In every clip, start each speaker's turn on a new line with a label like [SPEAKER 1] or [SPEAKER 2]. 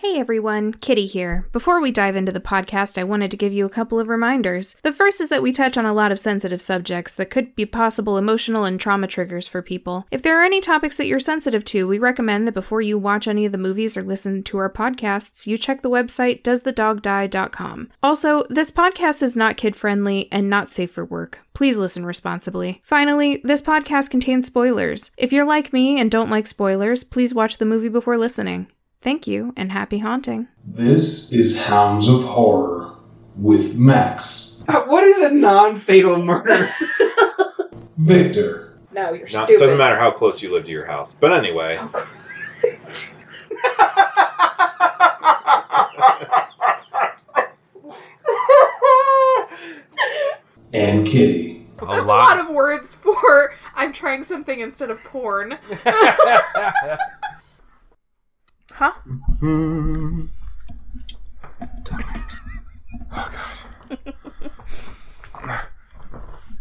[SPEAKER 1] Hey everyone, Kitty here. Before we dive into the podcast, I wanted to give you a couple of reminders. The first is that we touch on a lot of sensitive subjects that could be possible emotional and trauma triggers for people. If there are any topics that you're sensitive to, we recommend that before you watch any of the movies or listen to our podcasts, you check the website doesthedogdie.com. Also, this podcast is not kid friendly and not safe for work. Please listen responsibly. Finally, this podcast contains spoilers. If you're like me and don't like spoilers, please watch the movie before listening. Thank you and happy haunting.
[SPEAKER 2] This is Hounds of Horror with Max,
[SPEAKER 3] What is a non-fatal murder?
[SPEAKER 2] Victor,
[SPEAKER 4] No, you're
[SPEAKER 5] No, it
[SPEAKER 4] stupid.
[SPEAKER 5] doesn't matter how close you live to your house. But anyway,
[SPEAKER 4] Of course.
[SPEAKER 2] and Kitty.
[SPEAKER 5] a
[SPEAKER 4] That's a lot of words for I'm trying something instead of porn. Huh?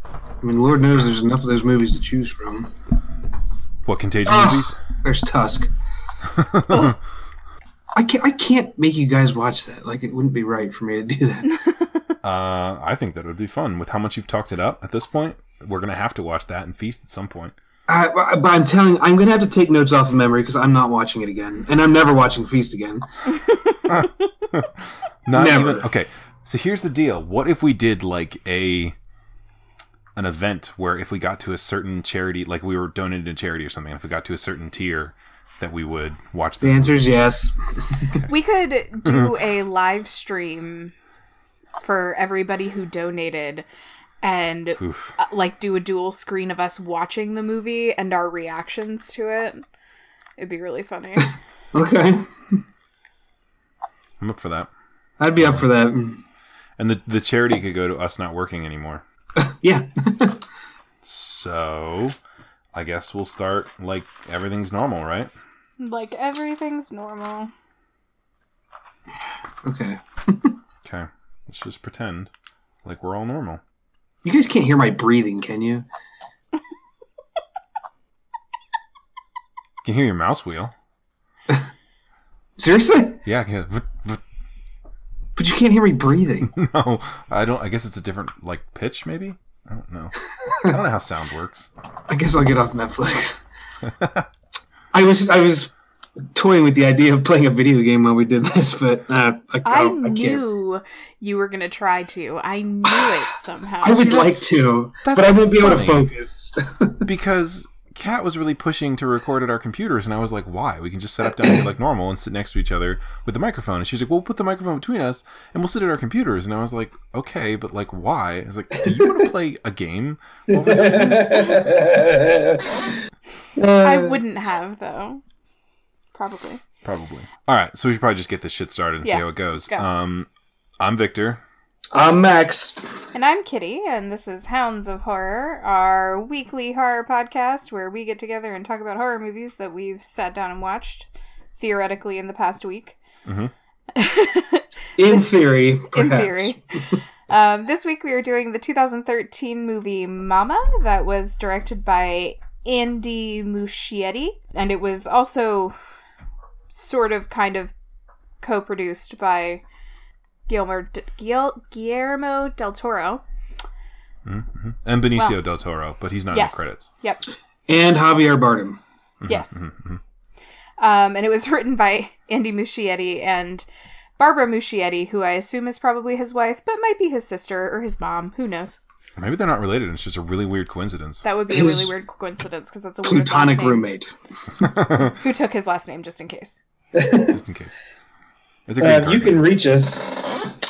[SPEAKER 6] I mean, Lord knows there's enough of those movies to choose from.
[SPEAKER 7] What contagion
[SPEAKER 6] Ah.
[SPEAKER 7] movies?
[SPEAKER 6] There's Tusk. I can't, I can't make you guys watch that. Like, it wouldn't be right for me to do that.
[SPEAKER 7] Uh, I think that would be fun. With how much you've talked it up at this point, we're gonna have to watch that and feast at some point.
[SPEAKER 6] I, I- but I'm telling I'm going to have to take notes off of memory because I'm not watching it again. And I'm never watching Feast again.
[SPEAKER 7] Not
[SPEAKER 6] Never.
[SPEAKER 7] even okay. So here's the deal. What if we did like a an event where if we got to a certain charity, like we were donated to charity or something, if we got to a certain tier, that we would watch
[SPEAKER 6] The
[SPEAKER 7] those
[SPEAKER 6] answer is
[SPEAKER 7] movies.
[SPEAKER 6] yes.
[SPEAKER 4] We could do a live stream for everybody who donated and
[SPEAKER 7] Oof.
[SPEAKER 4] uh, like do a dual screen of us watching the movie and our reactions to it. It'd be really funny.
[SPEAKER 6] Okay.
[SPEAKER 7] I'm up for that.
[SPEAKER 6] I'd be up for that.
[SPEAKER 7] And the the charity could go to us not working anymore.
[SPEAKER 6] Yeah.
[SPEAKER 7] So I guess we'll start like everything's normal, right?
[SPEAKER 4] like everything's normal.
[SPEAKER 6] okay.
[SPEAKER 7] Okay. Let's just pretend like we're all normal.
[SPEAKER 6] You guys can't hear my breathing, can you?
[SPEAKER 7] You can hear your mouse wheel.
[SPEAKER 6] Seriously?
[SPEAKER 7] Yeah, I can hear the vut, vut.
[SPEAKER 6] But you can't hear me breathing.
[SPEAKER 7] No, I don't. I guess it's a different like pitch, maybe. I don't know. I don't know how sound works.
[SPEAKER 6] I guess I'll get off Netflix. I was I was toying with the idea of playing a video game while we did this, but uh, I,
[SPEAKER 4] I,
[SPEAKER 6] I, I can't.
[SPEAKER 4] knew you were gonna try to. I knew it somehow.
[SPEAKER 6] I would
[SPEAKER 7] See,
[SPEAKER 6] like
[SPEAKER 7] that's-
[SPEAKER 6] to,
[SPEAKER 7] that's
[SPEAKER 6] but I won't be able to
[SPEAKER 7] funny.
[SPEAKER 6] focus.
[SPEAKER 7] Because Kat was really pushing to record at our computers, and I was like, "Why? We can just set up down here like normal and sit next to each other with the microphone." And she's like, "Well, put the microphone between us, and we'll sit at our computers." And I was like, "Okay, but like, why?" I was like, "Do you want to play a game?" while we're doing this?"
[SPEAKER 4] I
[SPEAKER 6] Uh,
[SPEAKER 4] wouldn't have though. Probably.
[SPEAKER 7] Probably. All right, so we should probably just get this shit started and
[SPEAKER 4] Yeah,
[SPEAKER 7] see how it goes.
[SPEAKER 4] go.
[SPEAKER 7] Um, I'm Victor.
[SPEAKER 6] I'm Max.
[SPEAKER 4] And I'm Kitty, and this is Hounds of Horror, our weekly horror podcast where we get together and talk about horror movies that we've sat down and watched, theoretically, in the past week.
[SPEAKER 7] Mhm.
[SPEAKER 6] In
[SPEAKER 4] This-
[SPEAKER 6] theory,
[SPEAKER 4] in
[SPEAKER 6] perhaps.
[SPEAKER 4] theory. um, this week we are doing the 2013 movie Mama, that was directed by Andy Muschietti, and it was also sort of kind of co-produced by Guillermo, d- Guil- Guillermo del Toro.
[SPEAKER 7] hmm And Benicio
[SPEAKER 4] Wow.
[SPEAKER 7] del Toro, but he's not
[SPEAKER 4] Yes.
[SPEAKER 7] in the credits.
[SPEAKER 4] Yep.
[SPEAKER 6] and Javier Bardem.
[SPEAKER 7] Mhm,
[SPEAKER 4] Yes.
[SPEAKER 7] mhm, mhm.
[SPEAKER 4] Um, and it was written by Andy Muschietti and Barbara Muschietti, who I assume is probably his wife, but might be his sister or his mom. Who knows?
[SPEAKER 7] Maybe they're not related. It's just a really weird coincidence.
[SPEAKER 4] That would be a
[SPEAKER 6] His
[SPEAKER 4] really weird coincidence because that's a weird
[SPEAKER 6] Plutonic
[SPEAKER 4] last name.
[SPEAKER 6] roommate.
[SPEAKER 4] Who took his last name just in case?
[SPEAKER 7] just in case. It's a
[SPEAKER 6] Uh,
[SPEAKER 7] green card.
[SPEAKER 6] reach us.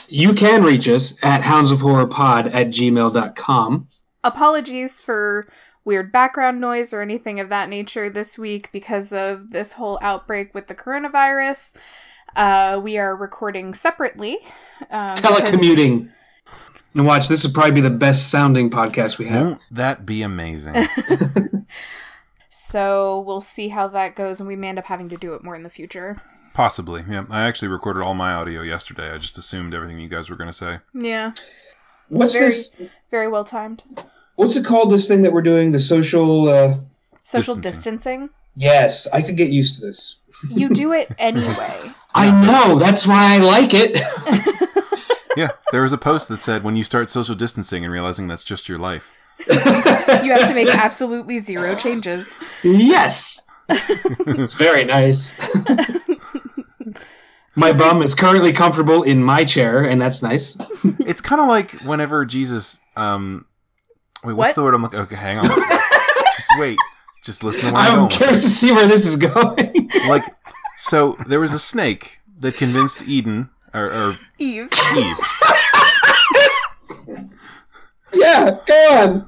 [SPEAKER 6] You can reach us at houndsofhorrorpod at gmail.com.
[SPEAKER 4] Apologies for weird background noise or anything of that nature this week because of this whole outbreak with the coronavirus. Uh, we are recording separately. Um, because-
[SPEAKER 6] Telecommuting. And watch, this would probably be the best sounding podcast we have.
[SPEAKER 7] Won't that be amazing?
[SPEAKER 4] So we'll see how that goes, and we may end up having to do it more in the future.
[SPEAKER 7] Possibly. Yeah. I actually recorded all my audio yesterday. I just assumed everything you guys were going to say.
[SPEAKER 4] Yeah.
[SPEAKER 6] What's
[SPEAKER 4] very-
[SPEAKER 6] this?
[SPEAKER 4] Very well timed.
[SPEAKER 6] What's it called? This thing that we're doing? The social. Uh,
[SPEAKER 4] Social
[SPEAKER 7] Distancing.
[SPEAKER 4] distancing.
[SPEAKER 6] Yes, I could get used to this.
[SPEAKER 8] You do it anyway.
[SPEAKER 6] I know. That's why I like it.
[SPEAKER 7] Yeah, there was a post that said when you start social distancing and realizing that's just your life.
[SPEAKER 8] You have to make absolutely zero changes.
[SPEAKER 6] Yes. it's very nice. my bum is currently comfortable in my chair, and that's nice.
[SPEAKER 7] It's kind of like whenever Jesus. Um, wait, what's
[SPEAKER 8] What?
[SPEAKER 7] the word I'm looking? Okay, hang on. just wait. Just listen to where I'm
[SPEAKER 6] I'm
[SPEAKER 7] going.
[SPEAKER 6] curious to see where this is going.
[SPEAKER 7] Like, so there was a snake that convinced Eden or, or
[SPEAKER 8] Eve.
[SPEAKER 7] Eve.
[SPEAKER 6] yeah, go on.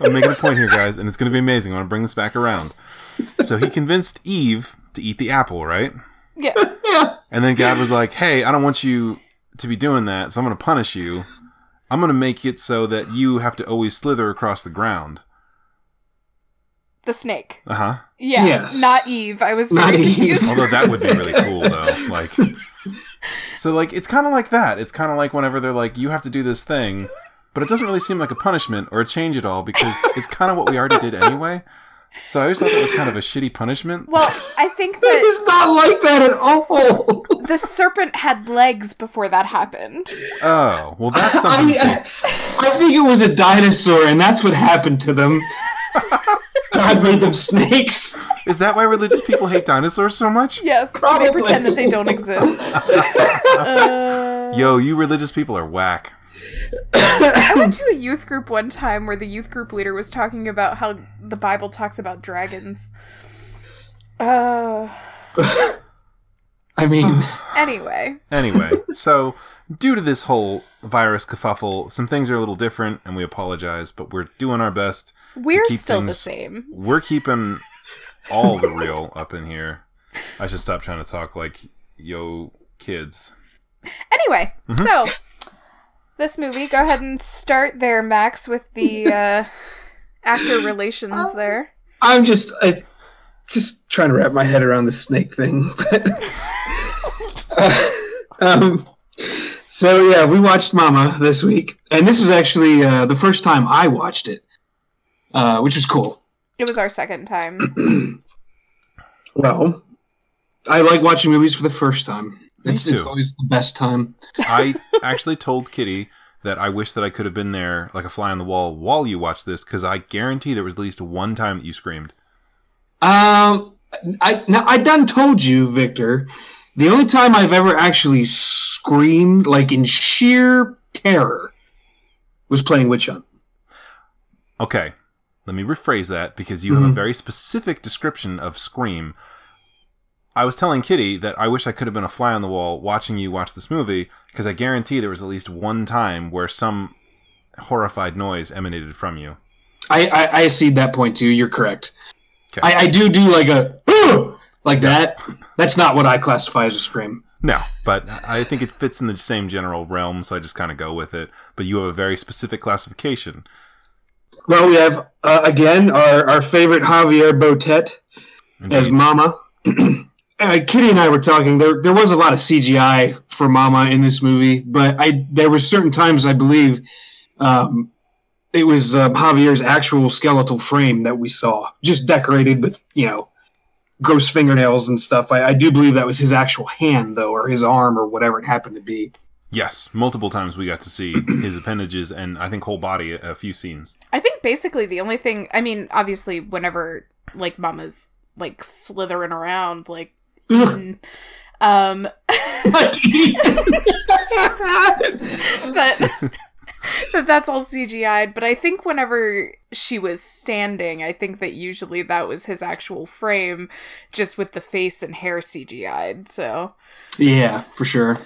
[SPEAKER 7] I'm making a point here, guys, and it's going to be amazing. I'm going to bring this back around. So he convinced Eve to eat the apple, right?
[SPEAKER 8] Yes.
[SPEAKER 7] And then God was like, "Hey, I don't want you to be doing that, so I'm going to punish you. I'm going to make it so that you have to always slither across the ground."
[SPEAKER 8] The snake.
[SPEAKER 7] Uh huh.
[SPEAKER 8] Yeah.
[SPEAKER 6] Yeah.
[SPEAKER 8] Not Eve. I was
[SPEAKER 6] Not
[SPEAKER 8] very
[SPEAKER 6] Eve.
[SPEAKER 8] confused.
[SPEAKER 7] Although
[SPEAKER 8] for
[SPEAKER 7] that
[SPEAKER 8] a
[SPEAKER 7] would be
[SPEAKER 8] second.
[SPEAKER 7] really cool, though. Like, so like it's kind of like that. It's kind of like whenever they're like, "You have to do this thing," but it doesn't really seem like a punishment or a change at all because it's kind of what we already did anyway. So I always thought that was kind of a shitty punishment.
[SPEAKER 8] Well, I think
[SPEAKER 6] It
[SPEAKER 8] that
[SPEAKER 6] is not like that at all.
[SPEAKER 8] the serpent had legs before that happened.
[SPEAKER 7] Oh, well, that's something.
[SPEAKER 6] I, I think it was a dinosaur, and that's what happened to them. God made them snakes.
[SPEAKER 7] Is that why religious people hate dinosaurs so much?
[SPEAKER 8] Yes. They
[SPEAKER 6] Probably.
[SPEAKER 8] pretend that they don't exist. Uh,
[SPEAKER 7] Yo, you religious people are whack.
[SPEAKER 8] I went to a youth group one time where the youth group leader was talking about how the Bible talks about dragons. Uh,
[SPEAKER 6] I mean,
[SPEAKER 8] anyway,
[SPEAKER 7] Anyway, so due to this whole virus kerfuffle, some things are a little different, and we apologize, but we're doing our best.
[SPEAKER 8] we're
[SPEAKER 7] keep
[SPEAKER 8] still the
[SPEAKER 7] things-
[SPEAKER 8] same.
[SPEAKER 7] We're keeping all the real up in here. I should stop trying to talk like yo kids.
[SPEAKER 8] Anyway, so this movie, go ahead and start there, Max, with the uh, actor relations there.
[SPEAKER 6] I'm just I, just trying to wrap my head around the snake thing. But, uh, um, so yeah, we watched Mama this week, and this was actually uh, the first time I watched it, uh, which was cool.
[SPEAKER 8] It was our second time.
[SPEAKER 6] Well, I like watching movies for the first time.
[SPEAKER 7] Me
[SPEAKER 6] It's, it's
[SPEAKER 7] too.
[SPEAKER 6] always the best time.
[SPEAKER 7] I actually told Kitty that I wish that I could have been there like a fly on the wall while you watched this because I guarantee there was at least one time that you screamed.
[SPEAKER 6] Um, I now I done told you, Victor. The only time I've ever actually screamed like in sheer terror was playing Witch Hunt.
[SPEAKER 7] Okay, let me rephrase that because you have a
[SPEAKER 6] Mhm.
[SPEAKER 7] very specific description of Scream. I was telling Kitty that I wish I could have been a fly on the wall watching you watch this movie because I guarantee there was at least one time where some horrified noise emanated from you.
[SPEAKER 6] I, I, I see that point too. You're correct.
[SPEAKER 7] Okay.
[SPEAKER 6] I, I do do like a "Ooh!" like that. That's not what I classify as a scream.
[SPEAKER 7] No, but I think it fits in the same general realm, so I just kind of go with it. But you have a very specific classification.
[SPEAKER 6] Well, we have uh, again our, our favorite Javier Botet as Mama. uh, Kitty and I were talking. There there was a lot of CGI for Mama in this movie, but I there were certain times I believe um, it was uh, Javier's actual skeletal frame that we saw, just decorated with you know gross fingernails and stuff. I, I do believe that was his actual hand though, or his arm, or whatever it happened to be.
[SPEAKER 7] Yes, multiple times we got to see his appendages and I think whole body a, a few scenes.
[SPEAKER 8] I think basically the only thing, I mean, obviously, whenever like Mama's like slithering around, like,
[SPEAKER 6] Ugh,
[SPEAKER 8] mm, um,
[SPEAKER 6] like,
[SPEAKER 8] that, that that's all CGI'd, but I think whenever she was standing, I think that usually that was his actual frame, just with the face and hair CGI'd. So
[SPEAKER 6] yeah, for sure.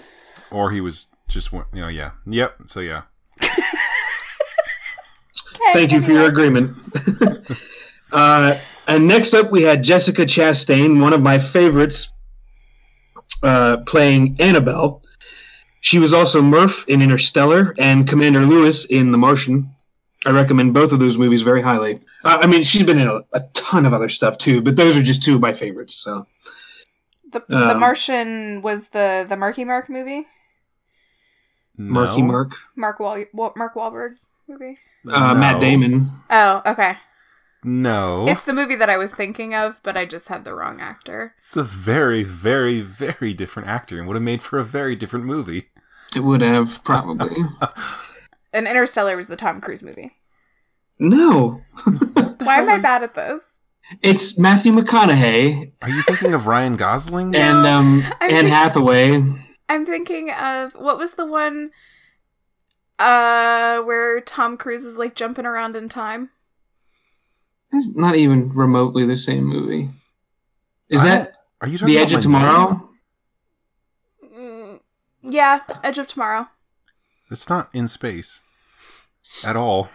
[SPEAKER 7] Or he was just, one- you know, yeah. Yep, so yeah.
[SPEAKER 6] Thank you for your agreement. uh, and next up, we had Jessica Chastain, one of my favorites, uh, playing Annabelle. She was also Murph in Interstellar and Commander Lewis in The Martian. I recommend both of those movies very highly. Uh, I mean, she's been in a, a ton of other stuff too, but those are just two of my favorites. So
[SPEAKER 8] the The
[SPEAKER 6] Um,
[SPEAKER 8] Martian was the the Marky Mark movie,
[SPEAKER 6] Marky
[SPEAKER 7] No?
[SPEAKER 6] Mark,
[SPEAKER 8] Mark Wal- Wa- Mark Wahlberg movie.
[SPEAKER 6] uh, Matt
[SPEAKER 7] No.
[SPEAKER 6] Damon.
[SPEAKER 8] Oh, okay.
[SPEAKER 7] No.
[SPEAKER 8] It's the movie that I was thinking of, but I just had the wrong actor.
[SPEAKER 7] It's a very, very, very different actor and would have made for a very different movie.
[SPEAKER 6] It would have probably.
[SPEAKER 8] And Interstellar was the Tom Cruise movie.
[SPEAKER 6] no,
[SPEAKER 8] Why am I bad at this?
[SPEAKER 6] it's Matthew McConaughey
[SPEAKER 7] Are you thinking of Ryan Gosling?
[SPEAKER 6] and um,
[SPEAKER 8] I
[SPEAKER 6] Anne
[SPEAKER 8] think-
[SPEAKER 6] Hathaway.
[SPEAKER 8] I'm thinking of what was the one uh where Tom Cruise is like jumping around in time?
[SPEAKER 6] It's not even remotely the same movie. Is
[SPEAKER 7] I-
[SPEAKER 6] that
[SPEAKER 7] Are you
[SPEAKER 6] The
[SPEAKER 7] about
[SPEAKER 6] Edge of
[SPEAKER 7] my name?
[SPEAKER 6] Tomorrow?
[SPEAKER 8] Mm, yeah, Edge of Tomorrow.
[SPEAKER 7] It's not in space at all.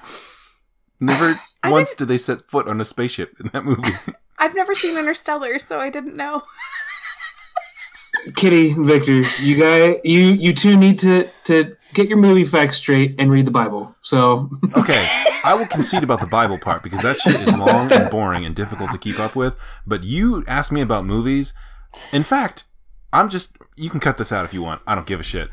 [SPEAKER 7] Never
[SPEAKER 8] I
[SPEAKER 7] once did they set foot on a spaceship in that movie.
[SPEAKER 8] I've never seen Interstellar, so I didn't know.
[SPEAKER 6] Kitty Victor, you guy, you you two need to to get your movie facts straight and read the Bible. So
[SPEAKER 7] okay, I will concede about the Bible part because that shit is long and boring and difficult to keep up with. But you asked me about movies. In fact, I'm just. You can cut this out if you want. I don't give a shit.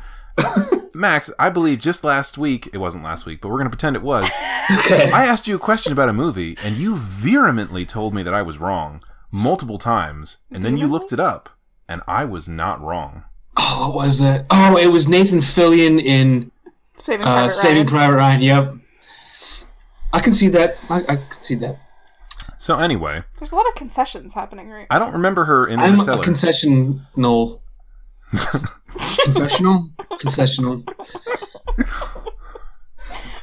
[SPEAKER 7] Max, I believe just last week, it wasn't last week, but we're going to pretend it was. I asked you a question about a movie, and you vehemently told me that I was wrong multiple times, and then you looked it up, and I was not wrong.
[SPEAKER 6] Oh, what was that? Oh, it was Nathan Fillion in
[SPEAKER 8] Saving Private
[SPEAKER 6] uh,
[SPEAKER 8] Ryan.
[SPEAKER 6] Saving Private Ryan. Yep. I can see that. I, I can see that.
[SPEAKER 7] So, anyway,
[SPEAKER 8] There's a lot of concessions happening right
[SPEAKER 7] I don't remember her in
[SPEAKER 6] I'm a
[SPEAKER 7] Interstellar.
[SPEAKER 6] concessional. Confessional? Concessional.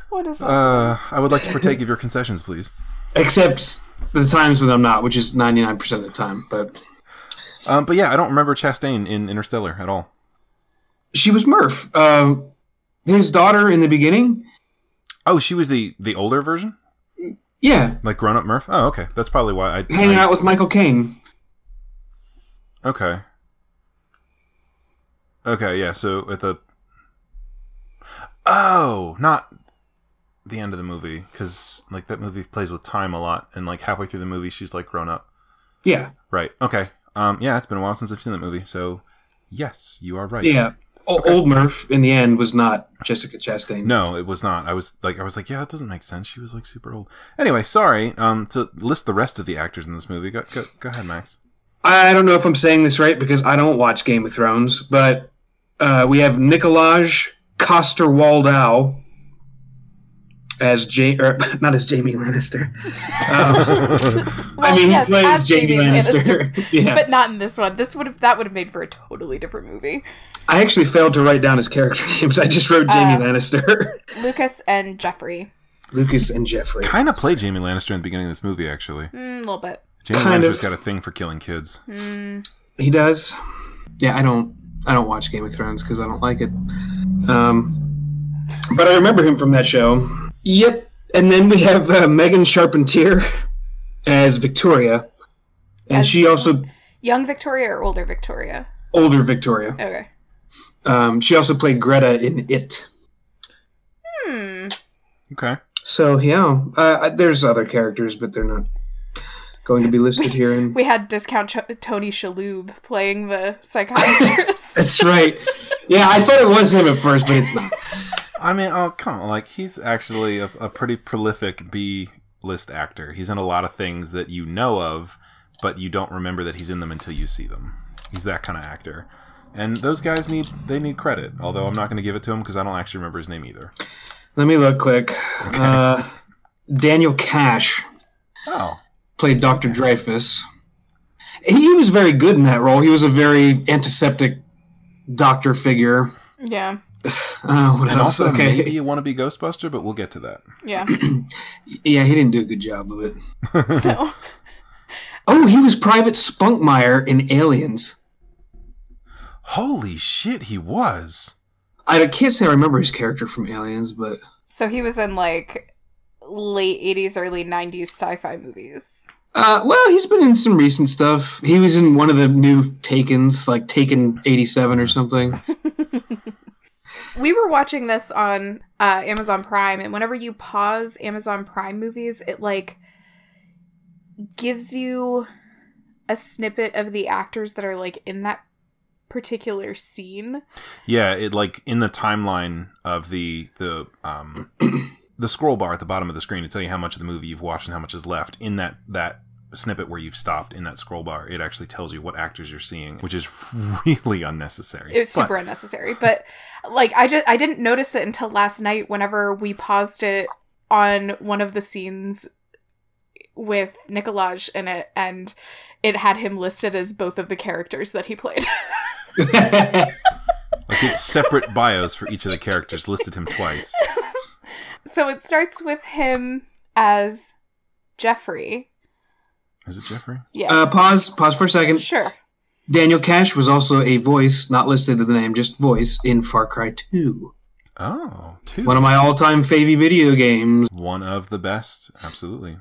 [SPEAKER 8] What is that?
[SPEAKER 7] uh, I would like to partake of your concessions, please.
[SPEAKER 6] Except the times when I'm not, which is 99% of the time. But
[SPEAKER 7] Um, but yeah, I don't remember Chastain in Interstellar at all.
[SPEAKER 6] she was Murph. Um, his daughter in the beginning?
[SPEAKER 7] Oh, she was the the older version,
[SPEAKER 6] Yeah.
[SPEAKER 7] like grown up Murph. Oh, okay, that's probably why I
[SPEAKER 6] Hanging
[SPEAKER 7] I-
[SPEAKER 6] out with Michael Caine.
[SPEAKER 7] Okay. Okay, yeah, so at the Oh, not the end of the movie cuz like that movie plays with time a lot and like halfway through the movie she's like grown up.
[SPEAKER 6] Yeah.
[SPEAKER 7] Right. Okay. Um yeah, it's been a while since I've seen that movie, so yes, you are right.
[SPEAKER 6] Yeah. O- Old Murph in the end was not Jessica Chastain.
[SPEAKER 7] No, it was not. I was like I was like, yeah, that doesn't make sense. She was like super old. Anyway, sorry. Um to list the rest of the actors in this movie. Go go, go ahead, Max.
[SPEAKER 6] I don't know if I'm saying this right because I don't watch Game of Thrones, but uh, we have Nicolaj Coster Waldau as Jamie, or not as Jamie Lannister. Um, I
[SPEAKER 8] Well,
[SPEAKER 6] mean,
[SPEAKER 8] yes,
[SPEAKER 6] he plays
[SPEAKER 8] as
[SPEAKER 6] Jamie
[SPEAKER 8] Jamie
[SPEAKER 6] Lannister. yeah,
[SPEAKER 8] But not in this one. This would have that would have made for a totally different movie.
[SPEAKER 6] I actually failed to write down his character names. I just wrote Jamie
[SPEAKER 8] Uh,
[SPEAKER 6] Lannister,
[SPEAKER 8] Lucas and Jeffrey.
[SPEAKER 6] Lucas, and Jeffrey.
[SPEAKER 7] Kind of played Jamie Lannister in the beginning of this movie actually.
[SPEAKER 8] Hmm, A little bit.
[SPEAKER 7] Jamie
[SPEAKER 6] Kind
[SPEAKER 7] Lannister's
[SPEAKER 6] of.
[SPEAKER 7] got a thing for killing kids.
[SPEAKER 8] Mm.
[SPEAKER 6] He does. Yeah, I don't. I don't watch Game of Thrones because I don't like it. Um, but I remember him from that show. Yep. And then we have uh, Megan Charpentier as Victoria, and
[SPEAKER 8] As-
[SPEAKER 6] she also
[SPEAKER 8] Young Victoria or older Victoria?
[SPEAKER 6] older Victoria.
[SPEAKER 8] Okay.
[SPEAKER 6] Um, she also played Greta in It.
[SPEAKER 8] Hmm.
[SPEAKER 7] Okay.
[SPEAKER 6] So yeah, uh, I- there's other characters, but they're not going to be listed here. And
[SPEAKER 8] We had discount Ch- Tony Shalhoub playing the psychiatrist.
[SPEAKER 6] that's right. Yeah, I thought it was him at first, but it's not.
[SPEAKER 7] I mean, oh come on! Like he's actually a, a pretty prolific B list actor. He's in a lot of things that you know of, but you don't remember that he's in them until you see them. He's that kind of actor, and those guys need they need credit. Although I'm not going to give it to him because I don't actually remember his name either.
[SPEAKER 6] Let me look quick. Uh, Daniel Cash.
[SPEAKER 7] Oh,
[SPEAKER 6] played Dr. Dreyfus. He was very good in that role. He was a very antiseptic doctor figure.
[SPEAKER 8] yeah.
[SPEAKER 6] Uh, what
[SPEAKER 7] and
[SPEAKER 6] else?
[SPEAKER 7] also
[SPEAKER 6] okay.
[SPEAKER 7] maybe you want to be Ghostbuster, but we'll get to that.
[SPEAKER 8] Yeah.
[SPEAKER 6] Yeah, he didn't do a good job of it.
[SPEAKER 8] So
[SPEAKER 6] Oh, he was Private Spunkmeyer in Aliens.
[SPEAKER 7] Holy shit, he was.
[SPEAKER 6] I can't say I remember his character from Aliens, but
[SPEAKER 8] so he was in like late 80s early 90s sci-fi movies.
[SPEAKER 6] uh, well, he's been in some recent stuff. He was in one of the new Takens, like Taken '87 or something.
[SPEAKER 8] We were watching this on uh, Amazon Prime, and whenever you pause Amazon Prime movies, it like gives you a snippet of the actors that are like in that particular scene.
[SPEAKER 7] Yeah, it like in the timeline of the the um the scroll bar at the bottom of the screen to tell you how much of the movie you've watched and how much is left in that that snippet where you've stopped in that scroll bar it actually tells you what actors you're seeing which is really unnecessary
[SPEAKER 8] It was
[SPEAKER 7] But-
[SPEAKER 8] super unnecessary, but like I just I didn't notice it until last night whenever we paused it on one of the scenes with Nicolaj in it and it had him listed as both of the characters that he played.
[SPEAKER 7] like it's separate bios for each of the characters listed him twice
[SPEAKER 8] so it starts with him as Jeffrey.
[SPEAKER 7] is it jeffrey
[SPEAKER 8] Yes.
[SPEAKER 6] Uh, pause. Pause for a second.
[SPEAKER 8] Sure.
[SPEAKER 6] Daniel Cash was also a voice, not listed to the name, just voice in Far Cry 2,
[SPEAKER 7] oh two
[SPEAKER 6] one of my all-time favy video games.
[SPEAKER 7] one of the best absolutely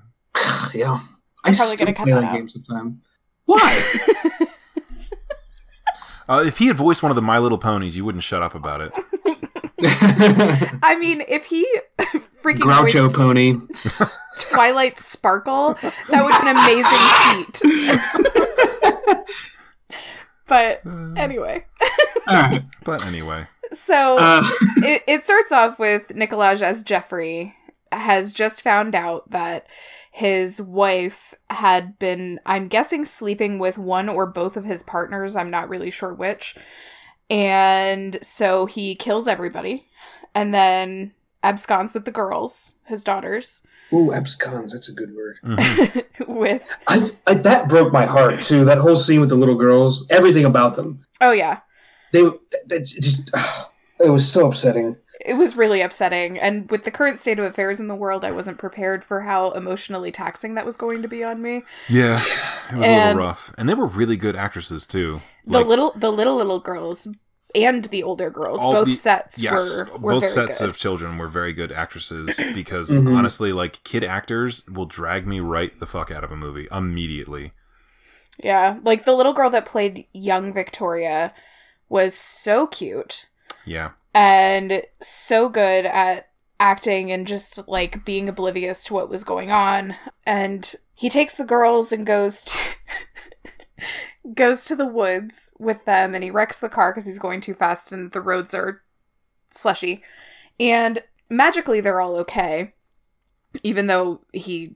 [SPEAKER 6] yeah,
[SPEAKER 8] I'm probably gonna cut that out.
[SPEAKER 6] game sometime. Why?
[SPEAKER 7] uh, if he had voiced one of the my little ponies you wouldn't shut up about it
[SPEAKER 8] I mean, if he freaking
[SPEAKER 6] Groucho
[SPEAKER 8] voiced
[SPEAKER 6] Pony.
[SPEAKER 8] Twilight Sparkle, that would be an amazing feat. but anyway.
[SPEAKER 6] All right.
[SPEAKER 7] Uh, but anyway
[SPEAKER 8] So
[SPEAKER 6] Uh,
[SPEAKER 8] it, it starts off with Nicolaj as Jeffrey has just found out that his wife had been, I'm guessing, sleeping with one or both of his partners. I'm not really sure which. And so he kills everybody and then absconds with the girls, his daughters,
[SPEAKER 6] ooh, abscons. That's a good word.
[SPEAKER 7] Mhm.
[SPEAKER 8] with,
[SPEAKER 6] I, I that broke my heart too. That whole scene with the little girls, everything about them.
[SPEAKER 8] oh yeah,
[SPEAKER 6] They that, that's just. it was so upsetting.
[SPEAKER 8] it was really upsetting and with the current state of affairs in the world i wasn't prepared for how emotionally taxing that was going to be on me
[SPEAKER 7] Yeah, it was a
[SPEAKER 8] And-
[SPEAKER 7] little rough, and they were really good actresses too.
[SPEAKER 8] the
[SPEAKER 7] Like,
[SPEAKER 8] little the little little girls and the older girls
[SPEAKER 7] All
[SPEAKER 8] both
[SPEAKER 7] the-
[SPEAKER 8] sets
[SPEAKER 7] yes,
[SPEAKER 8] were, were
[SPEAKER 7] both
[SPEAKER 8] very
[SPEAKER 7] sets
[SPEAKER 8] good
[SPEAKER 7] of children were very good actresses because
[SPEAKER 6] Mhm.
[SPEAKER 7] honestly, like kid actors will drag me right the fuck out of a movie immediately.
[SPEAKER 8] yeah like the little girl that played young victoria was so cute
[SPEAKER 7] Yeah,
[SPEAKER 8] and so good at acting and just like being oblivious to what was going on and he takes the girls and goes to goes to the woods with them and he wrecks the car cuz he's going too fast and the roads are slushy and magically they're all okay even though he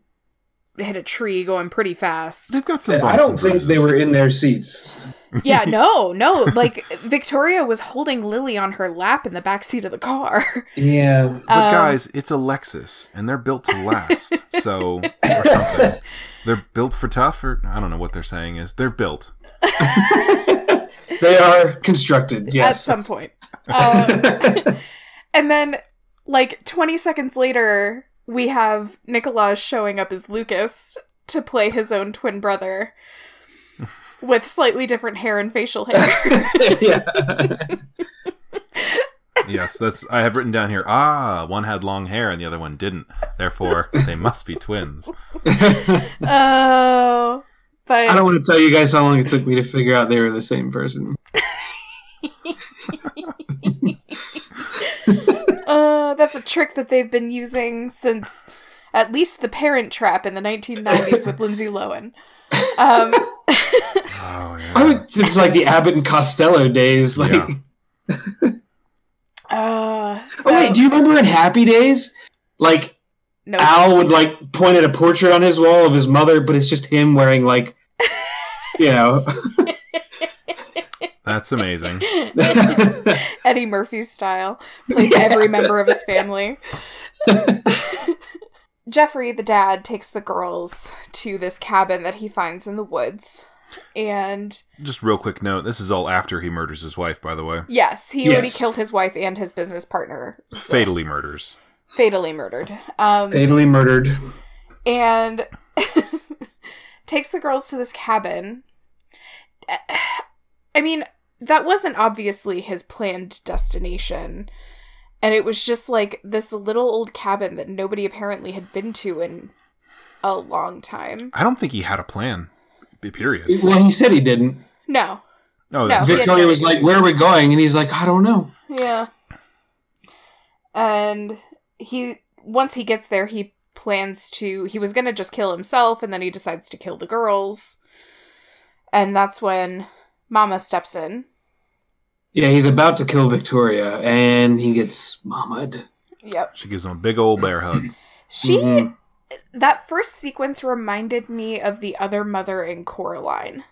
[SPEAKER 8] hit a tree going pretty fast
[SPEAKER 7] they've got some. Bumps
[SPEAKER 6] I don't
[SPEAKER 7] and
[SPEAKER 6] think they
[SPEAKER 7] bruises.
[SPEAKER 6] were in their seats.
[SPEAKER 8] yeah no no like victoria was holding lily on her lap in the back seat of the car
[SPEAKER 6] Yeah.
[SPEAKER 7] But
[SPEAKER 8] Um,
[SPEAKER 7] guys, it's a Lexus, and they're built to last. so or something. They're built for tough, or I don't know what they're saying is they're built.
[SPEAKER 6] They are constructed.
[SPEAKER 8] at
[SPEAKER 6] Yes.
[SPEAKER 8] some point. Um, and then, like, 20 seconds later, we have Nicolaj showing up as Lucas to play his own twin brother with slightly different hair and facial hair.
[SPEAKER 6] yeah.
[SPEAKER 7] Yes, that's I have written down here. Ah, one had long hair and the other one didn't. Therefore, they must be twins.
[SPEAKER 8] Oh.
[SPEAKER 6] I
[SPEAKER 8] But
[SPEAKER 6] don't want to tell you guys how long it took me to figure out they were the same person.
[SPEAKER 8] uh, that's a trick that they've been using since at least the Parent Trap in the 1990s with Lindsay Lohan. Um,
[SPEAKER 7] Oh yeah.
[SPEAKER 6] I would, it's like the Abbott and Costello days. Like,
[SPEAKER 7] Yeah.
[SPEAKER 8] uh, so,
[SPEAKER 6] oh wait, do you remember in Happy Days? Like
[SPEAKER 8] no,
[SPEAKER 6] Al would like point at a portrait on his wall of his mother, but it's just him wearing like, you know,
[SPEAKER 7] That's amazing.
[SPEAKER 8] Eddie Murphy's style, plays every member of his family. Jeffrey, the dad, takes the girls to this cabin that he finds in the woods. And
[SPEAKER 7] Just real quick note: this is all after he murders his wife, by the way.
[SPEAKER 8] yes, he already
[SPEAKER 6] Yes.
[SPEAKER 8] killed his wife and his business partner.
[SPEAKER 7] Fatally murders.
[SPEAKER 8] Fatally murdered. Um,
[SPEAKER 6] fatally murdered.
[SPEAKER 8] and takes the girls to this cabin. I mean, that wasn't obviously his planned destination. And it was just like this little old cabin that nobody apparently had been to in a long time.
[SPEAKER 7] I don't think he had a plan. b- Period.
[SPEAKER 6] Well, he said he didn't.
[SPEAKER 8] No.
[SPEAKER 7] Oh,
[SPEAKER 8] No.
[SPEAKER 7] that's
[SPEAKER 8] Yeah.
[SPEAKER 6] Victoria was like, "Where are we going?" And he's like, "I don't know."
[SPEAKER 8] Yeah. And he once he gets there, he plans to he was going to just kill himself and then he decides to kill the girls. And that's when Mama steps in.
[SPEAKER 6] Yeah, he's about to kill Victoria, and he gets mammed.
[SPEAKER 8] Yep.
[SPEAKER 7] She gives him a big old bear hug.
[SPEAKER 8] She
[SPEAKER 6] Mhm.
[SPEAKER 8] that first sequence reminded me of the other mother in Coraline.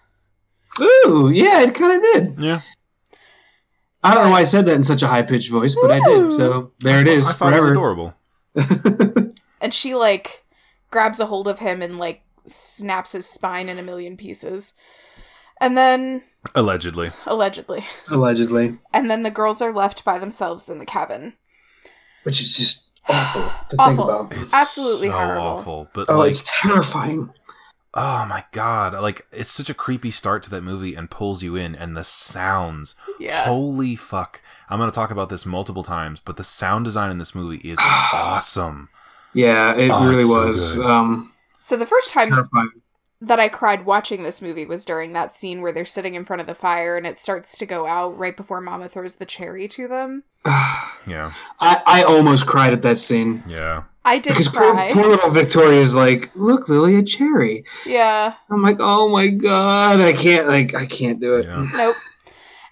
[SPEAKER 6] Ooh, yeah, it kind of did.
[SPEAKER 7] Yeah,
[SPEAKER 6] I don't know why I said that in such a high pitched voice, but I did. So there it is
[SPEAKER 7] I thought it was
[SPEAKER 6] forever.
[SPEAKER 7] adorable.
[SPEAKER 8] And she like grabs a hold of him and like snaps his spine in a million pieces. And then
[SPEAKER 7] Allegedly,
[SPEAKER 8] allegedly.
[SPEAKER 6] Allegedly,
[SPEAKER 8] And then the girls are left by themselves in the cabin.
[SPEAKER 6] which is just awful to think
[SPEAKER 8] Awful.
[SPEAKER 6] about.
[SPEAKER 7] it's
[SPEAKER 8] Absolutely
[SPEAKER 7] so
[SPEAKER 8] horrible.
[SPEAKER 7] awful. But
[SPEAKER 6] Oh,
[SPEAKER 7] like,
[SPEAKER 6] it's terrifying.
[SPEAKER 7] oh my god, like it's such a creepy start to that movie and pulls you in, and the sounds.
[SPEAKER 8] Yeah.
[SPEAKER 7] Holy fuck! I'm gonna talk about this multiple times, but the sound design in this movie is awesome.
[SPEAKER 6] Yeah, it
[SPEAKER 7] Oh,
[SPEAKER 6] really
[SPEAKER 7] it's so
[SPEAKER 6] was.
[SPEAKER 7] good.
[SPEAKER 6] um,
[SPEAKER 8] So the first time
[SPEAKER 6] terrifying.
[SPEAKER 8] that I cried watching this movie was during that scene where they're sitting in front of the fire and it starts to go out right before Mama throws the cherry to them.
[SPEAKER 6] I,
[SPEAKER 7] Yeah,
[SPEAKER 6] I almost cried at that scene.
[SPEAKER 7] yeah.
[SPEAKER 8] I did
[SPEAKER 6] Because poor,
[SPEAKER 8] cry.
[SPEAKER 6] poor little Victoria's like, look, Lily, a cherry.
[SPEAKER 8] Yeah.
[SPEAKER 6] I'm like, oh my god, I can't, like, I can't do it.
[SPEAKER 7] Yeah.
[SPEAKER 8] Nope.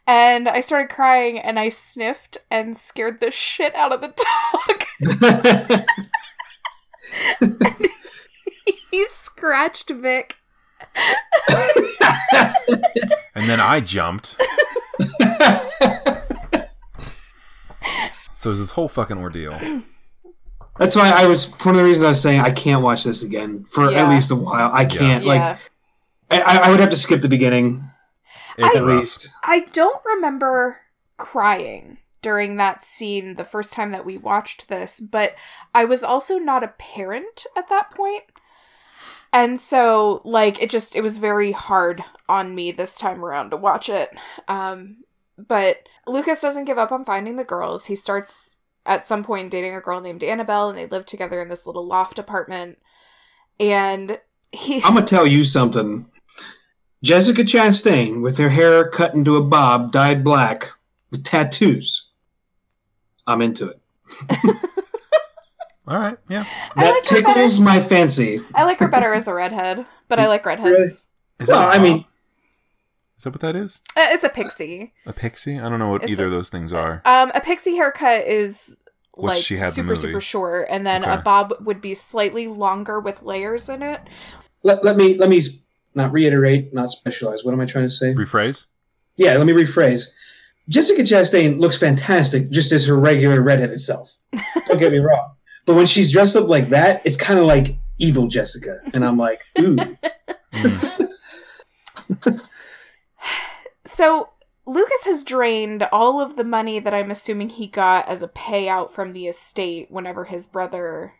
[SPEAKER 8] And I started crying and I sniffed and scared the shit out of the dog. he scratched Vic.
[SPEAKER 7] And then I jumped. so it was this whole fucking ordeal.
[SPEAKER 6] That's why I was one of the reasons I was saying I can't watch this again for
[SPEAKER 8] Yeah.
[SPEAKER 6] at least a while. I can't,
[SPEAKER 8] yeah.
[SPEAKER 6] like, I- I, I would have to skip the beginning
[SPEAKER 7] It's
[SPEAKER 6] at
[SPEAKER 7] rough.
[SPEAKER 6] least.
[SPEAKER 8] I don't remember crying during that scene the first time that we watched this, but I was also not a parent at that point. And so like it just it was very hard on me this time around to watch it. Um but Lucas doesn't give up on finding the girls. He starts at some point dating a girl named Annabelle and they live together in this little loft apartment. And he
[SPEAKER 6] I'm gonna tell you something. Jessica Chastain, with her hair cut into a bob, dyed black, with tattoos. I'm into it.
[SPEAKER 7] All right. Yeah.
[SPEAKER 8] I
[SPEAKER 6] that
[SPEAKER 8] like her better-
[SPEAKER 6] tickles my fancy.
[SPEAKER 8] I like her better as a redhead, but I like redheads.
[SPEAKER 7] Is
[SPEAKER 6] Well,
[SPEAKER 7] that a
[SPEAKER 6] I mean-
[SPEAKER 7] mop? is that what that is?
[SPEAKER 8] Uh, It's a pixie.
[SPEAKER 7] A pixie? I don't know what
[SPEAKER 8] It's
[SPEAKER 7] either
[SPEAKER 8] a-
[SPEAKER 7] of those things are.
[SPEAKER 8] Um, a pixie haircut is
[SPEAKER 7] What
[SPEAKER 8] like
[SPEAKER 7] she had in the
[SPEAKER 8] super
[SPEAKER 7] movie.
[SPEAKER 8] super short, and then a
[SPEAKER 7] Okay.
[SPEAKER 8] bob would be slightly longer with layers in it.
[SPEAKER 6] Let, let me let me not reiterate, not specialize. What am I trying to say?
[SPEAKER 7] Rephrase.
[SPEAKER 6] Yeah, let me rephrase. Jessica Chastain looks fantastic just as her regular redheaded self. Don't get me wrong. But when she's dressed up like that, it's kind of like evil Jessica. And I'm like, ooh.
[SPEAKER 7] Mm.
[SPEAKER 8] So Lucas has drained all of the money that I'm assuming he got as a payout from the estate whenever his brother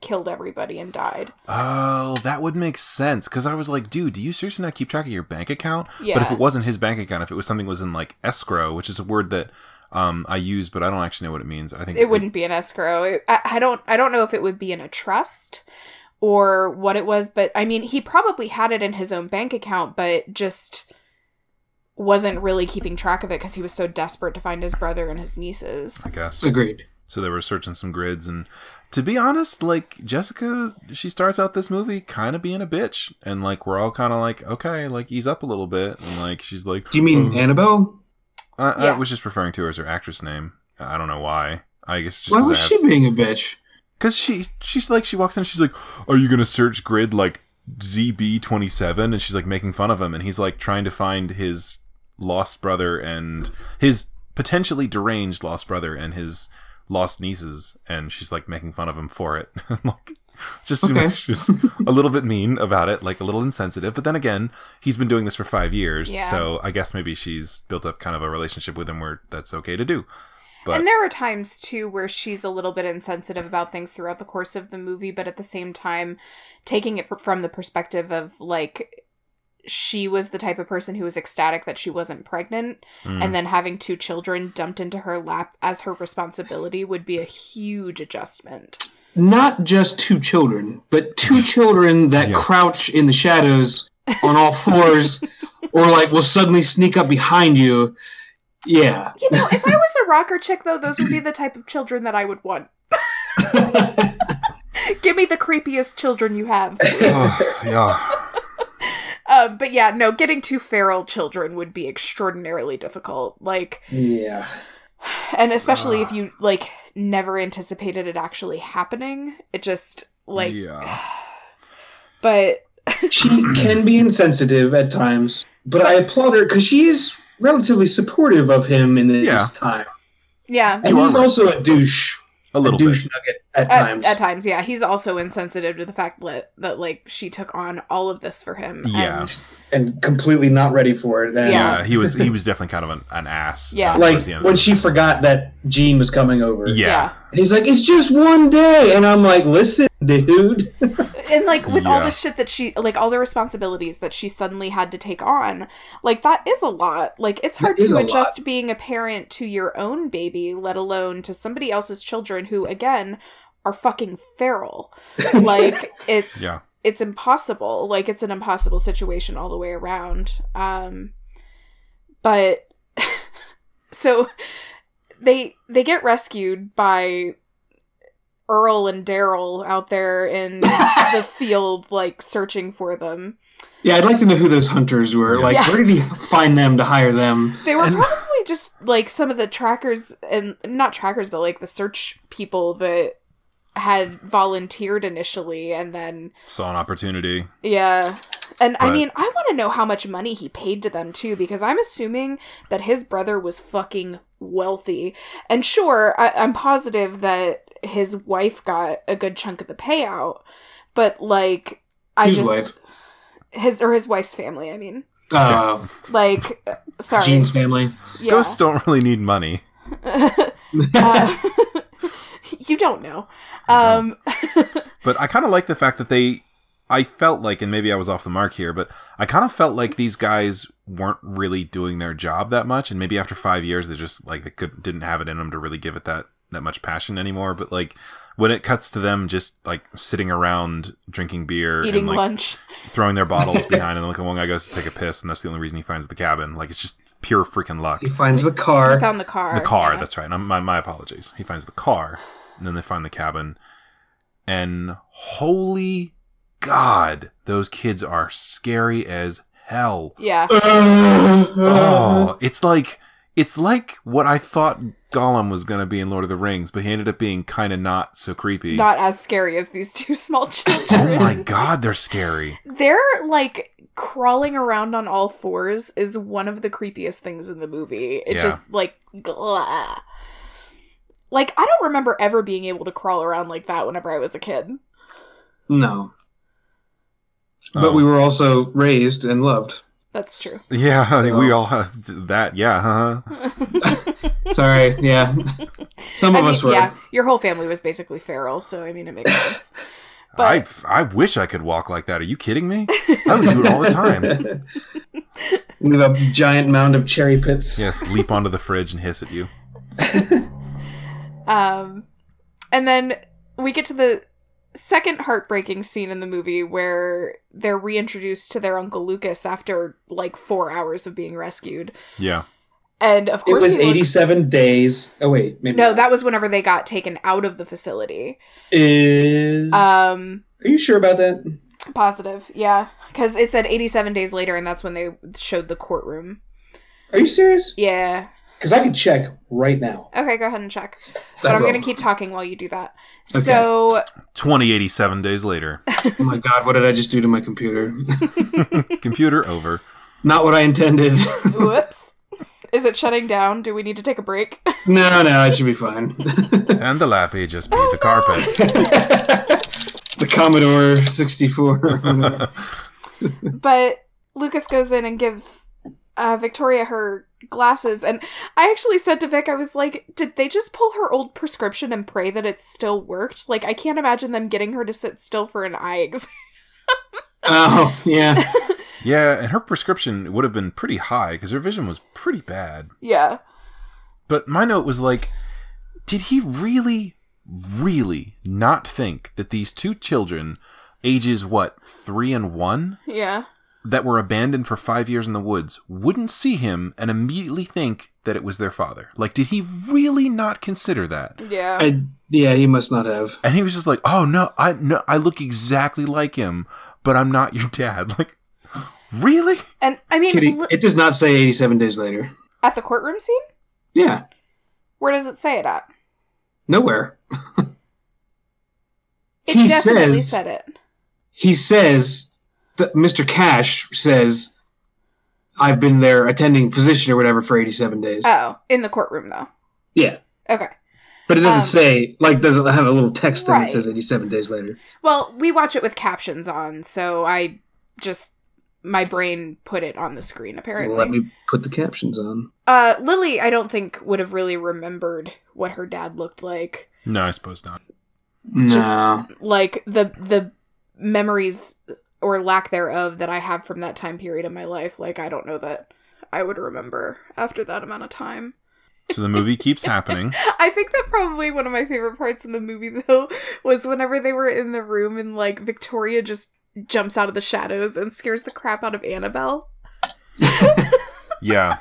[SPEAKER 8] killed everybody and died.
[SPEAKER 7] oh, that would make sense. Because I was like, dude, do you seriously not keep track of your bank account? But if
[SPEAKER 8] Yeah.
[SPEAKER 7] it wasn't his bank account, if it was something that was in like escrow, which is a word that um, I use, but I don't actually know what it means. I think
[SPEAKER 8] It wouldn't be an escrow. It, I, I don't. I don't know if it would be in a trust or what it was, but I mean, he probably had it in his own bank account, but just wasn't really keeping track of it because he was so desperate to find his brother and his nieces.
[SPEAKER 7] I guess.
[SPEAKER 6] Agreed.
[SPEAKER 7] So they were searching some grids, and to be honest, like Jessica, she starts out this movie kind of being a bitch, and like we're all kind of like, okay, like ease up a little bit, and like she's like,
[SPEAKER 6] Do you mean
[SPEAKER 7] "Oh."
[SPEAKER 6] Annabelle?
[SPEAKER 7] I,
[SPEAKER 8] Yeah.
[SPEAKER 7] I was just referring to her as her actress name. I don't know why. I guess just
[SPEAKER 6] Why
[SPEAKER 7] because I
[SPEAKER 6] was
[SPEAKER 7] have-
[SPEAKER 6] she being a bitch?
[SPEAKER 7] Cause she she's like she walks in and she's like, "Are you gonna search grid like ZB 27 And she's like making fun of him, and he's like trying to find his lost brother and his potentially deranged lost brother and his lost nieces, and she's like making fun of him for it. like, just seems
[SPEAKER 6] Okay.
[SPEAKER 7] like she's a little bit mean about it, like a little insensitive. But then again, he's been doing this for five years,
[SPEAKER 8] Yeah.
[SPEAKER 7] so I guess maybe she's built up kind of a relationship with him where that's okay to do. But
[SPEAKER 8] And there are times too where she's a little bit insensitive about things throughout the course of the movie, but at the same time, taking it fr- from the perspective of like she was the type of person who was ecstatic that she wasn't pregnant
[SPEAKER 7] Mm.
[SPEAKER 8] and then having two children dumped into her lap as her responsibility would be a huge adjustment.
[SPEAKER 6] not just two children, but two children that
[SPEAKER 7] Yeah.
[SPEAKER 6] crouch in the shadows on all fours, or like will suddenly sneak up behind you. Yeah,
[SPEAKER 8] You know, if I was a rocker chick though, those would be the type of children that I would want. Give me the creepiest children you have.
[SPEAKER 7] Oh, yeah.
[SPEAKER 8] Um, but yeah, no, getting two feral children would be extraordinarily difficult. Like,
[SPEAKER 6] yeah.
[SPEAKER 8] and especially if you like never anticipated it actually happening. It just like
[SPEAKER 7] yeah.
[SPEAKER 8] but
[SPEAKER 6] she can be insensitive at times, but I applaud her because she is relatively supportive of him in this
[SPEAKER 7] Yeah.
[SPEAKER 6] time.
[SPEAKER 8] yeah.
[SPEAKER 6] And
[SPEAKER 7] You
[SPEAKER 6] he's
[SPEAKER 7] are right.
[SPEAKER 6] also a douche,
[SPEAKER 7] A
[SPEAKER 6] a
[SPEAKER 7] little bit.
[SPEAKER 6] douche nugget at,
[SPEAKER 8] At
[SPEAKER 6] times.
[SPEAKER 8] at times, yeah. He's also insensitive to the fact that that like she took on all of this for him.
[SPEAKER 7] Yeah.
[SPEAKER 8] and-
[SPEAKER 6] and completely not ready for it. And
[SPEAKER 8] Um, Yeah.
[SPEAKER 7] Yeah, he was he was definitely kind of an, an ass.
[SPEAKER 8] Yeah.
[SPEAKER 7] uh,
[SPEAKER 6] Like
[SPEAKER 7] towards the end.
[SPEAKER 6] when she forgot that Gene was coming over.
[SPEAKER 7] yeah.
[SPEAKER 6] And he's like, it's just one day. And I'm like, listen, dude.
[SPEAKER 8] and like with all
[SPEAKER 7] Yeah.
[SPEAKER 8] the shit that she like all the responsibilities that she suddenly had to take on like that is a lot like it's hard
[SPEAKER 6] That is
[SPEAKER 8] to
[SPEAKER 6] a lot.
[SPEAKER 8] adjust being a parent to your own baby let alone to somebody else's children who again are fucking feral like it's
[SPEAKER 7] Yeah.
[SPEAKER 8] it's impossible like it's an impossible situation all the way around um but so they they get rescued by Earl and Daryl out there in the field, like searching for them.
[SPEAKER 6] Yeah, I'd like to know who those hunters were. Like,
[SPEAKER 8] Yeah.
[SPEAKER 6] where did he find them to hire them?
[SPEAKER 8] They were
[SPEAKER 7] And-
[SPEAKER 8] probably just like some of the trackers and not trackers, but like the search people that had volunteered initially and then
[SPEAKER 7] Saw an opportunity.
[SPEAKER 8] yeah. And I
[SPEAKER 7] But-
[SPEAKER 8] mean, I want to know how much money he paid to them too, because I'm assuming that his brother was fucking wealthy. And sure, I- I'm positive that his wife got a good chunk of the payout, but like, I
[SPEAKER 6] Whose
[SPEAKER 8] just
[SPEAKER 6] wife?
[SPEAKER 8] his or his wife's family. I mean,
[SPEAKER 6] Uh,
[SPEAKER 8] like, uh, sorry,
[SPEAKER 6] Gene's family.
[SPEAKER 8] yeah.
[SPEAKER 7] Ghosts don't really need money.
[SPEAKER 8] Uh, you don't know. Um,
[SPEAKER 7] But I kind of like the fact that they. I felt like, and maybe I was off the mark here, but I kind of felt like these guys weren't really doing their job that much, and maybe after five years, they just like they could didn't have it in them to really give it that that much passion anymore. But like when it cuts to them just like sitting around drinking beer
[SPEAKER 8] eating
[SPEAKER 7] and like
[SPEAKER 8] lunch.
[SPEAKER 7] throwing their bottles behind, and like one guy goes to take a piss, and that's the only reason he finds the cabin. Like it's just pure freaking luck.
[SPEAKER 6] He finds the
[SPEAKER 8] I
[SPEAKER 6] car.
[SPEAKER 8] found the car.
[SPEAKER 7] The car,
[SPEAKER 8] yeah.
[SPEAKER 7] that's right. And I'm- my, my apologies. He finds the car, and then they find the cabin. And holy God, those kids are scary as hell.
[SPEAKER 8] yeah. Uh-huh.
[SPEAKER 7] Oh, it's like it's like what I thought Gollum was gonna be in Lord of the Rings, but he ended up being kind of not so creepy.
[SPEAKER 8] Not as scary as these two small children.
[SPEAKER 7] oh my God, they're scary.
[SPEAKER 8] They're like crawling around on all fours is one of the creepiest things in the movie. It
[SPEAKER 7] Yeah.
[SPEAKER 8] just like blah. Like I don't remember ever being able to crawl around like that whenever I was a kid.
[SPEAKER 6] No.
[SPEAKER 7] Oh.
[SPEAKER 6] But we were also raised and loved.
[SPEAKER 8] That's true.
[SPEAKER 7] Yeah, we all have that. Yeah, uh-huh. huh?
[SPEAKER 6] Sorry. Yeah. Some
[SPEAKER 8] I
[SPEAKER 6] of
[SPEAKER 8] mean,
[SPEAKER 6] us were.
[SPEAKER 8] yeah, your whole family was basically feral, so I mean it makes sense.
[SPEAKER 7] I
[SPEAKER 8] But
[SPEAKER 7] I wish I could walk like that. Are you kidding me? I would do it all the time.
[SPEAKER 6] Leave a giant mound of cherry pits.
[SPEAKER 7] Yes, leap onto the fridge and hiss at you.
[SPEAKER 8] um and then we get to the second heartbreaking scene in the movie where they're reintroduced to their uncle Lucas after like 4 hours of being rescued.
[SPEAKER 7] Yeah.
[SPEAKER 8] And of
[SPEAKER 6] It
[SPEAKER 8] course
[SPEAKER 6] was
[SPEAKER 8] he looks-
[SPEAKER 6] 87 days. Oh, wait. Maybe
[SPEAKER 8] No,
[SPEAKER 6] not.
[SPEAKER 8] that was whenever they got taken out of the facility.
[SPEAKER 6] Is-
[SPEAKER 8] Um,
[SPEAKER 6] Are you sure about that?
[SPEAKER 8] positive, yeah, because it said 87 days later, and that's when they showed the courtroom.
[SPEAKER 6] Are you serious?
[SPEAKER 8] Yeah.
[SPEAKER 6] Because I could check right now.
[SPEAKER 8] Okay, go ahead and check.
[SPEAKER 6] I
[SPEAKER 8] But I'm
[SPEAKER 6] will.
[SPEAKER 8] gonna keep talking while you do that.
[SPEAKER 6] Okay.
[SPEAKER 8] So
[SPEAKER 7] 2087 days later.
[SPEAKER 6] Oh my god, what did I just do to my computer?
[SPEAKER 7] Computer over.
[SPEAKER 6] Not what I intended.
[SPEAKER 8] whoops. Is it shutting down? Do we need to take a break?
[SPEAKER 6] no, no, it should be fine.
[SPEAKER 7] And the lappy just beat the carpet.
[SPEAKER 6] the Commodore 64.
[SPEAKER 8] but Lucas goes in and gives uh, Victoria her glasses, and I actually said to Vic, I was like, "Did they just pull her old prescription and pray that it still worked? Like, I can't imagine them getting her to sit still for an eye exam."
[SPEAKER 6] oh, yeah.
[SPEAKER 7] Yeah, and her prescription would have been pretty high because her vision was pretty bad.
[SPEAKER 8] yeah,
[SPEAKER 7] But my note was like, did he really, really not think that these two children, ages what, three and one,
[SPEAKER 8] yeah,
[SPEAKER 7] that were abandoned for five years in the woods, wouldn't see him and immediately think that it was their father? Like, did he really not consider that?
[SPEAKER 8] yeah.
[SPEAKER 6] I, yeah, he must not have.
[SPEAKER 7] And he was just like, "Oh no, I no, I look exactly like him, but I'm not your dad." Like, really?
[SPEAKER 8] and I mean,
[SPEAKER 6] Kitty,
[SPEAKER 8] l-
[SPEAKER 6] it does not say 87 days later.
[SPEAKER 8] at the courtroom scene,
[SPEAKER 6] Yeah.
[SPEAKER 8] where does it say it at?
[SPEAKER 6] Nowhere.
[SPEAKER 8] It
[SPEAKER 6] He
[SPEAKER 8] definitely
[SPEAKER 6] says-
[SPEAKER 8] said it.
[SPEAKER 6] He says, th- Mr. Cash says, I've been there attending physician or whatever for 87 days.
[SPEAKER 8] Oh, in the courtroom though.
[SPEAKER 6] yeah.
[SPEAKER 8] Okay.
[SPEAKER 6] But it doesn't
[SPEAKER 8] um,
[SPEAKER 6] say, like, doesn't have a little text thing
[SPEAKER 8] Right.
[SPEAKER 6] that says 87 days later.
[SPEAKER 8] Well, we watch it with captions on, so I just my brain put it on the screen apparently.
[SPEAKER 6] Let me put the captions on.
[SPEAKER 8] uh Lily I don't think would have really remembered what her dad looked like.
[SPEAKER 7] No, I suppose not.
[SPEAKER 6] No.
[SPEAKER 8] Just- Like the the memories or lack thereof that I have from that time period in my life, like I don't know that I would remember after that amount of time.
[SPEAKER 7] So the movie keeps happening.
[SPEAKER 8] I think that probably one of my favorite parts in the movie though was whenever they were in the room and like Victoria just jumps out of the shadows and scares the crap out of Annabelle.
[SPEAKER 7] Yeah.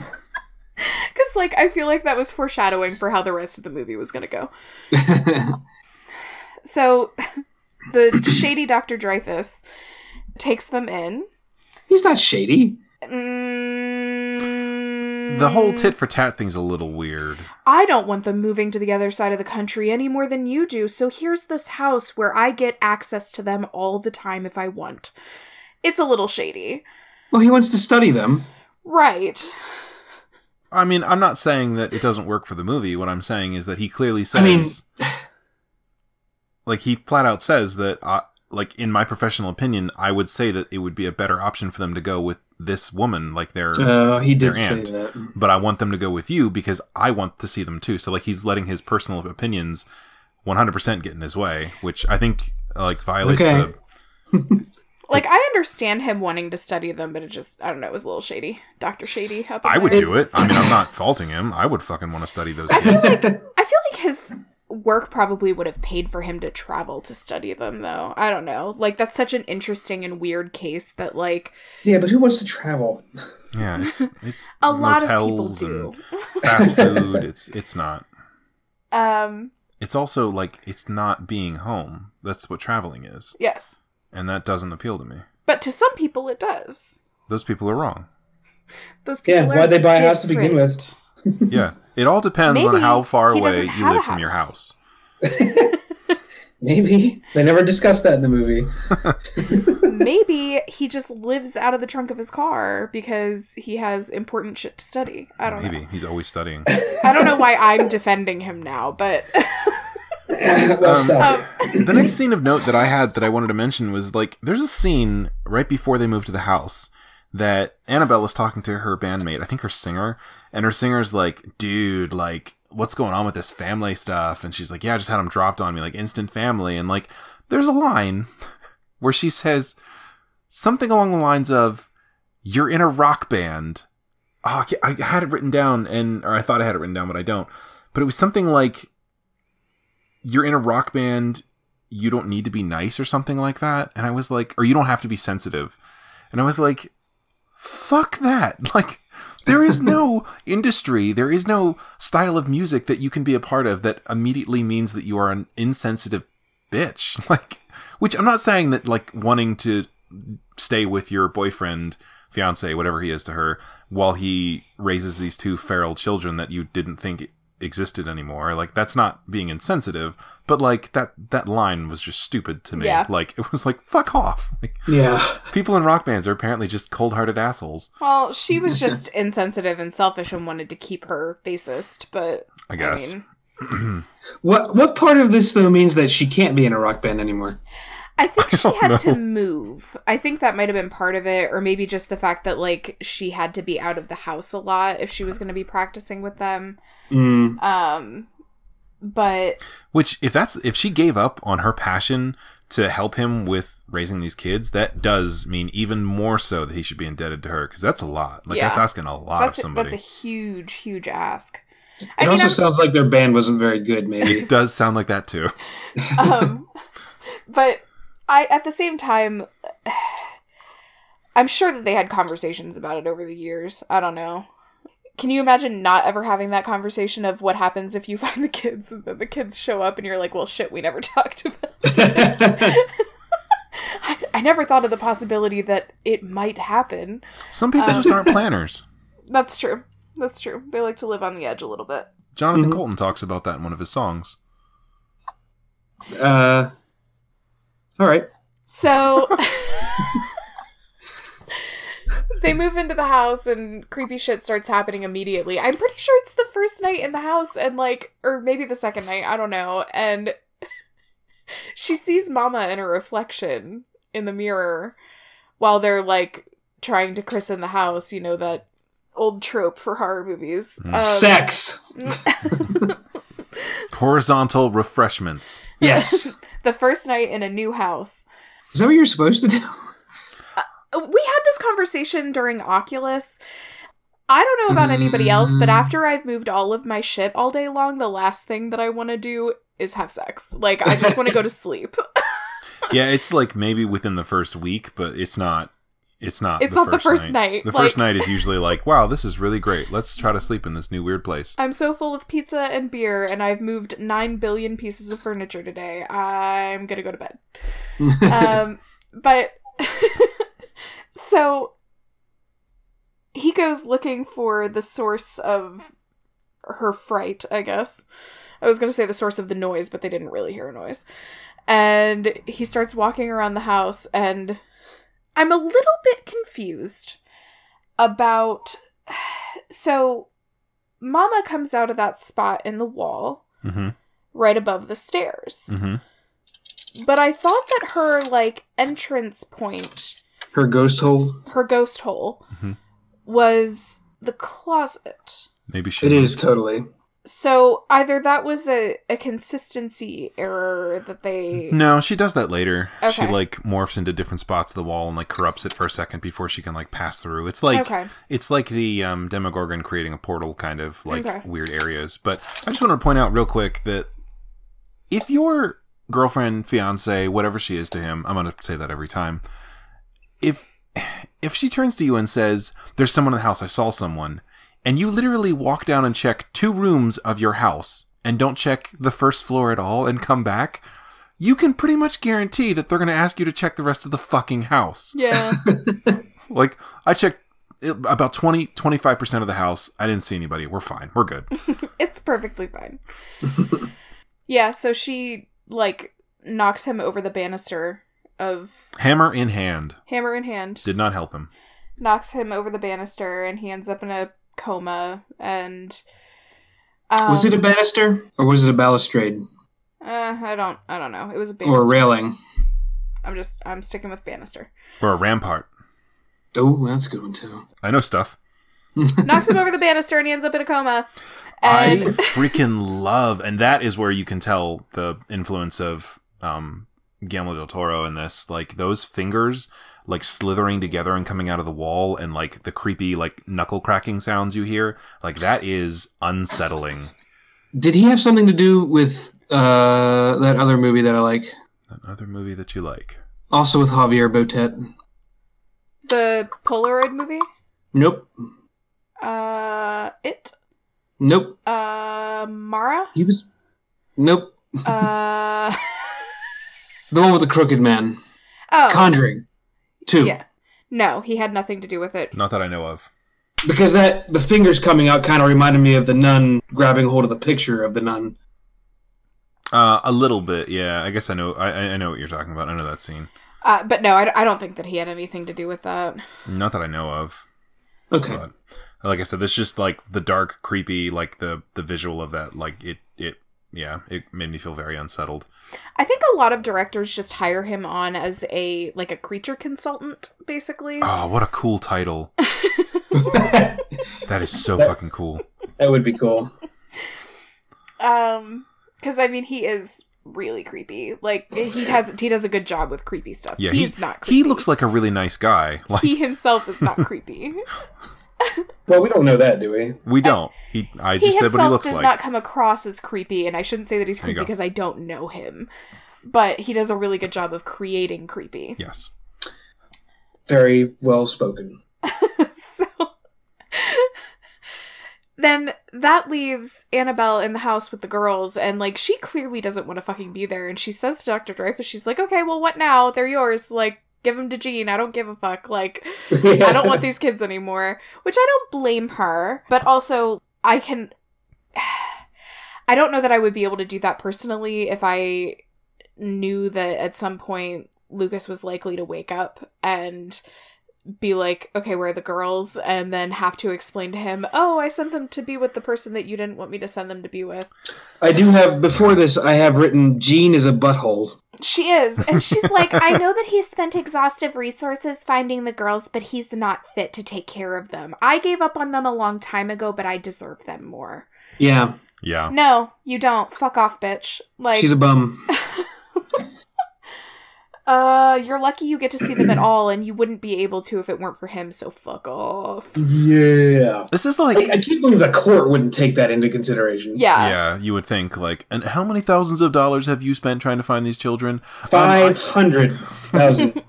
[SPEAKER 8] Cause like I feel like that was foreshadowing for how the rest of the movie was gonna go. So the shady Dr. Dreyfus takes them in.
[SPEAKER 6] He's not shady.
[SPEAKER 8] Mm,
[SPEAKER 7] The whole tit for tat thing's a little weird.
[SPEAKER 8] I don't want them moving to the other side of the country any more than you do, so here's this house where I get access to them all the time if I want. It's a little shady.
[SPEAKER 6] Well, he wants to study them.
[SPEAKER 8] Right.
[SPEAKER 7] I mean, I'm not saying that it doesn't work for the movie. What I'm saying is that he clearly says,
[SPEAKER 6] I mean-
[SPEAKER 7] like, he flat out says that, uh, like, in my professional opinion, I would say that it would be a better option for them to go with this woman, like their,
[SPEAKER 6] Uh, he did
[SPEAKER 7] Their
[SPEAKER 6] say
[SPEAKER 7] aunt.
[SPEAKER 6] that.
[SPEAKER 7] but I want them to go with you because I want to see them too. So, like, he's letting his personal opinions 100% get in his way, which I think, like, violates
[SPEAKER 6] Okay.
[SPEAKER 7] the.
[SPEAKER 8] Like I understand him wanting to study them, but it just I don't know, it was a little shady. Dr. Shady up in
[SPEAKER 7] I would
[SPEAKER 8] there.
[SPEAKER 7] do it. I mean, I'm not faulting him. I would fucking want to study those
[SPEAKER 8] I feel
[SPEAKER 7] kids.
[SPEAKER 8] like I feel like his work probably would have paid for him to travel to study them though. I don't know. Like that's such an interesting and weird case that like
[SPEAKER 6] Yeah, but who wants to travel?
[SPEAKER 7] Yeah, it's it's
[SPEAKER 8] a lot of people
[SPEAKER 7] motels
[SPEAKER 8] do.
[SPEAKER 7] and fast food. It's it's not.
[SPEAKER 8] Um
[SPEAKER 7] It's also like it's not being home. That's what traveling is,
[SPEAKER 8] yes.
[SPEAKER 7] and that doesn't appeal to me.
[SPEAKER 8] But to some people it does.
[SPEAKER 7] Those people are wrong.
[SPEAKER 8] Those
[SPEAKER 6] Yeah,
[SPEAKER 8] people
[SPEAKER 6] why'd
[SPEAKER 8] are
[SPEAKER 6] they buy a house to begin with?
[SPEAKER 8] different.
[SPEAKER 7] Yeah, it all depends on
[SPEAKER 8] Maybe
[SPEAKER 7] how far
[SPEAKER 8] he doesn't
[SPEAKER 7] away you
[SPEAKER 8] have
[SPEAKER 7] live
[SPEAKER 8] a
[SPEAKER 7] from your
[SPEAKER 8] house.
[SPEAKER 7] house.
[SPEAKER 6] Maybe. They never discussed that in the movie.
[SPEAKER 8] Maybe he just lives out of the trunk of his car because he has important shit to study. I don't
[SPEAKER 7] Maybe
[SPEAKER 8] know.
[SPEAKER 7] he's always studying.
[SPEAKER 8] I don't know why I'm defending him now, but
[SPEAKER 6] well,
[SPEAKER 7] Um,
[SPEAKER 6] stop.
[SPEAKER 8] um,
[SPEAKER 7] the next scene of note that I had that I wanted to mention was like there's a scene right before they move to the house that Annabelle is talking to her bandmate, I think her singer, and her singer's like, dude, like, what's going on with this family stuff? And she's like, yeah, I just had them dropped on me, like instant family. And like, there's a line where she says something along the lines of, you're in a rock band. Oh, I ca- I had it written down, and or I thought I had it written down, but I don't. But it was something like, you're in a rock band you don't need to be nice or something like that and i was like or you don't have to be sensitive and i was like fuck that like there is no industry there is no style of music that you can be a part of that immediately means that you are an insensitive bitch like which i'm not saying that like wanting to stay with your boyfriend fiance whatever he is to her while he raises these two feral children that you didn't think existed anymore like that's not being insensitive but like that that line was just stupid to me
[SPEAKER 8] Yeah.
[SPEAKER 7] like it was like fuck off like
[SPEAKER 6] yeah.
[SPEAKER 7] people in rock bands are apparently just cold-hearted assholes
[SPEAKER 8] well, she was just insensitive and selfish and wanted to keep her bassist, but
[SPEAKER 7] i guess
[SPEAKER 8] mean,
[SPEAKER 6] What what part of this though means that she can't be in a rock band anymore?
[SPEAKER 8] I think
[SPEAKER 7] I
[SPEAKER 8] she
[SPEAKER 7] don't
[SPEAKER 8] had to
[SPEAKER 7] know.
[SPEAKER 8] move. I think that might have been part of it, or maybe just the fact that like she had to be out of the house a lot if she was going to be practicing with them.
[SPEAKER 6] Mm.
[SPEAKER 8] Um, but
[SPEAKER 7] Which, if that's if she gave up on her passion to help him with raising these kids, that does mean even more so that he should be indebted to her because that's a lot. Like
[SPEAKER 8] Yeah.
[SPEAKER 7] that's asking a lot
[SPEAKER 8] that's
[SPEAKER 7] of
[SPEAKER 8] a,
[SPEAKER 7] somebody.
[SPEAKER 8] that's a huge, huge ask.
[SPEAKER 6] It
[SPEAKER 8] I mean,
[SPEAKER 6] also
[SPEAKER 8] I'm-
[SPEAKER 6] sounds like their band wasn't very good. Maybe.
[SPEAKER 7] it does sound like that too.
[SPEAKER 8] um, but I at the same time, I'm sure that they had conversations about it over the years. I don't know. Can you imagine not ever having that conversation of what happens if you find the kids and then the kids show up and you're like, well, shit, we never talked about
[SPEAKER 6] Uh,
[SPEAKER 8] this. I, I never thought of the possibility that it might happen.
[SPEAKER 7] Some people
[SPEAKER 8] Um,
[SPEAKER 7] just aren't planners.
[SPEAKER 8] That's true. That's true. They like to live on the edge a little bit.
[SPEAKER 7] Jonathan
[SPEAKER 6] Mhm.
[SPEAKER 7] Colton talks about that in one of his songs.
[SPEAKER 6] Uh, all right.
[SPEAKER 8] So they move into the house and creepy shit starts happening immediately. I'm pretty sure it's the first night in the house and like or maybe the second night, I don't know. And she sees mama in a reflection in the mirror while they're like trying to christen the house, you know that old trope for horror movies.
[SPEAKER 7] Mm.
[SPEAKER 6] Mm-hmm. Sex.
[SPEAKER 7] Horizontal refreshments.
[SPEAKER 6] Yes.
[SPEAKER 8] the first night in a new house. Uh,
[SPEAKER 6] Is that what you're supposed to do?
[SPEAKER 8] we had this conversation during Oculus. I don't know about anybody else, but
[SPEAKER 6] Mm.
[SPEAKER 8] after I've moved all of my shit all day long, the last thing that I want to do is have sex. Like I just want to go to sleep.
[SPEAKER 7] Yeah, it's like maybe within the first week, but it's not. It's not.
[SPEAKER 8] It's not the first night,
[SPEAKER 7] The first night
[SPEAKER 8] like-
[SPEAKER 7] is usually like, wow, this is really great. Let's try to sleep in this new weird place.
[SPEAKER 8] I'm so full of pizza and beer, and I've moved nine billion pieces of furniture today. I'm gonna go to bed. um, but so he goes looking for the source of her fright, I guess. I was going to say the source of the noise, but they didn't really hear a noise. And he starts walking around the house, and I'm a little bit confused about. So, Mama comes out of that spot in the wall
[SPEAKER 7] hmm
[SPEAKER 8] right above the stairs.
[SPEAKER 7] hmm
[SPEAKER 8] But I thought that her like entrance point,
[SPEAKER 6] Her ghost hole.
[SPEAKER 8] her ghost hole,
[SPEAKER 7] Mhm.
[SPEAKER 8] was the closet.
[SPEAKER 7] Maybe she.
[SPEAKER 6] It is totally.
[SPEAKER 8] So either that was a, a consistency error that they
[SPEAKER 7] No, she does that later. She
[SPEAKER 8] Okay.
[SPEAKER 7] like morphs into different spots of the wall and like corrupts it for a second before she can like pass through. It's like
[SPEAKER 8] Okay.
[SPEAKER 7] it's like the um, Demogorgon creating a portal kind of like
[SPEAKER 8] Okay.
[SPEAKER 7] weird areas. But I just want to point out real quick that if your girlfriend, fiance, whatever she is to him, I'm gonna say that every time. If if she turns to you and says, "There's someone in the house. I saw someone," and you literally walk down and check two rooms of your house and don't check the first floor at all and come back, you can pretty much guarantee that they're going to ask you to check the rest of the fucking house.
[SPEAKER 8] Yeah.
[SPEAKER 7] Like, I checked it- about 20, 25% of the house. I didn't see anybody. We're fine. We're good.
[SPEAKER 8] it's perfectly fine. yeah, so she like knocks him over the banister of
[SPEAKER 7] Hammer in hand.
[SPEAKER 8] hammer in hand.
[SPEAKER 7] Did not help him.
[SPEAKER 8] knocks him over the banister and he ends up in a coma and um,
[SPEAKER 6] was it a banister or was it a balustrade
[SPEAKER 8] Uh, I don't. I don't know. It was a
[SPEAKER 6] or a
[SPEAKER 8] banister.
[SPEAKER 6] railing?
[SPEAKER 8] I'm just. I'm sticking with banister.
[SPEAKER 7] Or a rampart.
[SPEAKER 6] Oh, that's a good one too.
[SPEAKER 7] I know stuff.
[SPEAKER 8] Knocks him over the banister and he ends up in a coma.
[SPEAKER 7] I
[SPEAKER 8] And
[SPEAKER 7] freaking love, and that is where you can tell the influence of um, Guillermo del Toro in this. Like those fingers, like slithering together and coming out of the wall, and like the creepy, like knuckle cracking sounds you hear. Like that is unsettling.
[SPEAKER 6] Did he have something to do with uh, that other movie that I like?
[SPEAKER 7] Another movie that you like.
[SPEAKER 6] Also with Javier Botet.
[SPEAKER 8] the Polaroid movie.
[SPEAKER 6] Nope.
[SPEAKER 8] Uh, it.
[SPEAKER 6] Nope.
[SPEAKER 8] Uh, Mara.
[SPEAKER 6] He was. Nope.
[SPEAKER 8] Uh,
[SPEAKER 6] The one with the crooked man.
[SPEAKER 8] oh,
[SPEAKER 6] Conjuring. Two.
[SPEAKER 8] yeah. No, he had nothing to do with it.
[SPEAKER 7] Not that I know of.
[SPEAKER 6] Because that the fingers coming out kind of reminded me of the nun grabbing hold of the picture of the nun.
[SPEAKER 7] Uh, a little bit, yeah. I guess I know. I, I- I know what you're talking about. I know that scene.
[SPEAKER 8] Uh, but no, I, I don't think that he had anything to do with that.
[SPEAKER 7] Not that I know of.
[SPEAKER 6] Okay.
[SPEAKER 7] But like I said, this just like the dark, creepy, like the the visual of that. Like it, it, yeah. It made me feel very unsettled.
[SPEAKER 8] I think a lot of directors just hire him on as a like a creature consultant, basically.
[SPEAKER 7] Oh, what a cool title!
[SPEAKER 6] Oh. that
[SPEAKER 7] That is so fucking cool.
[SPEAKER 6] would be cool.
[SPEAKER 8] Um, because I mean, he is really creepy. Like he has he does a good job with creepy stuff.
[SPEAKER 7] Yeah,
[SPEAKER 8] he's
[SPEAKER 7] he,
[SPEAKER 8] not. Creepy.
[SPEAKER 7] He looks like a really nice guy. Like
[SPEAKER 8] he himself is not creepy.
[SPEAKER 6] Well, we don't know that, do we?
[SPEAKER 7] we don't. He. I
[SPEAKER 8] he
[SPEAKER 7] just said
[SPEAKER 8] himself
[SPEAKER 7] what he looks
[SPEAKER 8] does
[SPEAKER 7] like.
[SPEAKER 8] not come across as creepy, and I shouldn't say that he's
[SPEAKER 7] There you
[SPEAKER 8] creepy
[SPEAKER 7] go.
[SPEAKER 8] because I don't know him. But he does a really good job of creating creepy.
[SPEAKER 7] yes.
[SPEAKER 6] Very well spoken.
[SPEAKER 8] so then that leaves Annabelle in the house with the girls, and like she clearly doesn't want to fucking be there. And she says to Dr. Dreyfus, she's like, okay, well, what now? They're yours. Like, give them to Jean. I don't give a fuck. Like, I don't want these kids anymore. Which I don't blame her, but also I can. I don't know that I would be able to do that personally if I knew that at some point Lucas was likely to wake up and be like, okay, where are the girls? And then have to explain to him, oh, I sent them to be with the person that you didn't want me to send them to be with.
[SPEAKER 6] I do have before this. I have written Jean is a butthole.
[SPEAKER 8] She is. And she's like, I know that he spent exhaustive resources finding the girls, but he's not fit to take care of them. I gave up on them a long time ago, but I deserve them more.
[SPEAKER 6] Yeah,
[SPEAKER 7] Yeah.
[SPEAKER 8] No, you don't. Fuck off, bitch. Like,
[SPEAKER 6] she's a bum.
[SPEAKER 8] uh, you're lucky you get to see them at all, and you wouldn't be able to if it weren't for him, so fuck off.
[SPEAKER 6] Yeah,
[SPEAKER 7] This is like,
[SPEAKER 6] I, I can't believe the court wouldn't take that into consideration.
[SPEAKER 8] Yeah.
[SPEAKER 7] yeah, you would think like, and how many thousands of dollars have you spent trying to find these children?
[SPEAKER 6] five hundred thousand.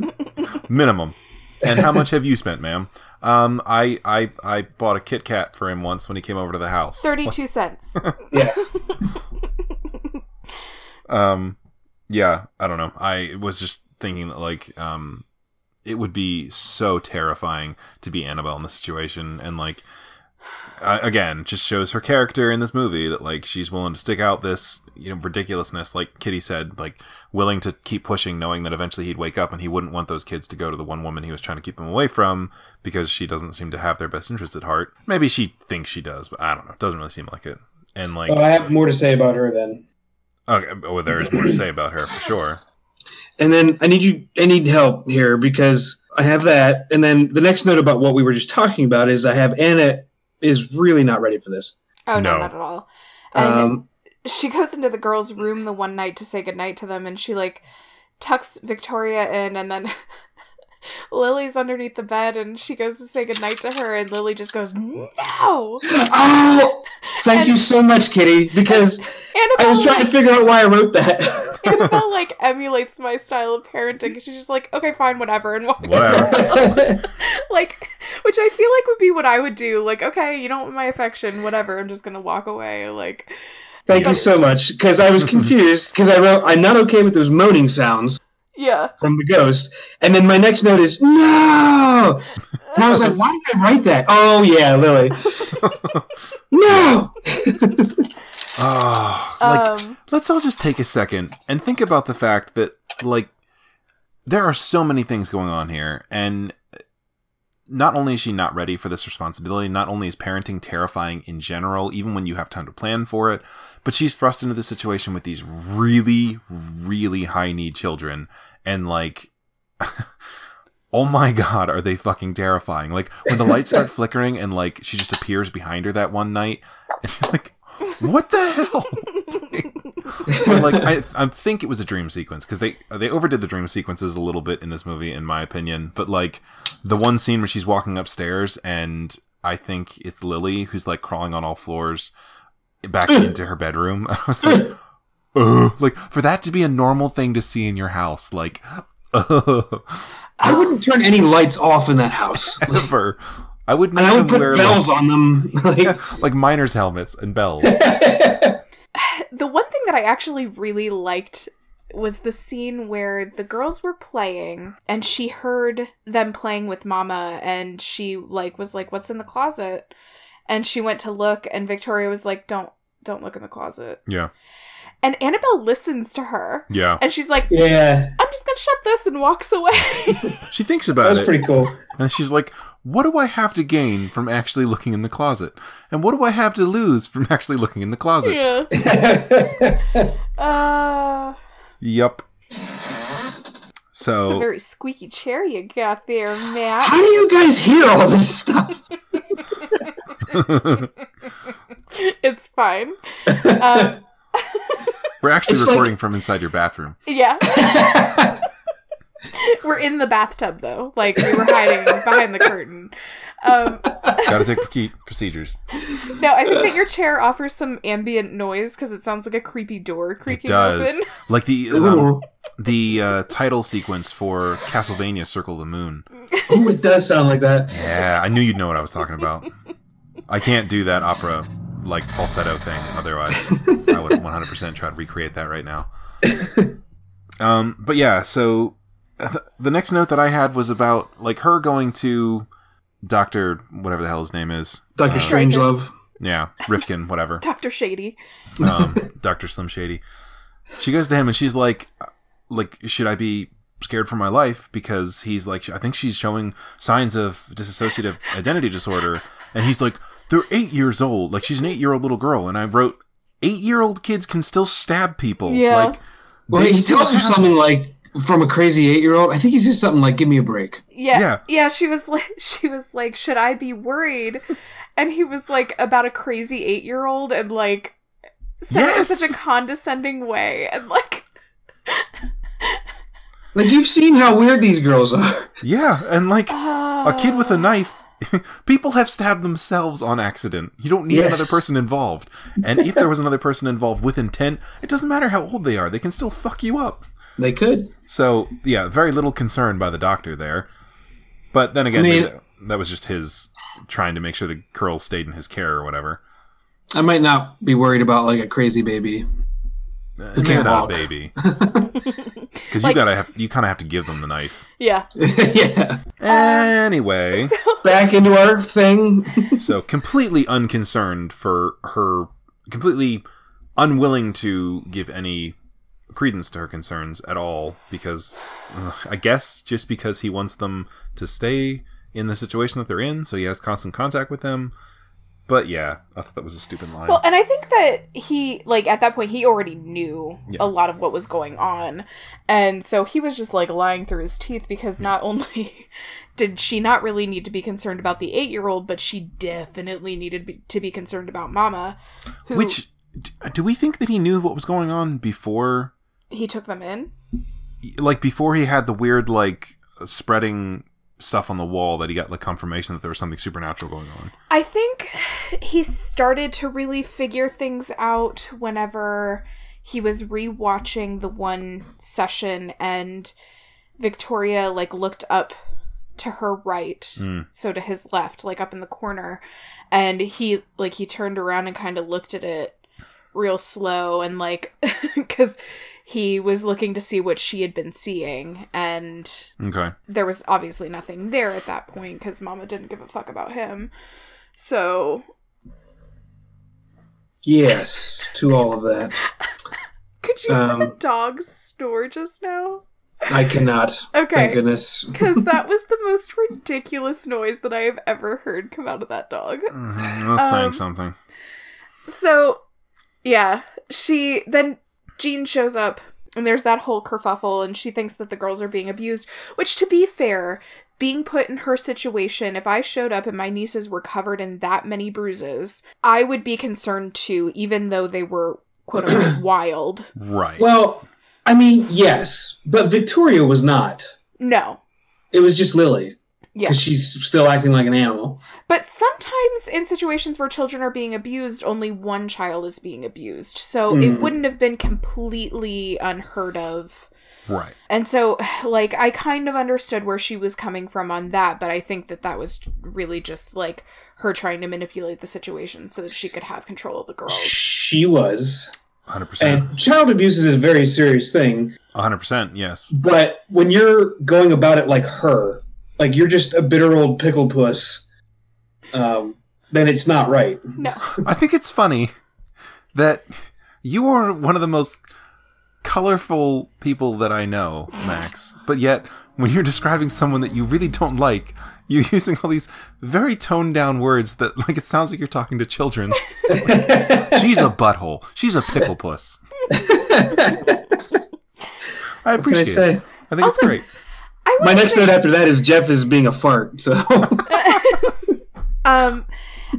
[SPEAKER 7] minimum. And how much have you spent, ma'am? Um, I, I I bought a Kit Kat for him once when he came over to the house.
[SPEAKER 8] 32 cents.
[SPEAKER 6] yes,
[SPEAKER 7] Um, yeah, I don't know. I was just thinking that like, um, it would be so terrifying to be Annabelle in this situation, and like, I, again, just shows her character in this movie that like she's willing to stick out this you know ridiculousness, like Kitty said, like willing to keep pushing, knowing that eventually he'd wake up and he wouldn't want those kids to go to the one woman he was trying to keep them away from because she doesn't seem to have their best interest at heart. Maybe she thinks she does, but I don't know. It doesn't really seem like it. And like,
[SPEAKER 6] well, Oh, I have more to say about her then.
[SPEAKER 7] okay, well, there is more to say about her for sure.
[SPEAKER 6] And then I need you I need help here because I have that. And then the next note about what we were just talking about is I have Anna is really not ready for this.
[SPEAKER 8] Oh, no,
[SPEAKER 7] No.
[SPEAKER 8] not at all. And
[SPEAKER 6] Um,
[SPEAKER 8] she goes into the girls' room the one night to say goodnight to them and she like tucks Victoria in and then Lily's underneath the bed and she goes to say goodnight to her and Lily just goes, No
[SPEAKER 6] oh, thank you so much, Kitty, because I
[SPEAKER 8] Annabelle,
[SPEAKER 6] was trying to
[SPEAKER 8] like,
[SPEAKER 6] figure out why I wrote
[SPEAKER 8] Annabelle like emulates my style of parenting. She's just like, Okay, fine, whatever and walks
[SPEAKER 7] Whatever.
[SPEAKER 6] that.
[SPEAKER 8] like which I feel like would be what I would do. Like, okay, you don't want my affection, whatever, I'm just gonna walk away. Like
[SPEAKER 6] thank you so much because I was confused because I wrote I'm not okay with those moaning sounds
[SPEAKER 8] Yeah.
[SPEAKER 6] from the ghost. And then my next note is no. And I was like, why did I write that? Oh yeah, Lily. no.
[SPEAKER 7] Oh,
[SPEAKER 6] Uh,
[SPEAKER 7] like
[SPEAKER 8] um
[SPEAKER 7] let's all just take a second and think about the fact that like there are so many things going on here and not only is she not ready for this responsibility, not only is parenting terrifying in general, even when you have time to plan for it, but she's thrust into this situation with these really, really high need children. And like, oh my God, are they fucking terrifying? Like, when the lights start flickering and like she just appears behind her that one night, and you're like, what the hell? Or, like I, I think it was a dream sequence because they they overdid the dream sequences a little bit in this movie, in my opinion. But like the one scene where she's walking upstairs and I think it's Lily who's like crawling on all floors back into her bedroom. I was like, Ugh. like for that to be a normal thing to see in your house, like ugh,
[SPEAKER 6] I wouldn't turn any lights off in that house.
[SPEAKER 7] ever. I would
[SPEAKER 6] And
[SPEAKER 7] make
[SPEAKER 6] I would
[SPEAKER 7] them
[SPEAKER 6] put
[SPEAKER 7] wear
[SPEAKER 6] bells on them.
[SPEAKER 7] like,
[SPEAKER 6] Like,
[SPEAKER 7] like miners' helmets and bells.
[SPEAKER 8] the one thing that I actually really liked was the scene where the girls were playing and she heard them playing with mama and she like was like what's in the closet and she went to look and Victoria was like don't don't look in the closet
[SPEAKER 7] yeah,
[SPEAKER 8] and Annabelle listens to her
[SPEAKER 7] yeah.
[SPEAKER 8] and she's like
[SPEAKER 6] yeah,
[SPEAKER 8] I'm just going to shut this and walks away
[SPEAKER 7] She thinks
[SPEAKER 6] that
[SPEAKER 7] about
[SPEAKER 6] was
[SPEAKER 7] it.
[SPEAKER 6] pretty cool.
[SPEAKER 7] And she's like, What do I have to gain from actually looking in the closet? And what do I have to lose from actually looking in the closet?
[SPEAKER 8] yeah uh
[SPEAKER 7] Yup.
[SPEAKER 8] it's a
[SPEAKER 7] So,
[SPEAKER 8] very squeaky chair you got there
[SPEAKER 6] How
[SPEAKER 8] Matt
[SPEAKER 6] do you guys hear all this stuff?
[SPEAKER 8] it's fine um
[SPEAKER 7] we're actually
[SPEAKER 6] It's like-
[SPEAKER 7] recording from inside your bathroom.
[SPEAKER 8] Yeah. we're in the bathtub though. Like we were hiding behind the curtain. Um
[SPEAKER 7] Gotta take proce- procedures.
[SPEAKER 8] no, I think that your chair offers some ambient noise because it sounds like a creepy door
[SPEAKER 7] It
[SPEAKER 8] creaking
[SPEAKER 7] does.
[SPEAKER 8] open.
[SPEAKER 7] Like the um,
[SPEAKER 6] Ooh.
[SPEAKER 7] the uh, title sequence for Castlevania Circle of the Moon.
[SPEAKER 6] Ooh, it does sound like that.
[SPEAKER 7] Yeah, I knew you'd know what I was talking about. I can't do that opera like falsetto thing. Otherwise, I would 100% try to recreate that right now. Um, but yeah, so th- the next note that I had was about like her going to Doctor whatever the hell his name is.
[SPEAKER 6] Doctor
[SPEAKER 7] Uh,
[SPEAKER 6] Strangelove.
[SPEAKER 7] Yeah, Rifkin, whatever.
[SPEAKER 8] Dr. Shady.
[SPEAKER 7] Um, Doctor Slim Shady. She goes to him and she's like, like, should I be scared for my life? Because he's like, I think she's showing signs of dissociative identity disorder. And he's like, they're eight years old. Like, she's an eight year old little girl. And I wrote, eight year old kids can still stab people.
[SPEAKER 8] Yeah.
[SPEAKER 7] Like,
[SPEAKER 6] Well,
[SPEAKER 7] they
[SPEAKER 6] he tells her
[SPEAKER 7] have-
[SPEAKER 6] something like from a crazy eight year old. I think he says something like, "Give me a break."
[SPEAKER 8] Yeah,
[SPEAKER 7] Yeah.
[SPEAKER 8] yeah, She was like, she was like, should I be worried? And he was like, about a crazy eight year old, and like, said it in
[SPEAKER 7] Yes!
[SPEAKER 8] such a condescending way, and like,
[SPEAKER 6] Like you've seen how weird these girls are.
[SPEAKER 7] Yeah. And like,
[SPEAKER 8] oh.
[SPEAKER 7] a kid with a knife people have stabbed themselves on accident you don't need
[SPEAKER 6] Yes.
[SPEAKER 7] another person involved and if there was another person involved with intent it doesn't matter how old they are they can still fuck you up
[SPEAKER 6] They could.
[SPEAKER 7] so yeah very little concern by the doctor there but then again
[SPEAKER 6] I mean-
[SPEAKER 7] maybe that was just his trying to make sure the girl stayed in his care or whatever
[SPEAKER 6] I might not be worried about like a crazy baby.
[SPEAKER 7] Eh,
[SPEAKER 6] Who
[SPEAKER 7] maybe
[SPEAKER 6] can't
[SPEAKER 7] not
[SPEAKER 6] walk.
[SPEAKER 7] baby because you
[SPEAKER 8] Like-
[SPEAKER 7] gotta have you kind of have to give them the knife
[SPEAKER 8] Yeah.
[SPEAKER 6] yeah.
[SPEAKER 7] anyway
[SPEAKER 6] Back into our thing.
[SPEAKER 7] so completely unconcerned for her completely unwilling to give any credence to her concerns at all because ugh, i guess just because he wants them to stay in the situation that they're in so he has constant contact with them but yeah i thought that was a stupid line
[SPEAKER 8] Well, and I think that he, like, at that point, he already knew
[SPEAKER 7] Yeah.
[SPEAKER 8] a lot of what was going on. And so he was just, like, lying through his teeth because not only did she not really need to be concerned about the eight year old, but she definitely needed be- to be concerned about Mama, who
[SPEAKER 7] which d- do we think that he knew what was going on before
[SPEAKER 8] he took them in.
[SPEAKER 7] like before he had the weird like spreading stuff on the wall that he got like confirmation that there was something supernatural going on
[SPEAKER 8] I think he started to really figure things out whenever he was rewatching the one session and Victoria like looked up to her right,
[SPEAKER 7] Mm.
[SPEAKER 8] so to his left, like up in the corner, and he like he turned around and kind of looked at it real slow and like cuz he was looking to see what she had been seeing and
[SPEAKER 7] okay
[SPEAKER 8] there was obviously nothing there at that point because mama didn't give a fuck about him so
[SPEAKER 6] Yes, to all of that.
[SPEAKER 8] could you hear the
[SPEAKER 6] Um.
[SPEAKER 8] dog snore just now
[SPEAKER 6] I cannot. Thank
[SPEAKER 8] okay
[SPEAKER 6] goodness.
[SPEAKER 8] because that was the most ridiculous noise that i have ever heard come out of that dog
[SPEAKER 7] Mm, That's
[SPEAKER 8] Um,
[SPEAKER 7] saying something.
[SPEAKER 8] so yeah she then jean shows up and there's that whole kerfuffle and she thinks that the girls are being abused which to be fair being put in her situation if i showed up and my nieces were covered in that many bruises i would be concerned too even though they were quote unquote wild
[SPEAKER 7] Right.
[SPEAKER 6] Well, I mean, yes, but Victoria was not.
[SPEAKER 8] no
[SPEAKER 6] It was just Lily.
[SPEAKER 8] Yeah.
[SPEAKER 6] Because she's still acting like an animal.
[SPEAKER 8] But sometimes in situations where children are being abused, only one child is being abused. So
[SPEAKER 6] Mm.
[SPEAKER 8] it wouldn't have been completely unheard of.
[SPEAKER 7] right.
[SPEAKER 8] And so, like, I kind of understood where she was coming from on that, but I think that that was really just like her trying to manipulate the situation so that she could have control of the girls.
[SPEAKER 6] She was.
[SPEAKER 7] 100%.
[SPEAKER 6] And child abuse is a very serious thing.
[SPEAKER 7] 100%. Yes.
[SPEAKER 6] But when you're going about it like her, like you're just a bitter old pickle puss, um, then it's not right.
[SPEAKER 8] No.
[SPEAKER 7] I think it's funny that you are one of the most colorful people that I know, Max. But yet, when you're describing someone that you really don't like, you're using all these very toned down words that, like, it sounds like you're talking to children. She's a butthole. She's a pickle puss. I
[SPEAKER 6] What can I
[SPEAKER 7] appreciate
[SPEAKER 6] say?
[SPEAKER 7] it. I think it's
[SPEAKER 8] Also-
[SPEAKER 7] great.
[SPEAKER 8] I
[SPEAKER 6] My
[SPEAKER 8] would
[SPEAKER 6] next
[SPEAKER 8] say-
[SPEAKER 6] note after that is Jeff is being a fart. So
[SPEAKER 8] um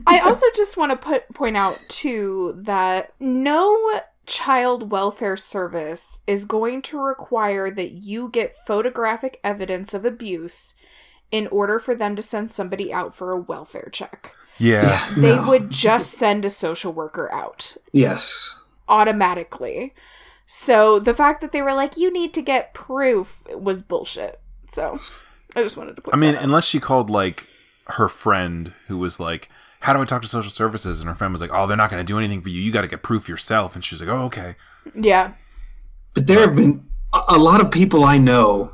[SPEAKER 8] i also just want to put point out too that no child welfare service is going to require that you get photographic evidence of abuse in order for them to send somebody out for a welfare check
[SPEAKER 7] Yeah.
[SPEAKER 8] they
[SPEAKER 6] No.
[SPEAKER 8] would just send a social worker out
[SPEAKER 6] yes,
[SPEAKER 8] automatically so the fact that they were like you need to get proof was bullshit so i just wanted to put
[SPEAKER 7] I mean,
[SPEAKER 8] that out.
[SPEAKER 7] unless she called like her friend who was like, "How do I talk to social services?" and her friend was like, "Oh, they're not going to do anything for you. You got to get proof yourself." And she's like, "Oh, okay."
[SPEAKER 8] yeah
[SPEAKER 6] but there have been a, a lot of people I know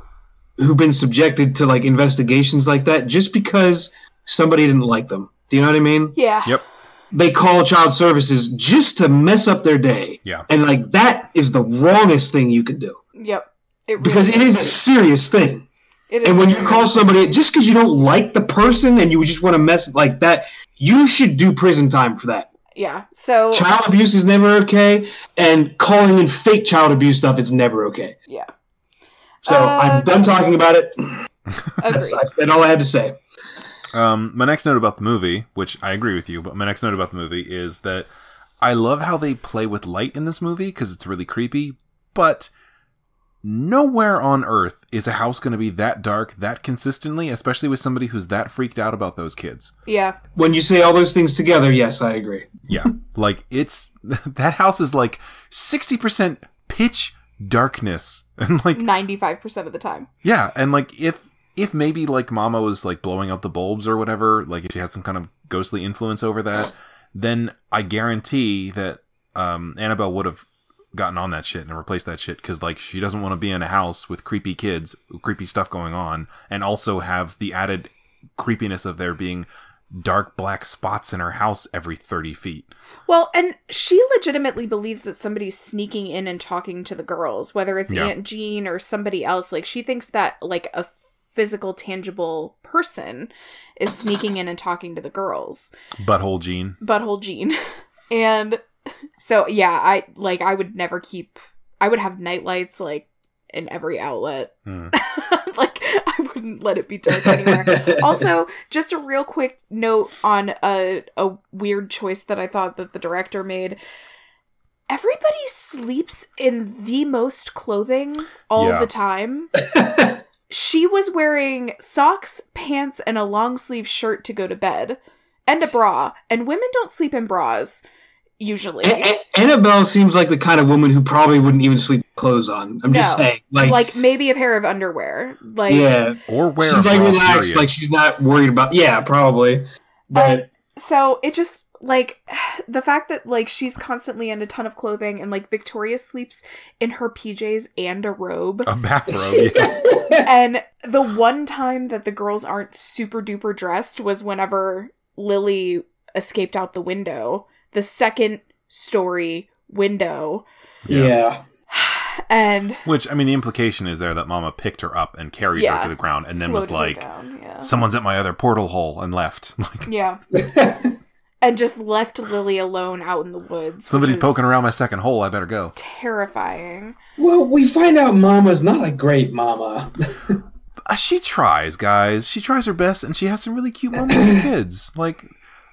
[SPEAKER 6] who've been subjected to like investigations like that just because somebody didn't like them. Do you know what I mean?
[SPEAKER 8] yeah
[SPEAKER 7] Yep.
[SPEAKER 6] They call child services just to mess up their day.
[SPEAKER 7] Yeah.
[SPEAKER 6] and like that is the wrongest thing you can do
[SPEAKER 8] Yep. It really
[SPEAKER 6] because it is a serious thing.
[SPEAKER 8] It is
[SPEAKER 6] And when you
[SPEAKER 8] very-
[SPEAKER 6] call somebody, just because you don't like the person and you just want to mess like that, you should do prison time for that.
[SPEAKER 8] yeah. So
[SPEAKER 6] Child abuse is never okay, and calling in fake child abuse stuff is never okay.
[SPEAKER 8] yeah,
[SPEAKER 6] So
[SPEAKER 8] Uh,
[SPEAKER 6] I'm done talking about it.
[SPEAKER 8] agree.
[SPEAKER 6] That's, that's all I had to say.
[SPEAKER 7] Um, my next note about the movie, which I agree with you, but my next note about the movie is that I love how they play with light in this movie because it's really creepy, but nowhere on earth is a house going to be that dark that consistently, especially with somebody who's that freaked out about those kids.
[SPEAKER 8] yeah.
[SPEAKER 6] When you say all those things together, yes, I agree.
[SPEAKER 7] Yeah. like it's that house is like 60% pitch darkness. And like
[SPEAKER 8] Ninety five percent of the time.
[SPEAKER 7] Yeah, and like if if maybe like Mama was like blowing out the bulbs or whatever, like if she had some kind of ghostly influence over that, then I guarantee that um Annabelle would have gotten on that shit and replaced that shit because like she doesn't want to be in a house with creepy kids, creepy stuff going on, and also have the added creepiness of there being dark black spots in her house every thirty feet.
[SPEAKER 8] Well, and she legitimately believes that somebody's sneaking in and talking to the girls, whether it's
[SPEAKER 7] Yeah.
[SPEAKER 8] Aunt Jean or somebody else. Like she thinks that like a physical, tangible person is sneaking in and talking to the girls.
[SPEAKER 7] Butthole Gene.
[SPEAKER 8] Butthole Jean. and so yeah, I like I would never keep I would have nightlights like in every outlet.
[SPEAKER 7] Hmm.
[SPEAKER 8] like I wouldn't let it be dark anywhere. also, just a real quick note on a a weird choice that I thought that the director made. Everybody sleeps in the most clothing all
[SPEAKER 7] Yeah.
[SPEAKER 8] the time. she was wearing socks, pants, and a long sleeve shirt to go to bed, and a bra. And women don't sleep in bras usually.
[SPEAKER 6] A- A- Annabelle seems like the kind of woman who probably wouldn't even sleep with clothes on. I'm just
[SPEAKER 8] No.
[SPEAKER 6] saying,
[SPEAKER 8] like,
[SPEAKER 6] like,
[SPEAKER 8] maybe a pair of underwear. Like
[SPEAKER 6] yeah,
[SPEAKER 7] Or where
[SPEAKER 6] she's like relaxed, like she's not worried about. Yeah, probably, but
[SPEAKER 8] so it just like the fact that like she's constantly in a ton of clothing and like Victoria sleeps in her PJs and a robe
[SPEAKER 7] a bathrobe. Yeah.
[SPEAKER 8] and the one time that the girls aren't super duper dressed was whenever Lily escaped out the window the second story window
[SPEAKER 7] Yeah.
[SPEAKER 6] yeah.
[SPEAKER 8] and
[SPEAKER 7] Which I mean, the implication is there that Mama picked her up and carried
[SPEAKER 8] Yeah.
[SPEAKER 7] her to the ground, and then was
[SPEAKER 8] floated
[SPEAKER 7] like,
[SPEAKER 8] down, yeah.
[SPEAKER 7] "Someone's at my other portal hole," and left. Like
[SPEAKER 8] yeah and just left Lily alone out in the woods
[SPEAKER 7] somebody's
[SPEAKER 8] which is
[SPEAKER 7] poking around my second hole. I better go.
[SPEAKER 8] terrifying
[SPEAKER 6] Well, we find out Mama's not a great Mama.
[SPEAKER 7] Uh, she tries, guys. She tries her best, and she has some really cute moments with the kids. Like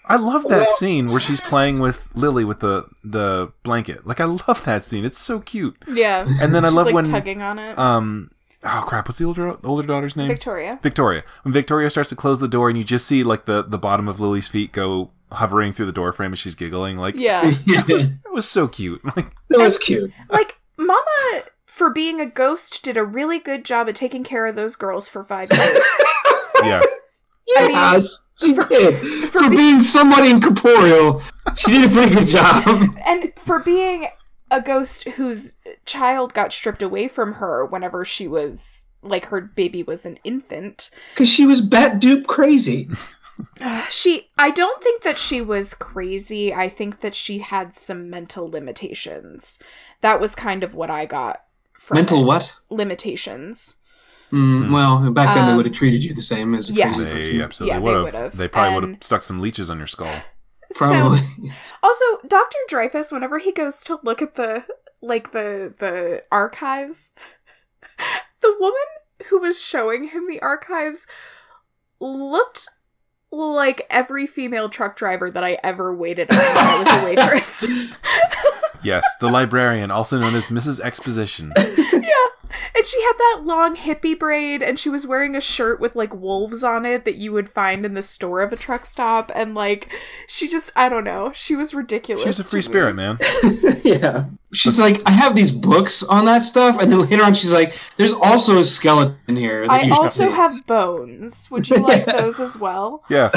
[SPEAKER 7] I love that
[SPEAKER 6] Well-
[SPEAKER 7] scene where she's playing with Lily with the the blanket. Like I love that scene. It's so cute.
[SPEAKER 8] yeah
[SPEAKER 7] And then I
[SPEAKER 8] She's,
[SPEAKER 7] love
[SPEAKER 8] like
[SPEAKER 7] when
[SPEAKER 8] tugging on it
[SPEAKER 7] um oh crap, what's the older older daughter's name?
[SPEAKER 8] Victoria
[SPEAKER 7] Victoria. When Victoria starts to close the door and you just see like the the bottom of Lily's feet go hovering through the door frame and she's giggling like
[SPEAKER 8] Yeah.
[SPEAKER 6] that was,
[SPEAKER 7] It was so cute. Like
[SPEAKER 6] cute.
[SPEAKER 8] like, Mama, for being a ghost, did a really good job at taking care of those girls for five years.
[SPEAKER 7] yeah.
[SPEAKER 8] I
[SPEAKER 6] Yeah, Uh, she did. For being somewhat incorporeal, she did a pretty good job.
[SPEAKER 8] and for being a ghost whose child got stripped away from her whenever she was, like, her baby was an infant.
[SPEAKER 6] Because she was bat dupe crazy.
[SPEAKER 8] She, I don't think that she was crazy. I think that she had some mental limitations. That was kind of what I got from
[SPEAKER 6] Mental
[SPEAKER 8] it.
[SPEAKER 6] what?
[SPEAKER 8] limitations.
[SPEAKER 6] Mm, well, back then they
[SPEAKER 8] Um,
[SPEAKER 6] would have treated you the same as a
[SPEAKER 8] yes.
[SPEAKER 6] crazy person.
[SPEAKER 7] They absolutely
[SPEAKER 8] Yeah, they
[SPEAKER 7] would have.
[SPEAKER 8] would've.
[SPEAKER 7] They probably would
[SPEAKER 8] And-
[SPEAKER 7] have stuck some leeches on your skull.
[SPEAKER 6] Probably.
[SPEAKER 8] So, Also, Dr. Dreyfus, whenever he goes to look at the like the the archives, the woman who was showing him the archives looked like every female truck driver that I ever waited on when I was a waitress.
[SPEAKER 7] Yes, the librarian, also known as Mrs. Exposition.
[SPEAKER 8] and she had that long hippie braid and she was wearing a shirt with like wolves on it that you would find in the store of a truck stop and like she just I don't know, she was ridiculous.
[SPEAKER 7] She was a free
[SPEAKER 8] to me.
[SPEAKER 7] spirit, man.
[SPEAKER 6] yeah. She's like, I have these books on that stuff, and then later on, she's like, "There's also a skeleton here." that
[SPEAKER 8] I
[SPEAKER 6] you
[SPEAKER 8] also
[SPEAKER 6] have.
[SPEAKER 8] have bones. Would you like those as well?
[SPEAKER 7] Yeah.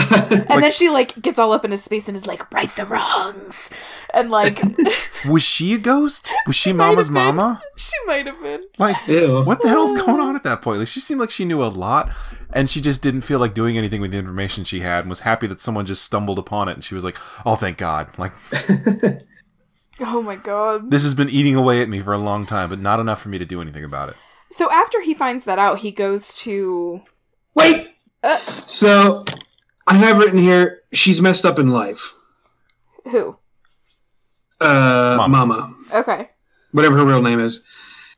[SPEAKER 8] And then she like gets all up in his space and is like, right the wrongs. And like
[SPEAKER 7] Was she a ghost? Was she
[SPEAKER 8] might
[SPEAKER 7] Mama's
[SPEAKER 8] have been.
[SPEAKER 7] mama?
[SPEAKER 8] she might have been.
[SPEAKER 7] Like
[SPEAKER 6] Ew.
[SPEAKER 7] what the hell's going
[SPEAKER 8] Oh.
[SPEAKER 7] on at that point? Like she seemed like she knew a lot and she just didn't feel like doing anything with the information she had and was happy that someone just stumbled upon it and she was like, Oh thank God. Like
[SPEAKER 8] Oh my god.
[SPEAKER 7] This has been eating away at me for a long time, but not enough for me to do anything about it.
[SPEAKER 8] So after he finds that out, he goes to.
[SPEAKER 6] Wait.
[SPEAKER 8] Uh.
[SPEAKER 6] So I have written here she's messed up in life.
[SPEAKER 8] Who?
[SPEAKER 6] Uh,
[SPEAKER 7] Mama.
[SPEAKER 6] Mama.
[SPEAKER 8] Okay.
[SPEAKER 6] whatever her real name is,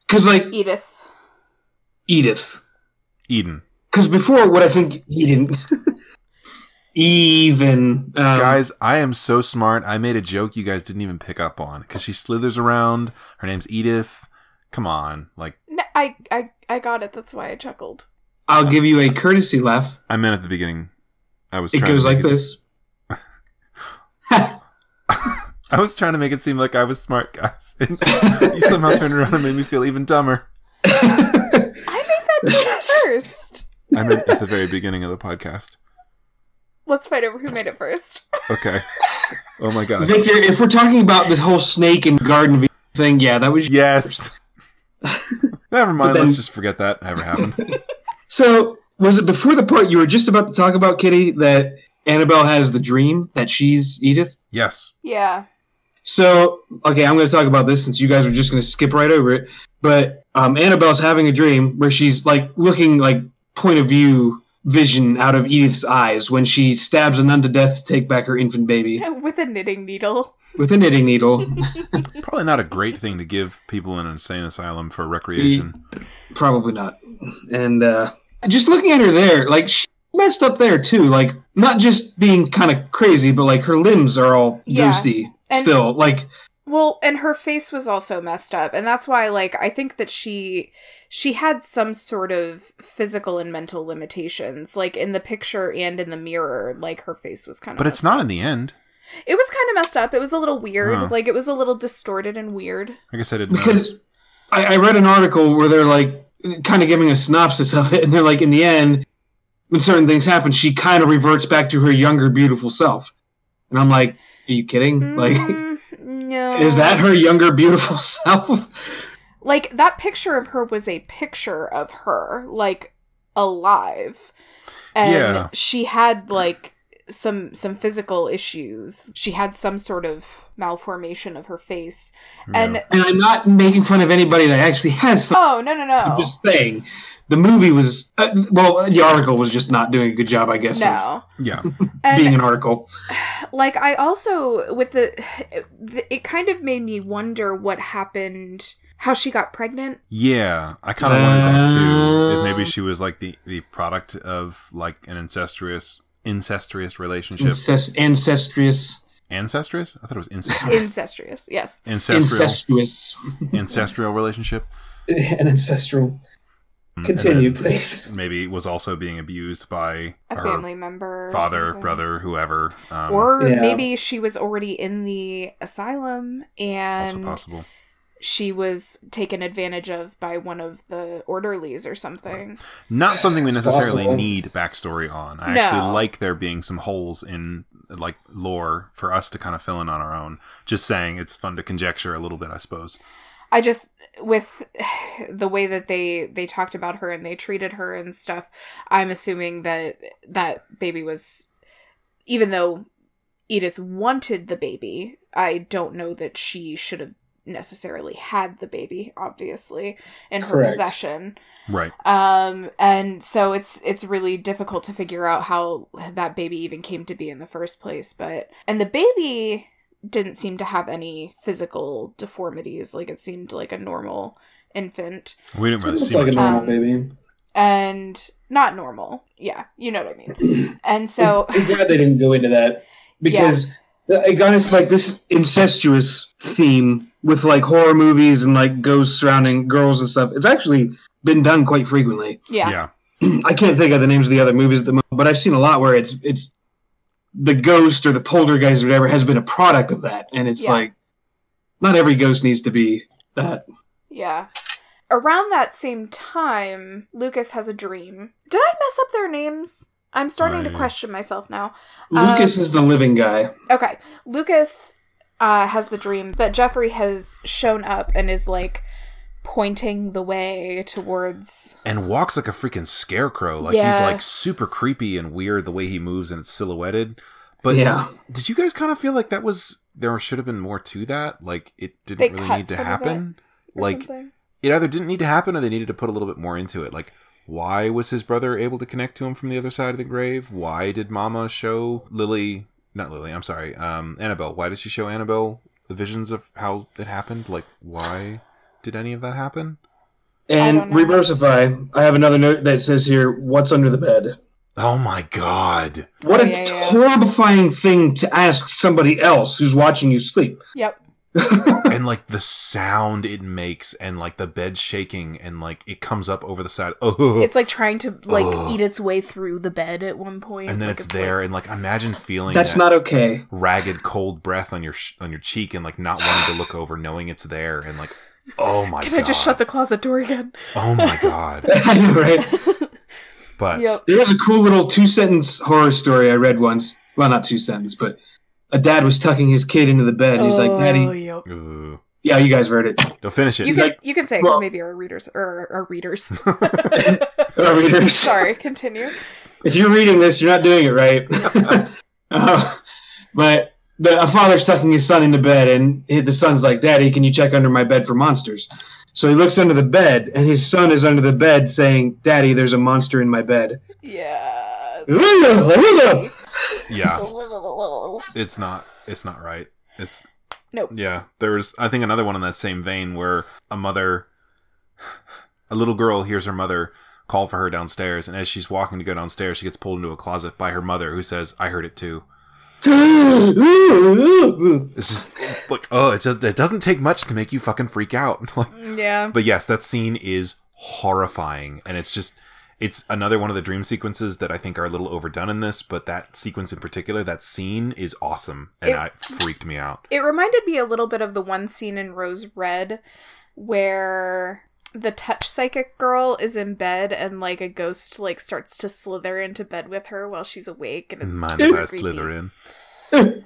[SPEAKER 6] because like
[SPEAKER 8] Edith.
[SPEAKER 6] Edith.
[SPEAKER 7] Eden.
[SPEAKER 6] Because before, what I think he didn't even um,
[SPEAKER 7] guys, I am so smart. I made a joke you guys didn't even pick up on because she slithers around. Her name's Edith. Come on. Like,
[SPEAKER 8] No, I, I, I got it. That's why I chuckled.
[SPEAKER 6] I'll give you a courtesy laugh.
[SPEAKER 7] I meant at the beginning. I was
[SPEAKER 6] It
[SPEAKER 7] trying
[SPEAKER 6] goes
[SPEAKER 7] to make
[SPEAKER 6] like this.
[SPEAKER 7] I was trying to make it seem like I was smart, guys. And you somehow turned around and made me feel even dumber.
[SPEAKER 8] I made that joke first.
[SPEAKER 7] I meant at the very beginning of the podcast.
[SPEAKER 8] Let's fight over who made it first.
[SPEAKER 7] Okay. Oh my god.
[SPEAKER 6] Victor, if we're talking about this whole snake and garden v- thing, yeah, that was
[SPEAKER 7] Yes. Never mind.
[SPEAKER 6] then-
[SPEAKER 7] let's just forget that ever happened.
[SPEAKER 6] So, was it before the part you were just about to talk about, Kitty, that Annabelle has the dream that she's Edith?
[SPEAKER 7] yes.
[SPEAKER 8] Yeah.
[SPEAKER 6] So, okay, I'm going to talk about this since you guys were just going to skip right over it. But um, Annabelle's having a dream where she's like looking like point of view vision out of Edith's eyes when she stabs a nun to death to take back her infant baby
[SPEAKER 8] With a knitting needle.
[SPEAKER 6] with a knitting needle.
[SPEAKER 7] Probably not a great thing to give people in an insane asylum for recreation.
[SPEAKER 6] Mm. Probably not. And uh, just looking at her there, like she messed up there too. Like not just being kind of crazy, but like her limbs are all
[SPEAKER 8] Yeah.
[SPEAKER 6] ghosty
[SPEAKER 8] And-
[SPEAKER 6] still. Like
[SPEAKER 8] Well, and her face was also messed up, and that's why, like, I think that she she had some sort of physical and mental limitations, like in the picture and in the mirror. Like her face was kind of,
[SPEAKER 7] But it's not in the end.
[SPEAKER 8] It was kind of messed up. It was a little weird.
[SPEAKER 7] Huh.
[SPEAKER 8] Like it was a little distorted and weird.
[SPEAKER 7] I guess I didn't notice.
[SPEAKER 6] because I, I read an article where they're like kind of giving a synopsis of it, and they're like in the end, when certain things happen, she kind of reverts back to her younger, beautiful self. And I'm like, are you kidding? Like.
[SPEAKER 8] Mm, no,
[SPEAKER 6] Is that her younger, beautiful self?
[SPEAKER 8] Like that picture of her was a picture of her, like alive, and
[SPEAKER 7] Yeah.
[SPEAKER 8] she had like some some physical issues. She had some sort of malformation of her face, and
[SPEAKER 6] And I'm not making fun of anybody that actually has some
[SPEAKER 8] oh no no no
[SPEAKER 6] I'm just saying, the movie was uh, well, the article was just not doing a good job, I guess, of
[SPEAKER 8] no,
[SPEAKER 7] yeah.
[SPEAKER 8] and
[SPEAKER 6] being an article.
[SPEAKER 8] like I also with the it- it kind of made me wonder what happened, how she got pregnant.
[SPEAKER 7] Yeah, I kind
[SPEAKER 6] Uh,
[SPEAKER 7] of wanted that too. If maybe
[SPEAKER 6] Um,
[SPEAKER 7] she was like the the product of like an incestuous incestuous relationship.
[SPEAKER 6] Incest- ancestrous,
[SPEAKER 7] Ancestrous? I thought it was incestuous.
[SPEAKER 8] Incestuous, yes.
[SPEAKER 7] Ancestral,
[SPEAKER 6] incestuous,
[SPEAKER 7] ancestral relationship.
[SPEAKER 6] and ancestral.
[SPEAKER 7] Mm, and
[SPEAKER 6] Continue,
[SPEAKER 7] then
[SPEAKER 6] please.
[SPEAKER 7] Maybe was also being abused by
[SPEAKER 8] A
[SPEAKER 7] her
[SPEAKER 8] family member, or
[SPEAKER 7] father,
[SPEAKER 8] something.
[SPEAKER 7] brother, whoever. Um,
[SPEAKER 8] or
[SPEAKER 6] Yeah.
[SPEAKER 8] maybe she was already in the asylum
[SPEAKER 7] also
[SPEAKER 8] and
[SPEAKER 7] possible.
[SPEAKER 8] she was taken advantage of by one of the orderlies or something.
[SPEAKER 7] Not something we
[SPEAKER 6] It's
[SPEAKER 7] necessarily
[SPEAKER 6] possible.
[SPEAKER 7] need backstory on. I
[SPEAKER 8] No.
[SPEAKER 7] actually like there being some holes in like lore for us to kind of fill in on our own. Just saying, it's fun to conjecture a little bit, I suppose.
[SPEAKER 8] I just with the way that they they talked about her and they treated her and stuff, I'm assuming that that baby was even though Edith wanted the baby, I don't know that she should have necessarily had the baby obviously in her
[SPEAKER 6] Correct.
[SPEAKER 8] possession.
[SPEAKER 7] Right.
[SPEAKER 8] um and so it's it's really difficult to figure out how that baby even came to be in the first place but and the baby didn't seem to have any physical deformities like it seemed like a normal infant
[SPEAKER 7] We didn't really
[SPEAKER 3] Looks
[SPEAKER 7] see
[SPEAKER 3] like a
[SPEAKER 7] much.
[SPEAKER 8] Um,
[SPEAKER 3] normal baby.
[SPEAKER 8] and not normal yeah you know what i mean and so
[SPEAKER 6] I'm glad they didn't go into that because I got us like this incestuous theme with like horror movies and like ghosts surrounding girls and stuff. It's actually been done quite frequently.
[SPEAKER 8] yeah,
[SPEAKER 7] yeah.
[SPEAKER 6] I can't think of the names of the other movies at the moment, but I've seen a lot where it's it's the ghost or the poltergeist or whatever has been a product of that, and it's
[SPEAKER 8] Yeah.
[SPEAKER 6] like not every ghost needs to be that.
[SPEAKER 8] yeah around that same time lucas has a dream did i mess up their names i'm starting to
[SPEAKER 7] I-
[SPEAKER 8] question myself now Um,
[SPEAKER 6] Lucas is the living guy.
[SPEAKER 8] Okay. Lucas uh, has the dream that Jeffrey has shown up and is like pointing the way towards.
[SPEAKER 7] and walks like a freaking scarecrow. Like
[SPEAKER 8] Yeah.
[SPEAKER 7] he's like super creepy and weird the way he moves and it's silhouetted. But
[SPEAKER 6] yeah,
[SPEAKER 7] did you guys kind of feel like that was there should have been more to that. Like it didn't
[SPEAKER 8] They
[SPEAKER 7] really
[SPEAKER 8] cut
[SPEAKER 7] need to
[SPEAKER 8] some of it
[SPEAKER 7] happen.
[SPEAKER 8] or
[SPEAKER 7] Like
[SPEAKER 8] something.
[SPEAKER 7] it either didn't need to happen or they needed to put a little bit more into it. Like why was his brother able to connect to him from the other side of the grave? Why did Mama show Lily? Not Lily. I'm sorry. Um, Annabelle. Why did she show Annabelle the visions of how it happened? Like why did any of that happen?
[SPEAKER 6] And
[SPEAKER 8] I don't know.
[SPEAKER 6] Reversify, I have another note that says here, "What's under the bed?"
[SPEAKER 7] Oh my god.
[SPEAKER 6] What
[SPEAKER 8] Oh,
[SPEAKER 6] a
[SPEAKER 8] yeah, yeah.
[SPEAKER 6] horrifying thing to ask somebody else who's watching you sleep.
[SPEAKER 8] Yep.
[SPEAKER 7] and like the sound it makes and like the bed shaking and like it comes up over the side oh
[SPEAKER 4] It's like trying to like
[SPEAKER 7] Ugh.
[SPEAKER 4] eat its way through the bed at one point.
[SPEAKER 7] and then
[SPEAKER 4] Like,
[SPEAKER 7] it's, there and like imagine feeling
[SPEAKER 6] That's
[SPEAKER 7] that
[SPEAKER 6] not okay.
[SPEAKER 7] ragged cold breath on your sh- on your cheek and like not wanting to look over knowing it's there and like oh my
[SPEAKER 4] Like, Can
[SPEAKER 7] god
[SPEAKER 4] I just shut the closet door again?
[SPEAKER 7] oh my god
[SPEAKER 6] I know, right?
[SPEAKER 7] but
[SPEAKER 8] Yep.
[SPEAKER 6] There was a cool little two sentence horror story I read once. Well, not two sentence, but a dad was tucking his kid into the bed. He's like,
[SPEAKER 4] Oh,
[SPEAKER 6] Daddy,
[SPEAKER 4] yep.
[SPEAKER 7] Ugh.
[SPEAKER 6] yeah, you guys read it.
[SPEAKER 7] no finish it
[SPEAKER 8] You can
[SPEAKER 6] like-
[SPEAKER 8] you can say
[SPEAKER 6] well-
[SPEAKER 8] because maybe our readers or our readers.
[SPEAKER 6] Our readers.
[SPEAKER 8] Sorry, continue.
[SPEAKER 6] If you're reading this, you're not doing it right. Uh, but the, a father's tucking his son into bed, and he- the son's like, Daddy, can you check under my bed for monsters? So he looks under the bed, and his son is under the bed saying, Daddy, there's a monster in my bed.
[SPEAKER 8] Yeah.
[SPEAKER 7] yeah it's not it's not right it's
[SPEAKER 8] Nope.
[SPEAKER 7] yeah there was i think another one in that same vein where a mother a little girl hears her mother call for her downstairs and as she's walking to go downstairs she gets pulled into a closet by her mother who says i heard it too it's just like oh it just it doesn't take much to make you fucking freak out Like,
[SPEAKER 8] Yeah.
[SPEAKER 7] but yes that scene is horrifying and it's just it's another one of the dream sequences that i think are a little overdone in this but that sequence in particular that scene is awesome and
[SPEAKER 8] It-
[SPEAKER 7] I freaked me out
[SPEAKER 8] It reminded me a little bit of the one scene in Rose Red where the touch psychic girl is in bed and like a ghost like starts to slither into bed with her while she's awake and it's
[SPEAKER 7] Mind
[SPEAKER 8] super
[SPEAKER 7] if I
[SPEAKER 8] creepy.
[SPEAKER 7] slither in?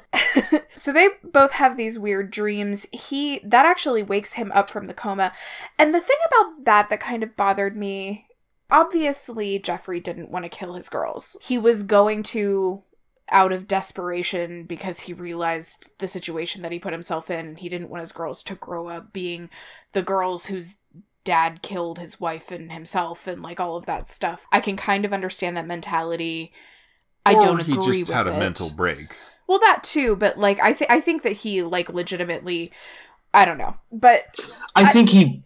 [SPEAKER 8] So they both have these weird dreams. He that actually wakes him up from the coma. And the thing about that that kind of bothered me, obviously Jeffrey didn't want to kill his girls. He was going to out of desperation because he realized the situation that he put himself in and he didn't want his girls to grow up being the girls whose dad killed his wife and himself and like all of that stuff. I can kind of understand that mentality. I
[SPEAKER 7] Or
[SPEAKER 8] don't
[SPEAKER 7] Oh, he
[SPEAKER 8] agree
[SPEAKER 7] just
[SPEAKER 8] with
[SPEAKER 7] had
[SPEAKER 8] it.
[SPEAKER 7] a mental break.
[SPEAKER 8] Well, that too, but like I think I think that he like legitimately, I don't know, but
[SPEAKER 6] I think he.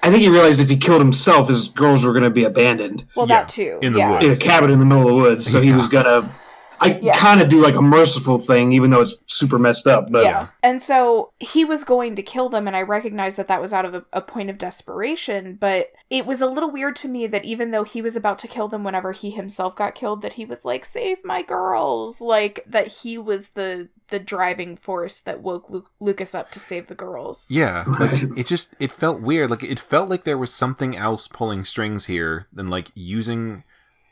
[SPEAKER 6] I think he realized if he killed himself, his girls were going to be abandoned
[SPEAKER 8] well
[SPEAKER 7] Yeah,
[SPEAKER 8] that too
[SPEAKER 7] in the
[SPEAKER 8] yeah.
[SPEAKER 6] in a
[SPEAKER 7] Yes.
[SPEAKER 6] cabin in the middle of the woods. So he was going to. I
[SPEAKER 8] Yeah.
[SPEAKER 6] kind of do like a merciful thing, even though it's super messed up. But
[SPEAKER 8] yeah. And so he was going to kill them, and I recognized that that was out of a, a point of desperation, but it was a little weird to me that even though he was about to kill them whenever he himself got killed, that he was like, save my girls. Like, that he was the the driving force that woke Lu- Lucas up to save the girls.
[SPEAKER 7] Yeah, like it just it felt weird. Like it felt like there was something else pulling strings here than like using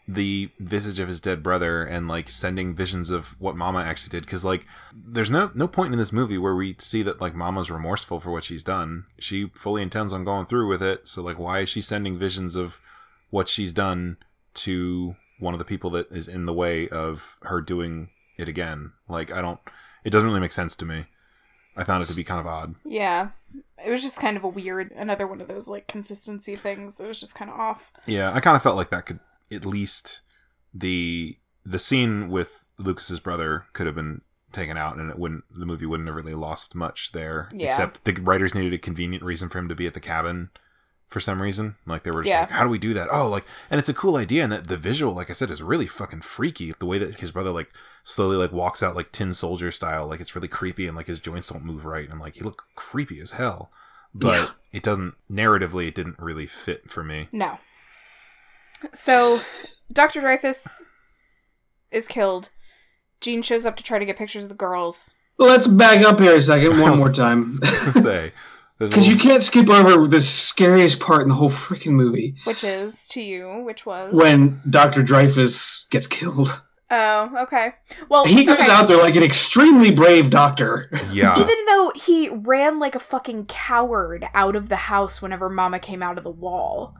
[SPEAKER 7] the visage of his dead brother and like sending visions of what Mama actually did. Because like there's no no point in this movie where we see that like Mama's remorseful for what she's done. She fully intends on going through with it. So like why is she sending visions of what she's done to one of the people that is in the way of her doing it again? Like I don't. It doesn't really make sense to me. I found it to be kind of odd.
[SPEAKER 8] Yeah. It was just kind of a weird, another one of those like consistency things. It was just kind of off.
[SPEAKER 7] Yeah, I kind of felt like that could at least the the scene with Lucas's brother could have been taken out, and it wouldn't the movie wouldn't have really lost much there.
[SPEAKER 8] Yeah.
[SPEAKER 7] Except the writers needed a convenient reason for him to be at the cabin for some reason. Like they were just
[SPEAKER 8] Yeah.
[SPEAKER 7] like, how do we do that? Oh, like, and it's a cool idea, and that the visual, like I said, is really fucking freaky. The way that his brother like slowly like walks out like tin soldier style, like it's really creepy, and like his joints don't move right, and like he looked creepy as hell. But it doesn't narratively, it didn't really fit for me.
[SPEAKER 8] No. So, Dr. Dreyfus is killed. Jean shows up to try to get pictures of the girls.
[SPEAKER 6] let's back up here a second, one more time.
[SPEAKER 7] gonna say. There's a
[SPEAKER 6] Because you
[SPEAKER 7] little-
[SPEAKER 6] can't skip over the scariest part in the whole freaking movie
[SPEAKER 8] Which is to you, which was
[SPEAKER 6] when Dr. Dreyfus gets killed.
[SPEAKER 8] oh okay. Well,
[SPEAKER 6] He goes
[SPEAKER 8] okay.
[SPEAKER 6] out there like an extremely brave doctor.
[SPEAKER 7] yeah,
[SPEAKER 8] Even though he ran like a fucking coward out of the house whenever Mama came out of the wall.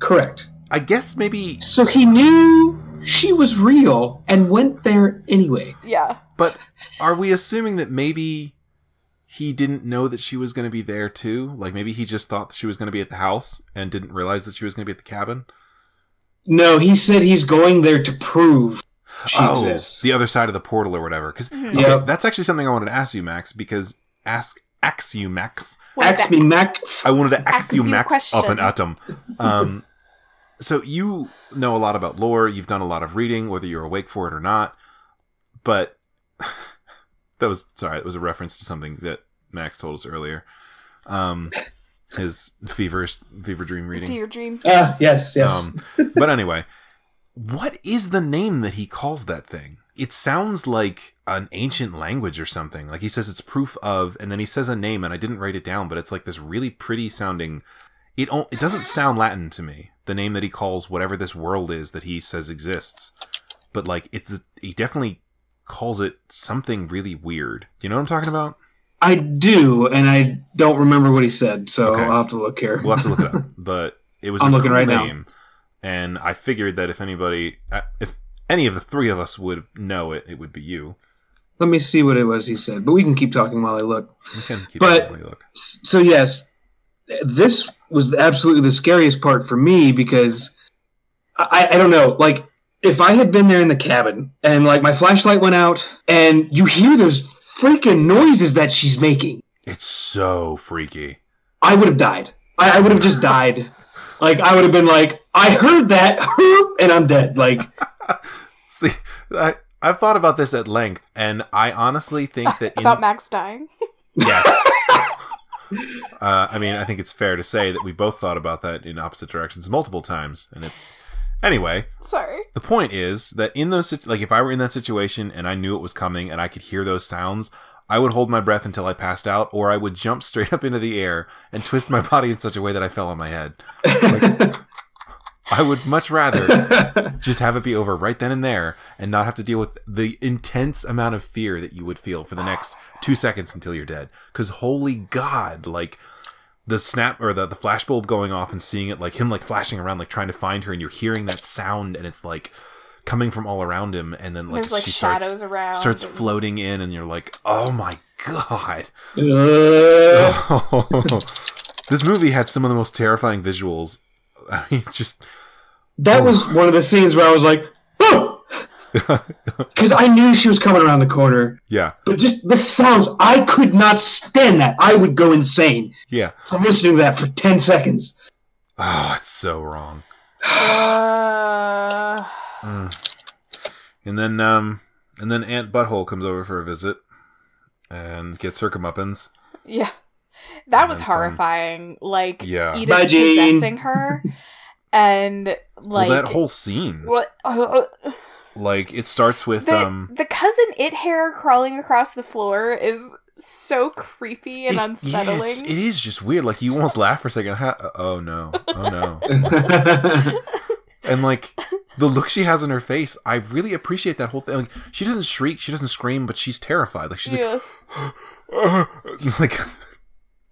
[SPEAKER 6] Correct.
[SPEAKER 7] I guess maybe,
[SPEAKER 6] So he knew she was real and went there anyway.
[SPEAKER 8] Yeah.
[SPEAKER 7] but are we assuming that maybe he didn't know that she was going to be there too. Like maybe he just thought that she was going to be at the house and didn't realize that she was going to be at the cabin.
[SPEAKER 6] No, he said he's going there to prove she exists.
[SPEAKER 7] Oh, the other side of the portal or whatever. Because
[SPEAKER 6] Yep.
[SPEAKER 7] that's actually something I wanted to ask you, Max. Because ask ask you, Max.
[SPEAKER 4] What
[SPEAKER 6] Ax
[SPEAKER 4] the-
[SPEAKER 6] me, Max.
[SPEAKER 7] I wanted to ask,
[SPEAKER 4] Ask
[SPEAKER 7] you,
[SPEAKER 4] you a
[SPEAKER 7] Max, up
[SPEAKER 4] question.
[SPEAKER 7] and atom. Um, so you know a lot about lore. You've done a lot of reading, whether you're awake for it or not. But that was sorry. That was a reference to something that Max told us earlier. Um, his feverish fever dream reading.
[SPEAKER 8] Fever dream.
[SPEAKER 6] Ah, yes, yes.
[SPEAKER 7] Um, but anyway, what is the name that he calls that thing? It sounds like an ancient language or something. Like he says it's proof of, and then he says a name, and I didn't write it down, but it's like this really pretty sounding. It o- it doesn't sound Latin to me. The name that he calls whatever this world is that he says exists, but like it's he definitely calls it something really weird. Do you know what I'm talking about?
[SPEAKER 6] I do, and I don't remember what he said, so
[SPEAKER 7] Okay.
[SPEAKER 6] I'll have to look here.
[SPEAKER 7] We'll have to look it up. But it was
[SPEAKER 6] I'm
[SPEAKER 7] a
[SPEAKER 6] looking
[SPEAKER 7] cool
[SPEAKER 6] right now.
[SPEAKER 7] name, and I figured that if anybody, uh, if any of the three of us would know it, it would be you.
[SPEAKER 6] Let me see what it was he said, but we can keep talking while I look.
[SPEAKER 7] We can keep
[SPEAKER 6] But-
[SPEAKER 7] it when we look.
[SPEAKER 6] S- So yes, th- this was absolutely the scariest part for me because I, I don't know, like if I had been there in the cabin and like my flashlight went out and you hear those freaking noises that she's making,
[SPEAKER 7] It's so freaky.
[SPEAKER 6] I would have died. I, I would have just died. Like I would have been like, I heard that, and I'm dead. Like
[SPEAKER 7] See, I I've thought about this at length, and I honestly think that in,
[SPEAKER 8] About Max dying.
[SPEAKER 7] yes. Uh, I mean, I think it's fair to say that we both thought about that in opposite directions multiple times, and it's anyway.
[SPEAKER 8] Sorry.
[SPEAKER 7] The point is that in those sit- like if I were in that situation and I knew it was coming and I could hear those sounds, I would hold my breath until I passed out, or I would jump straight up into the air and twist my body in such a way that I fell on my head. Like, I would much rather just have it be over right then and there and not have to deal with the intense amount of fear that you would feel for the next two seconds until you're dead. Because holy God, like the snap or the, the flash bulb going off and seeing it like him like flashing around like trying to find her and you're hearing that sound and it's like coming from all around him and then like
[SPEAKER 8] There's like
[SPEAKER 7] she
[SPEAKER 8] shadows
[SPEAKER 7] starts
[SPEAKER 8] around.
[SPEAKER 7] starts
[SPEAKER 8] and-
[SPEAKER 7] floating in and you're like oh my god
[SPEAKER 6] uh,
[SPEAKER 7] this movie had some of the most terrifying visuals i mean just
[SPEAKER 6] that was one of the scenes where I was like, oh, because I knew she was coming around the corner.
[SPEAKER 7] yeah
[SPEAKER 6] But just the sounds, I could not stand that. I would go insane
[SPEAKER 7] yeah
[SPEAKER 6] from listening to that for 10 seconds.
[SPEAKER 7] oh it's so wrong
[SPEAKER 8] Uh,
[SPEAKER 7] Mm. and then um and then aunt butthole comes over for a visit and gets her comeuppance
[SPEAKER 8] yeah. That was
[SPEAKER 7] And some-
[SPEAKER 8] horrifying. Like
[SPEAKER 7] Yeah.
[SPEAKER 8] Edith
[SPEAKER 6] Bye, Jean.
[SPEAKER 8] possessing her, and like
[SPEAKER 7] well, that whole scene
[SPEAKER 8] Well, uh, uh,
[SPEAKER 7] like it starts with
[SPEAKER 8] the,
[SPEAKER 7] um
[SPEAKER 8] the cousin it hair crawling across the floor is so creepy and
[SPEAKER 7] it- yeah, it's-
[SPEAKER 8] unsettling.
[SPEAKER 7] it is just weird like you almost laugh for a second Ha- uh, oh no oh no and like the look she has on her face i really appreciate that whole thing like she doesn't shriek she doesn't scream but she's terrified like she's like
[SPEAKER 8] Yeah.
[SPEAKER 7] like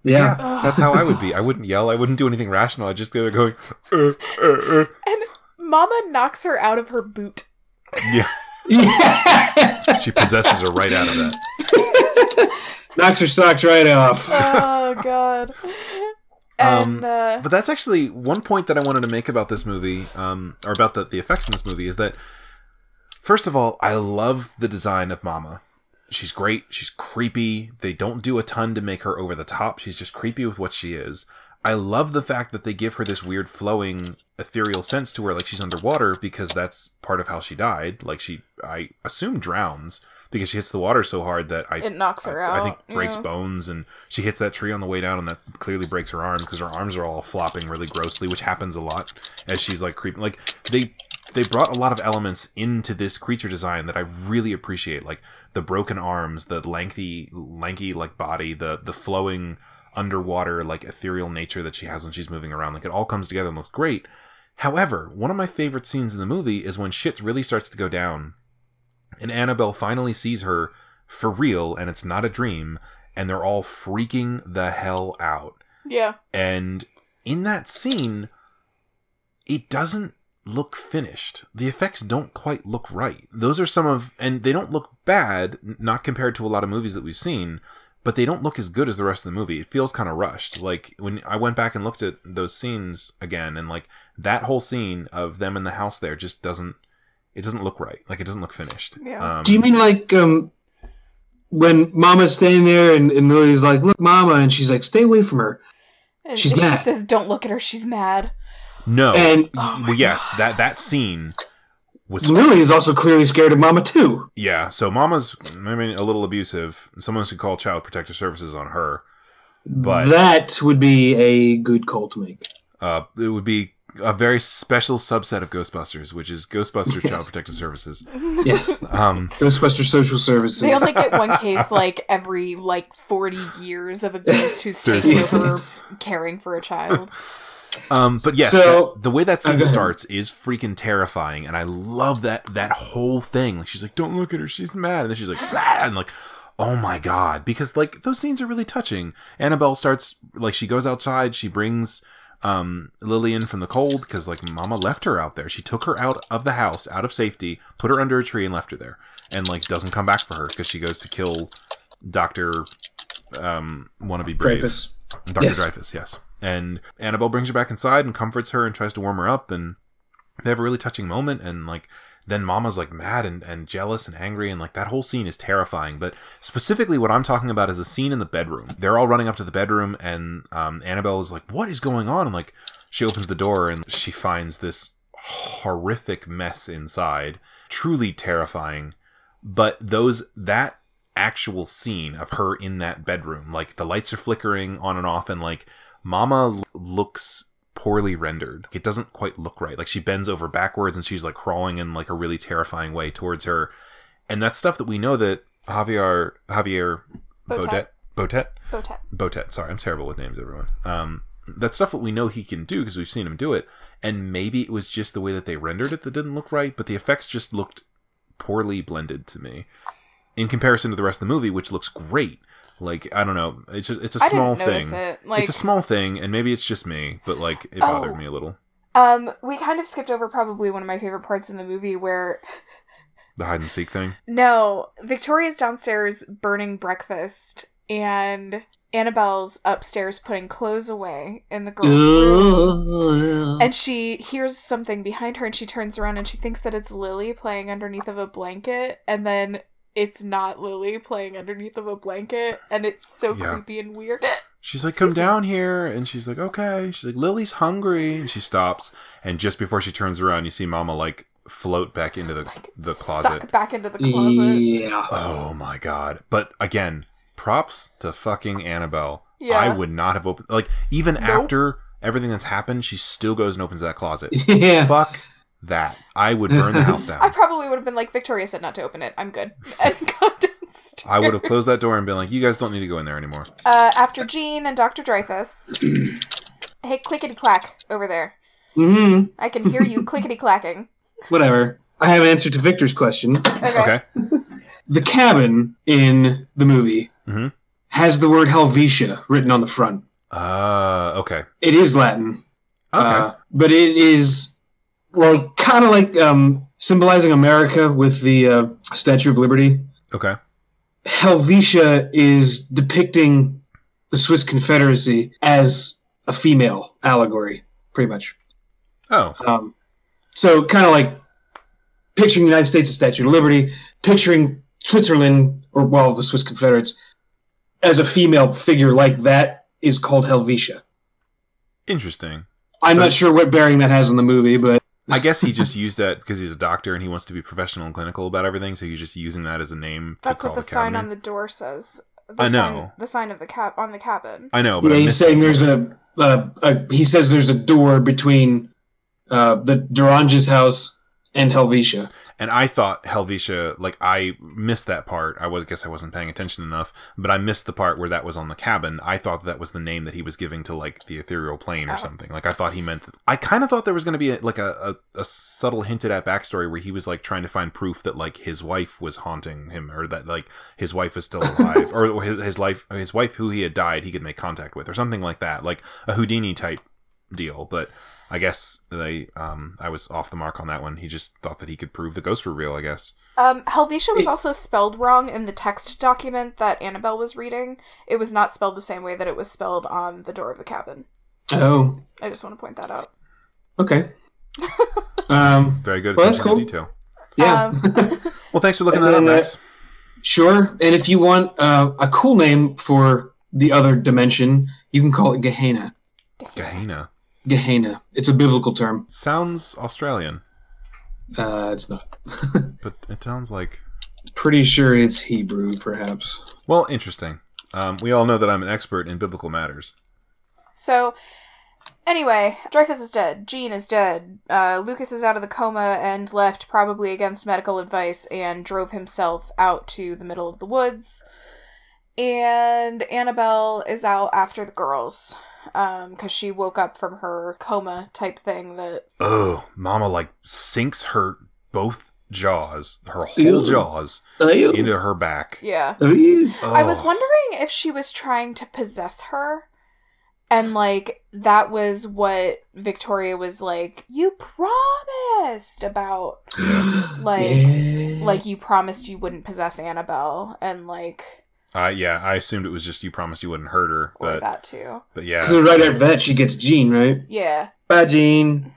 [SPEAKER 7] yeah,
[SPEAKER 6] yeah.
[SPEAKER 7] that's how i would be i wouldn't yell i wouldn't do anything rational i'd just go there going uh, uh, uh.
[SPEAKER 8] Mama knocks her out of her boot.
[SPEAKER 6] yeah.
[SPEAKER 7] she possesses her right out of that
[SPEAKER 6] Knocks her socks right off.
[SPEAKER 8] Oh god.
[SPEAKER 7] Um,
[SPEAKER 8] And uh,
[SPEAKER 7] But that's actually one point that I wanted to make about this movie, um, or about the, the effects in this movie, is that first of all, I love the design of Mama. She's great. She's creepy. They don't do a ton to make her over the top. She's just creepy with what she is. I love the fact that they give her this weird flowing ethereal sense to her, like she's underwater, because that's part of how she died. Like she, I assume, drowns because she hits the water so hard that I
[SPEAKER 8] it knocks her
[SPEAKER 7] I,
[SPEAKER 8] out.
[SPEAKER 7] I think breaks
[SPEAKER 8] yeah.
[SPEAKER 7] bones, and she hits that tree on the way down, and that clearly breaks her arms because her arms are all flopping really grossly, which happens a lot as she's like creeping. Like they they brought a lot of elements into this creature design that I really appreciate, like the broken arms, the lengthy, lanky like body, the the flowing underwater like ethereal nature that she has when she's moving around. Like it all comes together and looks great. However, one of my favorite scenes in the movie is when shit really starts to go down and Annabelle finally sees her for real and it's not a dream and they're all freaking the hell out.
[SPEAKER 8] Yeah.
[SPEAKER 7] And in that scene, it doesn't look finished. The effects don't quite look right. Those are some of, and they don't look bad, n- not compared to a lot of movies that we've seen, but they don't look as good as the rest of the movie. It feels kind of rushed. Like when I went back and looked at those scenes again, and like that whole scene of them in the house there just doesn't. It doesn't look right. Like it doesn't look finished.
[SPEAKER 8] Yeah.
[SPEAKER 7] Um,
[SPEAKER 6] Do you mean like um, when Mama's standing there and, and Lily's like, "Look, Mama," and she's like, "Stay away from her."
[SPEAKER 8] And
[SPEAKER 6] She's
[SPEAKER 8] she
[SPEAKER 6] mad.
[SPEAKER 8] says, "Don't look at her. She's mad."
[SPEAKER 7] No.
[SPEAKER 6] And-
[SPEAKER 7] Y- well, yes, that that scene was
[SPEAKER 6] Lily is also clearly scared of Mama too.
[SPEAKER 7] yeah. So Mama's I mean a little abusive. Someone should call Child Protective Services on her. But-
[SPEAKER 6] that would be a good call to make.
[SPEAKER 7] Uh, it would be a very special subset of Ghostbusters, which is Ghostbusters Child Protective Services.
[SPEAKER 6] Yeah,
[SPEAKER 7] Um,
[SPEAKER 6] Ghostbuster Social Services.
[SPEAKER 8] They only get one case like every like forty years of a ghost who's taking
[SPEAKER 6] Seriously.
[SPEAKER 8] over caring for a child.
[SPEAKER 7] um, but yes,
[SPEAKER 6] So-
[SPEAKER 7] that- the way that
[SPEAKER 6] Oh, go
[SPEAKER 7] scene
[SPEAKER 6] ahead.
[SPEAKER 7] starts is freaking terrifying, and I love that that whole thing. Like she's like, "Don't look at her, she's mad," and then she's like, "Blah," and like. Oh my god! Because like those scenes are really touching. Annabelle starts like she goes outside. She brings um, Lillian from the cold because like Mama left her out there. She took her out of the house, out of safety, put her under a tree, and left her there. And like doesn't come back for her because she goes to kill Doctor um, Wannabe Brave.
[SPEAKER 6] Dreyfus.
[SPEAKER 7] Dr.
[SPEAKER 6] Yes.
[SPEAKER 7] Dreyfus, yes. And Annabelle brings her back inside and comforts her and tries to warm her up. And they have a really touching moment. And like, then Mama's like mad and, and jealous and angry. And like, that whole scene is terrifying. But specifically, what I'm talking about is the scene in the bedroom. They're all running up to the bedroom, and um, Annabelle is like, What is going on? And like, she opens the door and she finds this horrific mess inside. Truly terrifying. But those, that actual scene of her in that bedroom. Like the lights are flickering on and off, and like Mama l- looks poorly rendered. It doesn't quite look right. Like she bends over backwards and she's like crawling in like a really terrifying way towards her. And that's stuff that we know that Javier Javier Botet
[SPEAKER 8] Botet.
[SPEAKER 7] Botet
[SPEAKER 8] Botet.
[SPEAKER 7] Botet. Sorry, I'm terrible with names, everyone. Um, that's stuff that we know he can do because we've seen him do it. And maybe it was just the way that they rendered it that didn't look right, but the effects just looked poorly blended to me in comparison to the rest of the movie, which looks great. Like I don't know, it's just it's a
[SPEAKER 8] I
[SPEAKER 7] small
[SPEAKER 8] didn't notice
[SPEAKER 7] thing.
[SPEAKER 8] it. Like
[SPEAKER 7] it's a small thing, and maybe it's just me, but like it
[SPEAKER 8] Oh.
[SPEAKER 7] bothered me a little.
[SPEAKER 8] Um, we kind of skipped over probably one of my favorite parts in the movie where
[SPEAKER 7] The hide and seek thing.
[SPEAKER 8] no, Victoria's downstairs burning breakfast and Annabelle's upstairs putting clothes away in the girls' room.
[SPEAKER 7] Oh.
[SPEAKER 8] And she hears something behind her and she turns around and she thinks that it's Lily playing underneath of a blanket and then it's not Lily playing underneath of a blanket and it's so
[SPEAKER 7] Yeah.
[SPEAKER 8] creepy and weird.
[SPEAKER 7] She's like,
[SPEAKER 8] Excuse
[SPEAKER 7] come
[SPEAKER 8] me.
[SPEAKER 7] down here. And she's like, okay. She's like, Lily's hungry. And she stops. And just before she turns around, you see Mama like float back into the,
[SPEAKER 8] Like
[SPEAKER 7] the closet.
[SPEAKER 8] suck back into the closet.
[SPEAKER 6] yeah.
[SPEAKER 7] Oh my God. But again, props to fucking Annabelle.
[SPEAKER 8] Yeah.
[SPEAKER 7] I would not have opened, like, even after everything that's happened, she still goes and opens that closet.
[SPEAKER 6] Yeah.
[SPEAKER 7] Fuck that. I would burn the house down.
[SPEAKER 8] I probably would have been like Victoria said not to open it. I'm good. And gone downstairs.
[SPEAKER 7] I would have closed that door and been like, you guys don't need to go in there anymore.
[SPEAKER 8] Uh, after Jean and Dr. Dreyfus. hey, clickety clack over there.
[SPEAKER 6] hmm
[SPEAKER 8] I can hear you clickety clacking.
[SPEAKER 6] Whatever. I have an answer to Victor's question.
[SPEAKER 8] Okay.
[SPEAKER 7] Okay.
[SPEAKER 6] The cabin in the movie
[SPEAKER 7] Mhm.
[SPEAKER 6] has the word Helvetia written on the front.
[SPEAKER 7] Uh, okay. Okay.
[SPEAKER 6] It is Latin, uh, but it is like kind of like um, symbolizing America with the uh, Statue of Liberty.
[SPEAKER 7] okay.
[SPEAKER 6] Helvetia is depicting the Swiss Confederacy as a female allegory, pretty much.
[SPEAKER 7] Oh,
[SPEAKER 6] Um, so kind of like picturing the United States as Statue of Liberty, picturing Switzerland or well the Swiss Confederates as a female figure like that is called Helvetia.
[SPEAKER 7] interesting.
[SPEAKER 6] I'm
[SPEAKER 7] So-
[SPEAKER 6] not sure what bearing that has on the movie, but
[SPEAKER 7] I guess he just used that because he's a doctor and he wants to be professional and clinical about everything. So he's just using that as a name to
[SPEAKER 8] That's
[SPEAKER 7] call
[SPEAKER 8] what the,
[SPEAKER 7] the
[SPEAKER 8] sign on
[SPEAKER 7] cabinet.
[SPEAKER 8] the door says. The
[SPEAKER 7] I
[SPEAKER 8] Sign,
[SPEAKER 7] know.
[SPEAKER 8] the sign of the cap on the cabin.
[SPEAKER 7] I know, Oh, but
[SPEAKER 6] yeah,
[SPEAKER 7] I
[SPEAKER 6] he's
[SPEAKER 7] missed
[SPEAKER 6] saying
[SPEAKER 7] it.
[SPEAKER 6] there's a, a, a he says there's a door between uh, the Durange's house and Helvetia.
[SPEAKER 7] and I thought Helvetia. Like I missed that part. I was guess I wasn't paying attention enough, but I missed the part where that was on the cabin. I thought that was the name that he was giving to like the ethereal plane or
[SPEAKER 8] Oh.
[SPEAKER 7] something. Like I thought he meant. I kind of thought there was going to be a, like a, a a subtle hinted at backstory where he was like trying to find proof that like his wife was haunting him or that like his wife is still alive or his his life his wife who he had died he could make contact with or something like that. Like a Houdini type deal. But I guess they, um, I was off the mark on that one. He just thought that he could prove the ghosts were real. I guess.
[SPEAKER 8] Um, Helvetia was also spelled wrong in the text document that Annabelle was reading. It was not spelled the same way that it was spelled on the door of the cabin.
[SPEAKER 6] Oh,
[SPEAKER 8] I just want to point that out.
[SPEAKER 6] okay. um,
[SPEAKER 7] Very good
[SPEAKER 6] Well, that's
[SPEAKER 7] attention to
[SPEAKER 6] cool.
[SPEAKER 7] detail.
[SPEAKER 6] yeah,
[SPEAKER 8] Um,
[SPEAKER 7] Well, thanks for looking
[SPEAKER 6] And
[SPEAKER 7] that up,
[SPEAKER 6] then, uh,
[SPEAKER 7] Max.
[SPEAKER 6] sure. And if you want uh, a cool name for the other dimension, you can call it Gehenna.
[SPEAKER 7] Gehenna
[SPEAKER 6] Gehenna. It's a biblical term.
[SPEAKER 7] sounds Australian,
[SPEAKER 6] Uh, it's not.
[SPEAKER 7] but it sounds like
[SPEAKER 6] Pretty sure it's Hebrew, perhaps.
[SPEAKER 7] well, interesting. Um, we all know that I'm an expert in biblical matters.
[SPEAKER 8] so, anyway, Dreyfus is dead. Jean is dead. Uh, Lucas is out of the coma and left, probably against medical advice, and drove himself out to the middle of the woods. And Annabelle is out after the girls because she woke up from her coma type thing that
[SPEAKER 7] Oh, Mama like sinks her both jaws, her whole
[SPEAKER 6] Ew.
[SPEAKER 7] jaws
[SPEAKER 6] I
[SPEAKER 7] into her back. Oh.
[SPEAKER 8] yeah I was wondering if she was trying to possess her. And like that was what Victoria was like, you promised about
[SPEAKER 6] Mm-hmm.
[SPEAKER 8] like like you promised you wouldn't possess Annabelle and like
[SPEAKER 7] Uh, yeah, I assumed it was just you promised you wouldn't hurt her,
[SPEAKER 8] or
[SPEAKER 7] but
[SPEAKER 8] that too.
[SPEAKER 7] but yeah.
[SPEAKER 6] So right after that, she gets Jean, right?
[SPEAKER 8] Yeah.
[SPEAKER 6] Bye, Jean.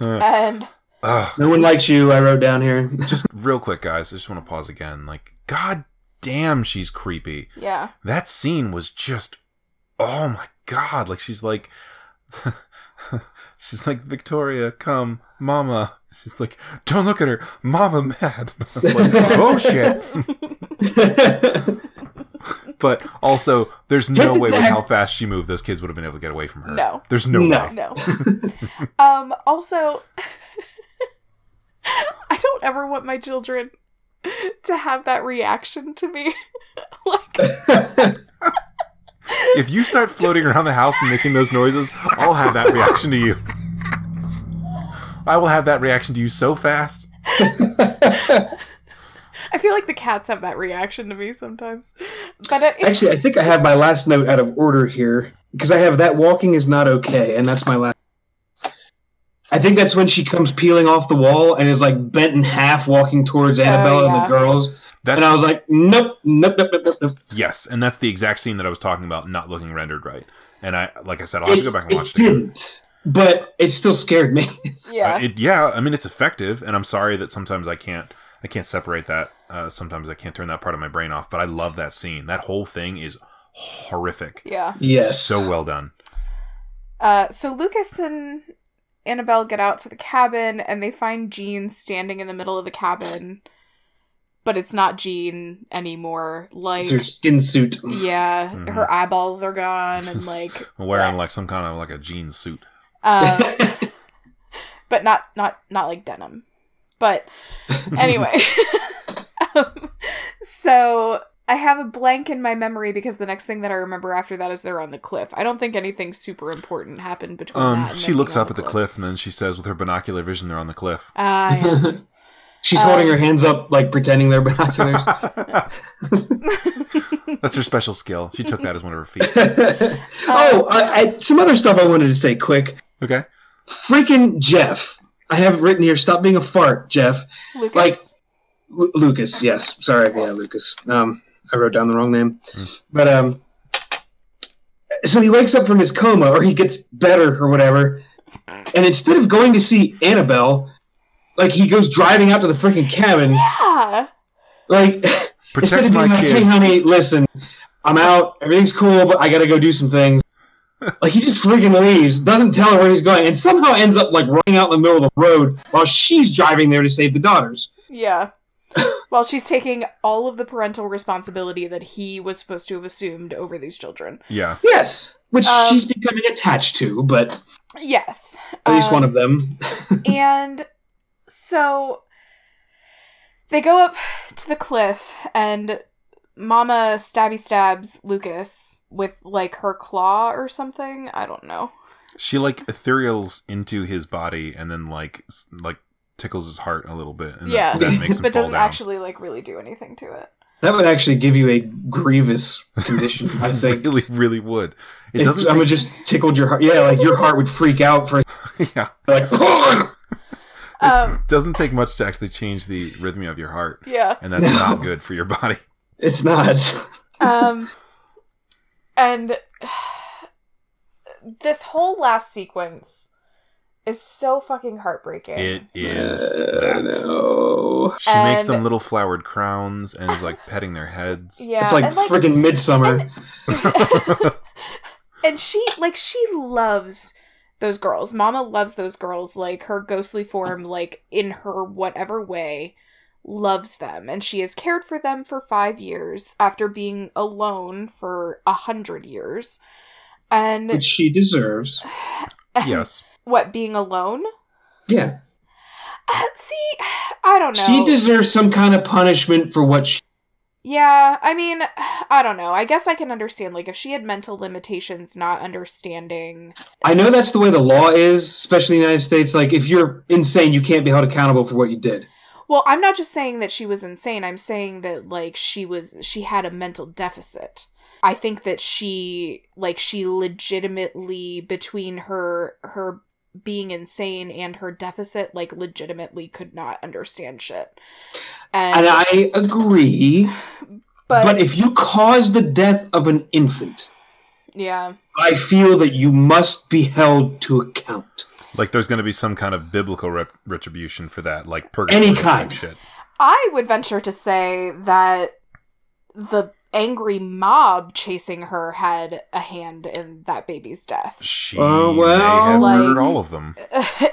[SPEAKER 8] And
[SPEAKER 7] Ugh.
[SPEAKER 6] No one likes you. I wrote down here.
[SPEAKER 7] just real quick, guys. I just want to pause again. Like, god damn, she's creepy.
[SPEAKER 8] yeah.
[SPEAKER 7] That scene was just, oh my god. Like she's like, she's like Victoria, come, Mama. She's like, don't look at her, Mama, mad. I was like, oh shit. But also, there's no
[SPEAKER 6] Get the
[SPEAKER 7] way with
[SPEAKER 6] dagger.
[SPEAKER 7] how fast she moved, those kids would have been able to get away from her.
[SPEAKER 8] No.
[SPEAKER 7] There's no,
[SPEAKER 6] No.
[SPEAKER 7] way.
[SPEAKER 8] No. um also I don't ever want my children to have that reaction to me. like
[SPEAKER 7] If you start floating around the house and making those noises, I'll have that reaction to you. I will have that reaction to you so fast.
[SPEAKER 8] I feel like the cats have that reaction to me sometimes. But it, it-
[SPEAKER 6] Actually, I think I have my last note out of order here because I have that walking is not okay, and that's my last. I think that's when she comes peeling off the wall and is like bent in half, walking towards Annabelle and
[SPEAKER 8] Oh, yeah.
[SPEAKER 6] the girls.
[SPEAKER 7] That's,
[SPEAKER 6] And I was like, nope, nope, nope, nope, nope. nope.
[SPEAKER 7] yes, and that's the exact scene that I was talking about, not looking rendered right. And I, like I said, I'll have to go back and watch it.
[SPEAKER 6] didn't, but it still scared me.
[SPEAKER 8] yeah.
[SPEAKER 7] Uh, it, yeah, I mean it's effective, and I'm sorry that sometimes I can't, I can't separate that. Uh, sometimes I can't turn that part of my brain off, but I love that scene. That whole thing is horrific.
[SPEAKER 8] yeah.
[SPEAKER 6] yes.
[SPEAKER 7] So well done.
[SPEAKER 8] Uh, so Lucas and Annabelle get out to the cabin and they find Jean standing in the middle of the cabin, but it's not Jean anymore. Like,
[SPEAKER 6] it's her skin suit.
[SPEAKER 8] yeah,
[SPEAKER 7] Mhm.
[SPEAKER 8] her eyeballs are gone and like,
[SPEAKER 7] Wearing like some kind of like a jean suit.
[SPEAKER 8] uh, but not not not like denim. But anyway, um, so I have a blank in my memory because the next thing that I remember after that is they're on the cliff. I don't think anything super important happened between. that
[SPEAKER 7] Um,
[SPEAKER 8] and
[SPEAKER 7] she
[SPEAKER 8] them
[SPEAKER 7] looks
[SPEAKER 8] being on
[SPEAKER 7] up at the cliff and then she says with her binocular vision, they're on the cliff.
[SPEAKER 8] Ah, yes.
[SPEAKER 6] She's holding
[SPEAKER 8] um,
[SPEAKER 6] her hands up, like pretending they're binoculars.
[SPEAKER 7] That's her special skill. She took that as one of her feats.
[SPEAKER 6] oh, I, I, some other stuff I wanted to say quick.
[SPEAKER 7] Okay.
[SPEAKER 6] Freaking Jeff. I have it written here. Stop being a fart, Jeff.
[SPEAKER 8] Lucas.
[SPEAKER 6] Like- Lu Lucas, yes. Sorry, yeah, Lucas. Um, I wrote down the wrong name. But um, so he wakes up from his coma, or he gets better, or whatever. And instead of going to see Annabelle, like he goes driving out to the freaking cabin,
[SPEAKER 8] yeah.
[SPEAKER 6] like instead
[SPEAKER 7] Protect
[SPEAKER 6] of
[SPEAKER 7] my
[SPEAKER 6] being like, "Hey,
[SPEAKER 7] kids.
[SPEAKER 6] honey, listen, I'm out. Everything's cool, but I gotta go do some things." like he just freaking leaves, doesn't tell her where he's going, and somehow ends up like running out in the middle of the road while she's driving there to save the daughters.
[SPEAKER 8] Yeah. Well, she's taking all of the parental responsibility that he was supposed to have assumed over these children.
[SPEAKER 7] Yeah.
[SPEAKER 6] Yes, which
[SPEAKER 8] Um,
[SPEAKER 6] she's becoming attached to, but at
[SPEAKER 8] Yes.
[SPEAKER 6] least
[SPEAKER 8] Um,
[SPEAKER 6] one of them.
[SPEAKER 8] and so they go up to the cliff and mama stabby stabs lucas with like her claw or something i don't know
[SPEAKER 7] She like ethereals into his body and then like s- like tickles his heart a little bit. And
[SPEAKER 8] Yeah.
[SPEAKER 7] That, that makes him
[SPEAKER 8] but
[SPEAKER 7] fall
[SPEAKER 8] doesn't
[SPEAKER 7] down.
[SPEAKER 8] actually like really do anything to it
[SPEAKER 6] That would actually give you a grievous condition, I think.
[SPEAKER 7] really, really would. It
[SPEAKER 6] If
[SPEAKER 7] doesn't.
[SPEAKER 6] someone
[SPEAKER 7] take-
[SPEAKER 6] just tickled your heart. Yeah, like your heart would freak out for
[SPEAKER 7] yeah,
[SPEAKER 6] like
[SPEAKER 8] Um,
[SPEAKER 7] doesn't take much to actually change the rhythm of your heart,
[SPEAKER 8] yeah.
[SPEAKER 7] and that's
[SPEAKER 6] No.
[SPEAKER 7] not good for your body.
[SPEAKER 6] it's not.
[SPEAKER 8] Um, and this whole last sequence is so fucking heartbreaking.
[SPEAKER 7] It is.
[SPEAKER 6] Uh,
[SPEAKER 7] that.
[SPEAKER 6] no.
[SPEAKER 7] She makes them
[SPEAKER 8] And-
[SPEAKER 7] little flowered crowns and is like petting their heads.
[SPEAKER 8] yeah,
[SPEAKER 6] it's like,
[SPEAKER 8] and, like
[SPEAKER 6] freaking midsummer.
[SPEAKER 8] and she like she loves those girls mama loves those girls like her ghostly form like in her whatever way loves them and she has cared for them for five years after being alone for a hundred years and
[SPEAKER 6] which she deserves.
[SPEAKER 8] and
[SPEAKER 7] Yes.
[SPEAKER 8] what being alone
[SPEAKER 6] Yeah,
[SPEAKER 8] Uh, see i don't know
[SPEAKER 6] she deserves some kind of punishment for what she.
[SPEAKER 8] Yeah, I mean, I don't know. I guess I can understand like if she had mental limitations, not understanding.
[SPEAKER 6] I know that's the way the law is, especially in the United States. Like, if you're insane, you can't be held accountable for what you did.
[SPEAKER 8] Well, I'm not just saying that she was insane. I'm saying that like she was she had a mental deficit. I think that she like she legitimately between her her being insane and her deficit like legitimately could not understand shit.
[SPEAKER 6] And
[SPEAKER 8] And,
[SPEAKER 6] I agree,
[SPEAKER 8] but,
[SPEAKER 6] but if you cause the death of an infant,
[SPEAKER 8] yeah.
[SPEAKER 6] I feel that you must be held to account.
[SPEAKER 7] Like there's going to be some kind of biblical rep- retribution for that, like purgatory
[SPEAKER 6] Any
[SPEAKER 7] type
[SPEAKER 6] kind.
[SPEAKER 7] shit.
[SPEAKER 8] I would venture to say that the angry mob chasing her had a hand in that baby's death.
[SPEAKER 7] She
[SPEAKER 6] Oh, well.
[SPEAKER 7] may have
[SPEAKER 8] Like-
[SPEAKER 7] murdered all of them.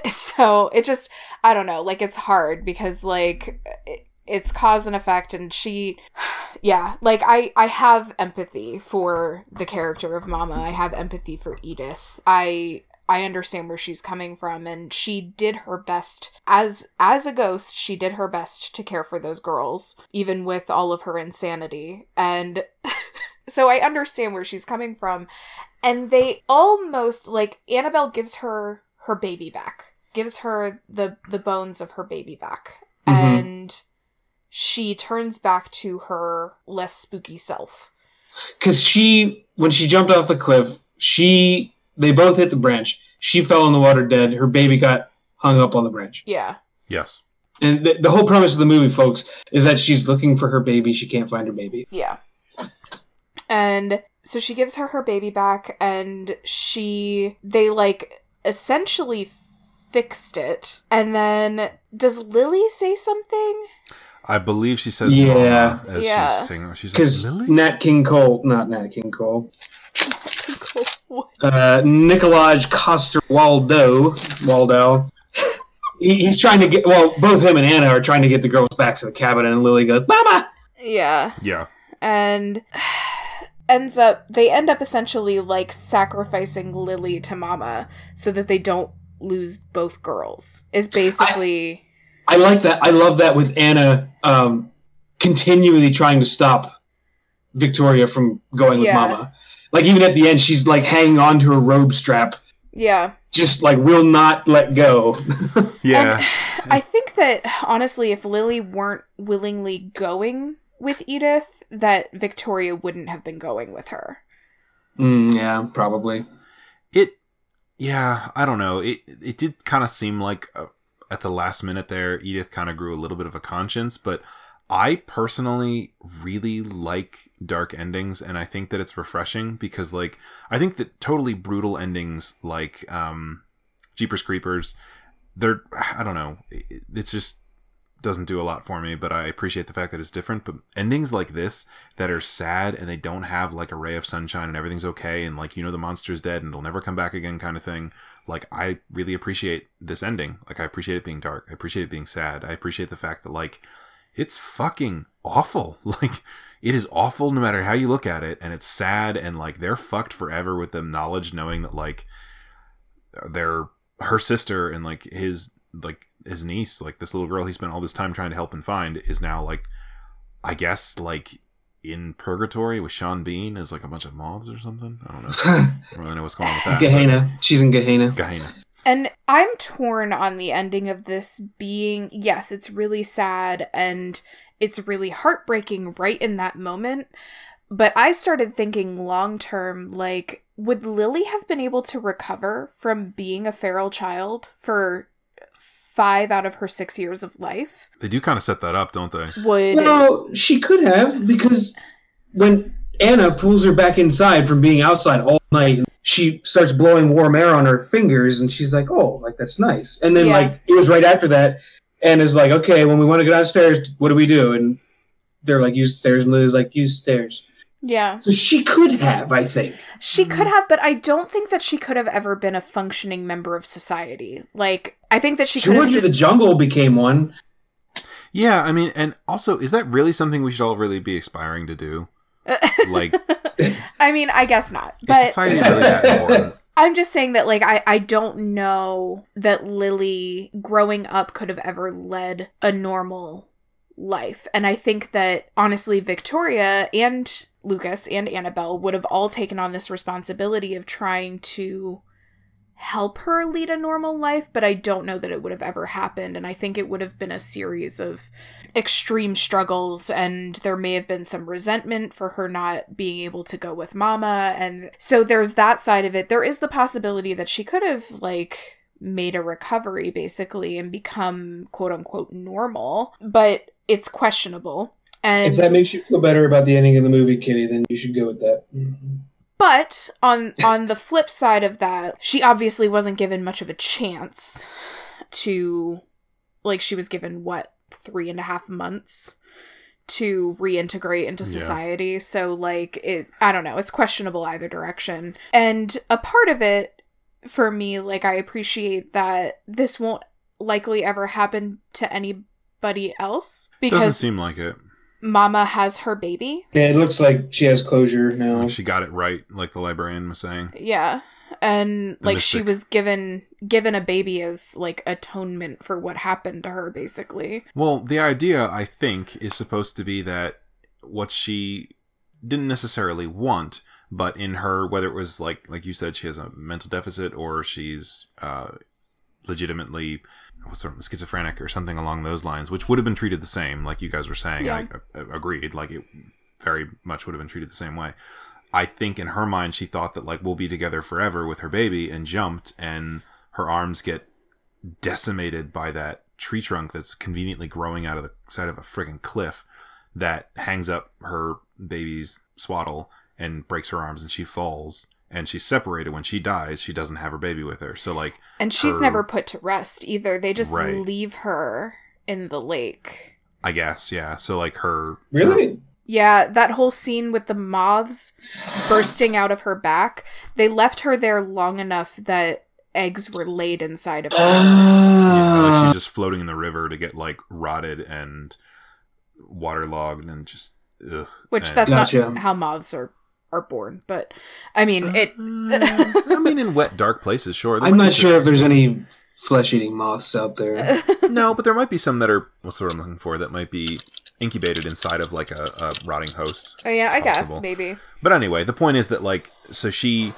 [SPEAKER 8] so it just, I don't know, like it's hard because, like, it, it's cause and effect, and she, yeah, like I, I have empathy for the character of Mama. I have empathy for Edith. I, I understand where she's coming from and she did her best as as a ghost she did her best to care for those girls even with all of her insanity and so I understand where she's coming from and they almost like Annabelle gives her her baby back gives her the the bones of her baby back
[SPEAKER 6] Mhm.
[SPEAKER 8] and she turns back to her less spooky self
[SPEAKER 6] Because she, when she jumped off the cliff, she they both hit the branch. She fell in the water dead. Her baby got hung up on the branch.
[SPEAKER 8] yeah
[SPEAKER 7] Yes.
[SPEAKER 6] And the, the whole premise of the movie, folks, is that she's looking for her baby. She can't find her baby.
[SPEAKER 8] Yeah. And so she gives her her baby back, and she. They, like, essentially fixed it. And then. Does Lily say something?
[SPEAKER 7] I believe she says
[SPEAKER 6] Yeah.
[SPEAKER 7] Mama as
[SPEAKER 8] Yeah.
[SPEAKER 7] she's taking her. She's
[SPEAKER 6] Because
[SPEAKER 7] like, Lily?
[SPEAKER 6] Nat King Cole, not Nat King Cole,
[SPEAKER 8] what?
[SPEAKER 6] uh, Nicolaj Coster Waldo, Waldo. He, he's trying to get. Well, both him and Anna are trying to get the girls back to the cabin, and Lily goes, "Mama."
[SPEAKER 8] Yeah.
[SPEAKER 7] Yeah.
[SPEAKER 8] And. Ends up. They end up essentially, like, sacrificing Lily to Mama so that they don't lose both girls, is basically.
[SPEAKER 6] I like that. I love that with Anna um, continually trying to stop Victoria from going with
[SPEAKER 8] Yeah.
[SPEAKER 6] Mama. Like even at the end, she's like hanging on to her robe strap,
[SPEAKER 8] yeah.
[SPEAKER 6] just like will not let go.
[SPEAKER 7] Yeah.
[SPEAKER 8] And I think that honestly, if Lily weren't willingly going with Edith, that Victoria wouldn't have been going with her.
[SPEAKER 6] Mm, yeah, probably.
[SPEAKER 7] it yeah i don't know it it did kind of seem like uh, at the last minute there edith kind of grew a little bit of a conscience but i personally really like dark endings and i think that it's refreshing because like i think that totally brutal endings like um jeepers creepers they're i don't know it, it's just doesn't do a lot for me but i appreciate the fact that it's different but endings like this that are sad and they don't have like a ray of sunshine and everything's okay and like you know the monster's dead and it'll never come back again kind of thing like i really appreciate this ending like i appreciate it being dark i appreciate it being sad i appreciate the fact that like it's fucking awful like it is awful no matter how you look at it and it's sad and like they're fucked forever with the knowledge knowing that like their her sister and like his like his niece like this little girl he spent all this time trying to help and find is now like i guess like in purgatory with sean bean as like a bunch of moths or something i don't know i don't really know what's going on with that
[SPEAKER 6] Gehenna. She's in Gehenna.
[SPEAKER 7] Gehenna.
[SPEAKER 8] And I'm torn on the ending of this being, yes, it's really sad and it's really heartbreaking right in that moment. But I started thinking long term, like, would Lily have been able to recover from being a feral child for five out of her six years of life?
[SPEAKER 7] They do kind of set that up, don't they?
[SPEAKER 8] Would
[SPEAKER 6] Well, she could have because when Anna pulls her back inside from being outside all night, she starts blowing warm air on her fingers, and she's like, "Oh, like that's nice." And then
[SPEAKER 8] Yeah.
[SPEAKER 6] like it was right after that, Anna's like, "Okay, when we want to go downstairs, what do we do?" And they're like, "Use the stairs," and Lily's like, "Use stairs."
[SPEAKER 8] yeah,
[SPEAKER 6] So she could have, I think.
[SPEAKER 8] she could
[SPEAKER 6] mm.
[SPEAKER 8] have, but I don't think that she could have ever been a functioning member of society. Like, I think that she,
[SPEAKER 6] She
[SPEAKER 8] could
[SPEAKER 6] went
[SPEAKER 8] have.
[SPEAKER 6] to the jungle, became one.
[SPEAKER 7] Yeah, I mean, and also, is that really something we should all really be aspiring to do? Like, is
[SPEAKER 8] I mean, I guess not, but
[SPEAKER 7] society really that important?
[SPEAKER 8] I'm just saying that, like, I, I don't know that Lily growing up could have ever led a normal life. And I think that, honestly, Victoria and Lucas and Annabelle would have all taken on this responsibility of trying to help her lead a normal life, but I don't know that it would have ever happened. And I think it would have been a series of extreme struggles, and there may have been some resentment for her not being able to go with Mama. And so there's that side of it. There is the possibility that she could have, like, made a recovery basically and become quote unquote normal, but it's questionable. And
[SPEAKER 6] If that makes you feel better about the ending of the movie, Kitty, then you should go with that.
[SPEAKER 8] But on on the flip side of that, she obviously wasn't given much of a chance to like she was given what three and a half months to reintegrate into
[SPEAKER 7] Yeah.
[SPEAKER 8] society. So like it I don't know, it's questionable either direction. And a part of it for me, like I appreciate that this won't likely ever happen to anybody else
[SPEAKER 7] Doesn't
[SPEAKER 8] because
[SPEAKER 7] seem like it.
[SPEAKER 8] mama has her baby.
[SPEAKER 6] Yeah, it looks like she has closure now.
[SPEAKER 7] Like she got it right, like the librarian was saying.
[SPEAKER 8] Yeah. And
[SPEAKER 7] The
[SPEAKER 8] like she
[SPEAKER 7] mystic.
[SPEAKER 8] was given given a baby as like atonement for what happened to her basically.
[SPEAKER 7] Well, the idea, I think, is supposed to be that what she didn't necessarily want, but in her, whether it was like, like you said, she has a mental deficit or she's uh, legitimately what's her, schizophrenic or something along those lines, which would have been treated the same, like you guys were saying. and I, I agreed. Like it very much would have been treated the same way. I think in her mind, she thought that like we'll be together forever with her baby, and jumped, and her arms get decimated by that tree trunk that's conveniently growing out of the side of a friggin' cliff that hangs up her baby's swaddle and breaks her arms, and she falls. And she's separated. When she dies, she doesn't have her baby with her. So like,
[SPEAKER 8] And she's
[SPEAKER 7] Her-
[SPEAKER 8] never put to rest either. They just
[SPEAKER 7] Right.
[SPEAKER 8] leave her in the lake.
[SPEAKER 7] I guess, yeah. So like her
[SPEAKER 6] Really?
[SPEAKER 8] Yeah, that whole scene with the moths bursting out of her back. They left her there long enough that eggs were laid inside of her.
[SPEAKER 7] Yeah, like
[SPEAKER 6] Ah.
[SPEAKER 7] she's just floating in the river to get like rotted and waterlogged and just ugh.
[SPEAKER 8] Which
[SPEAKER 7] and-
[SPEAKER 8] that's
[SPEAKER 6] Gotcha.
[SPEAKER 8] not how moths are are born, but I mean it
[SPEAKER 7] Uh, I mean, in wet, dark places, sure. There
[SPEAKER 6] I'm
[SPEAKER 7] might
[SPEAKER 6] not
[SPEAKER 7] be
[SPEAKER 6] sure if there's any flesh-eating moths out there.
[SPEAKER 7] some- No, but there might be some that are what's the word I'm looking for that might be incubated inside of like a, a rotting host.
[SPEAKER 8] yeah, I guess
[SPEAKER 7] possible.
[SPEAKER 8] maybe.
[SPEAKER 7] But anyway, the point is that like so she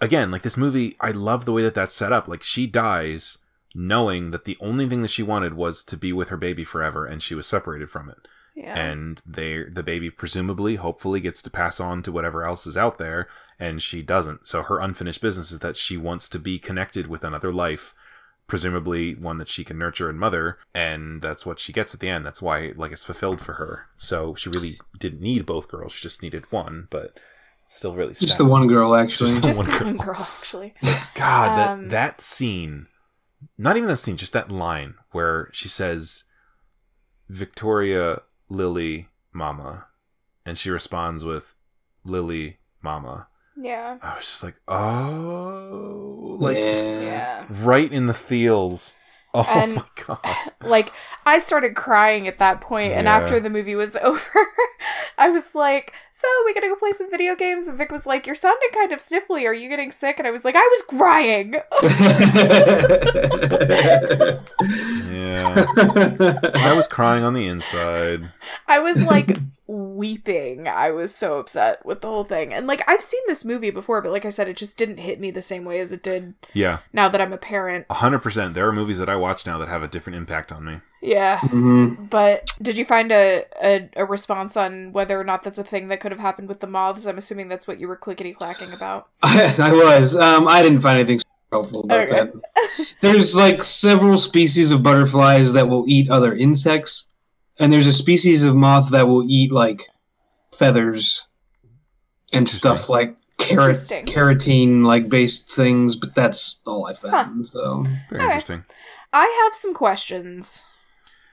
[SPEAKER 7] again, like this movie, I love the way that that's set up. Like she dies knowing that the only thing that she wanted was to be with her baby forever and she was separated from it.
[SPEAKER 8] Yeah.
[SPEAKER 7] and they the baby presumably hopefully gets to pass on to whatever else is out there and she doesn't so her unfinished business is that she wants to be connected with another life presumably one that she can nurture and mother and that's what she gets at the end that's why like it's fulfilled for her so she really didn't need both girls she just needed one but it's still really sad.
[SPEAKER 6] Just the one girl, actually.
[SPEAKER 7] Just the
[SPEAKER 8] Just
[SPEAKER 7] one
[SPEAKER 8] the
[SPEAKER 7] girl.
[SPEAKER 8] one girl, actually.
[SPEAKER 7] God, that
[SPEAKER 8] Um,
[SPEAKER 7] that scene, not even that scene, just that line where she says, "Victoria, Lily, Mama," and she responds with, "Lily, Mama."
[SPEAKER 8] Yeah.
[SPEAKER 7] I was just like, "Oh, like
[SPEAKER 6] yeah.
[SPEAKER 8] Yeah.
[SPEAKER 7] right in the feels." Oh
[SPEAKER 8] And-
[SPEAKER 7] my god!
[SPEAKER 8] Like I started crying at that point, and
[SPEAKER 7] Yeah.
[SPEAKER 8] after the movie was over, I was like, "So we gonna go play some video games?" And Vic was like, "You're sounding kind of sniffly. Are you getting sick?" And I was like, "I was crying."
[SPEAKER 7] Yeah, Yeah. I was crying on the inside.
[SPEAKER 8] I was like weeping. I was so upset with the whole thing. And like I've seen this movie before, but like I said, it just didn't hit me the same way as it did
[SPEAKER 7] Yeah,
[SPEAKER 8] now that I'm a parent.
[SPEAKER 7] 100%. There are movies that I watch now that have a different impact on me.
[SPEAKER 8] Yeah.
[SPEAKER 6] Mhm.
[SPEAKER 8] But did you find a, a, a response on whether or not that's a thing that could have happened with the moths? I'm assuming that's what you were clickety clacking about.
[SPEAKER 6] I, I was. Um, I didn't find anything helpful about
[SPEAKER 8] Okay.
[SPEAKER 6] that. There's like several species of butterflies that will eat other insects, and there's a species of moth that will eat like feathers and stuff like carrot
[SPEAKER 8] Interesting.
[SPEAKER 6] carotene like based things. But that's all I found. So
[SPEAKER 7] Very
[SPEAKER 8] Okay.
[SPEAKER 7] interesting.
[SPEAKER 8] I have some questions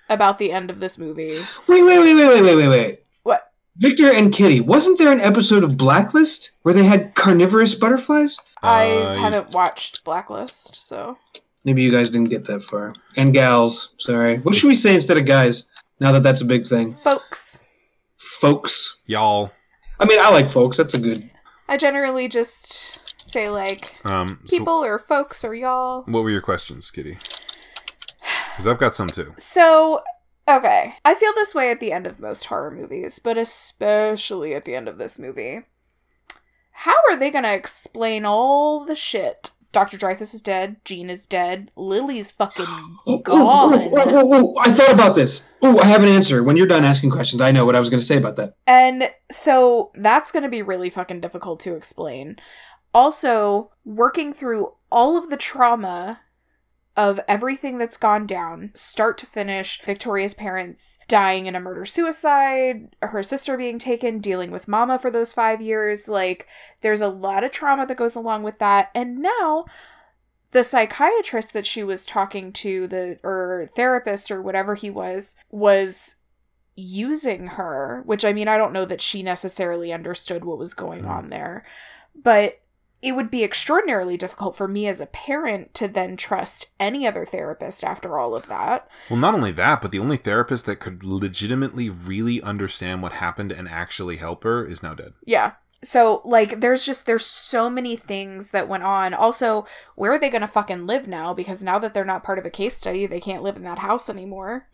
[SPEAKER 8] about the end of this movie.
[SPEAKER 6] wait, wait, wait, wait, wait, wait, wait, wait.
[SPEAKER 8] What?
[SPEAKER 6] Victor and Kitty. Wasn't there an episode of Blacklist where they had carnivorous butterflies?
[SPEAKER 8] I
[SPEAKER 7] Uh,
[SPEAKER 8] haven't watched Blacklist, so
[SPEAKER 6] Maybe you guys didn't get that far. And gals, sorry. What should we say instead of guys? Now that that's a big thing,
[SPEAKER 8] folks.
[SPEAKER 6] folks.
[SPEAKER 7] Y'all.
[SPEAKER 6] I mean, I like folks. That's a good.
[SPEAKER 8] I generally just say like
[SPEAKER 7] Um, so
[SPEAKER 8] people or folks or y'all.
[SPEAKER 7] what were your questions, Kitty? Because I've got some too.
[SPEAKER 8] So, okay. I feel this way at the end of most horror movies, but especially at the end of this movie. How are they going to explain all the shit? Dr. Dreyfus is dead. Jean is dead. Lily's fucking
[SPEAKER 6] Oh, oh,
[SPEAKER 8] gone.
[SPEAKER 6] oh, oh, oh, I thought about this. Oh, I have an answer. When you're done asking questions, I know what I was going to say about that.
[SPEAKER 8] And so that's going to be really fucking difficult to explain. Also, working through all of the trauma of everything that's gone down, start to finish, Victoria's parents dying in a murder suicide, her sister being taken, dealing with mama for those five years. Like, there's a lot of trauma that goes along with that. And now, the psychiatrist that she was talking to, the or therapist or whatever he was, was using her, which I mean, I don't know that she necessarily understood what was going on there, but it would be extraordinarily difficult for me as a parent to then trust any other therapist after all of that.
[SPEAKER 7] Well, not only that, but the only therapist that could legitimately really understand what happened and actually help her is now dead.
[SPEAKER 8] Yeah. So like there's just there's so many things that went on. Also, where are they going to fucking live now because now that they're not part of a case study, they can't live in that house anymore.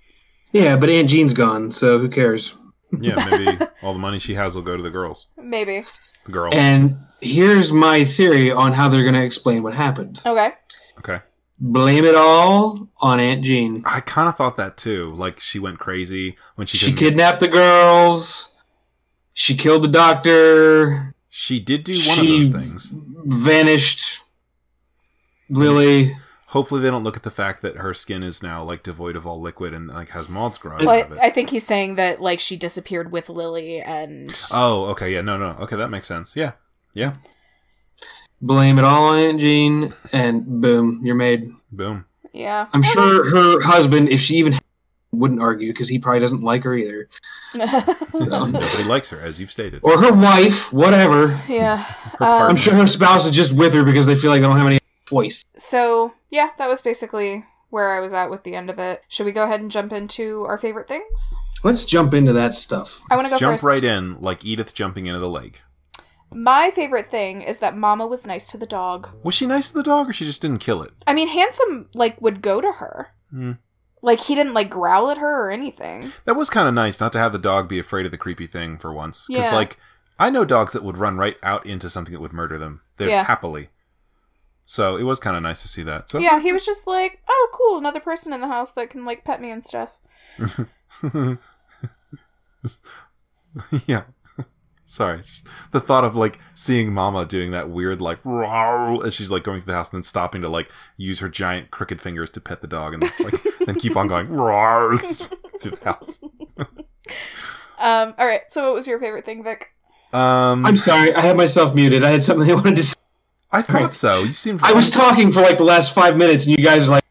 [SPEAKER 6] Yeah, but Aunt Jean's gone, so who cares?
[SPEAKER 7] Yeah, maybe all the money she has will go to the girls.
[SPEAKER 8] Maybe.
[SPEAKER 7] The girl.
[SPEAKER 6] And here's my theory on how they're going to explain what happened.
[SPEAKER 8] Okay.
[SPEAKER 7] Okay.
[SPEAKER 6] Blame it all on Aunt Jean.
[SPEAKER 7] I kind of thought that too. Like she went crazy when she
[SPEAKER 6] She
[SPEAKER 7] couldn't-
[SPEAKER 6] kidnapped the girls. She killed the doctor.
[SPEAKER 7] She did do one of those things.
[SPEAKER 6] Vanished. Lily.
[SPEAKER 7] Hopefully, they don't look at the fact that her skin is now like devoid of all liquid and like has moths growing out
[SPEAKER 8] Well,
[SPEAKER 7] of it.
[SPEAKER 8] I I think he's saying that like she disappeared with Lily and
[SPEAKER 7] oh, okay, yeah, no, no, okay, that makes sense. Yeah, yeah,
[SPEAKER 6] Blame it all on Aunt Jean, and boom, you're made.
[SPEAKER 7] boom.
[SPEAKER 8] yeah.
[SPEAKER 6] I'm sure her husband, if she even wouldn't argue, because he probably doesn't like her either, So-
[SPEAKER 7] Nobody likes her, as you've stated.
[SPEAKER 6] or her wife, whatever.
[SPEAKER 8] yeah.
[SPEAKER 7] her
[SPEAKER 8] Um,
[SPEAKER 6] I'm sure her spouse is just with her because they feel like they don't have any voice.
[SPEAKER 8] So, yeah, that was basically where I was at with the end of it. Should we go ahead and jump into our favorite things?
[SPEAKER 6] Let's jump into that stuff.
[SPEAKER 8] I want to go
[SPEAKER 7] jump
[SPEAKER 8] first.
[SPEAKER 7] right in, like Edith jumping into the lake.
[SPEAKER 8] My favorite thing is that Mama was nice to the dog.
[SPEAKER 7] Was she nice to the dog, or she just didn't kill it?
[SPEAKER 8] I mean, handsome like would go to her.
[SPEAKER 7] Hmm.
[SPEAKER 8] Like he didn't like growl at her or anything.
[SPEAKER 7] That was kind of nice not to have the dog be afraid of the creepy thing for once. Because,
[SPEAKER 8] Yeah.
[SPEAKER 7] like, I know dogs that would run right out into something that would murder them. They're
[SPEAKER 8] Yeah.
[SPEAKER 7] happily. So it was kind of nice to see that. So
[SPEAKER 8] Yeah, he was just like, "Oh, cool, another person in the house that can like pet me and stuff."
[SPEAKER 7] yeah. Sorry, just the thought of like seeing Mama doing that weird like "Rawr," as she's like going through the house and then stopping to like use her giant crooked fingers to pet the dog and like then keep on going "Rawr" through the house.
[SPEAKER 8] Um all right, so what was your favorite thing, Vic?
[SPEAKER 7] Um,
[SPEAKER 6] I'm sorry, I had myself muted. I had something I wanted to say.
[SPEAKER 7] I thought so. You seemed
[SPEAKER 6] I was talking for like the last five minutes, and you guys are like,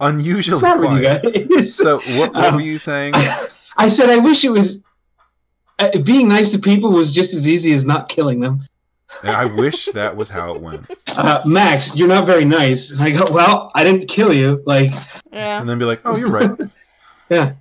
[SPEAKER 7] unusually
[SPEAKER 6] what's wrong with you
[SPEAKER 7] quiet.
[SPEAKER 6] guys?
[SPEAKER 7] So what, what
[SPEAKER 6] Um,
[SPEAKER 7] were you saying?
[SPEAKER 6] I said, I wish it was. Uh, being nice to people was just as easy as not killing them.
[SPEAKER 7] I wish that was how it went.
[SPEAKER 6] Uh, Max, you're not very nice. And I go, well, I didn't kill you. Like,
[SPEAKER 8] Yeah.
[SPEAKER 7] And then be like, oh, you're right.
[SPEAKER 8] I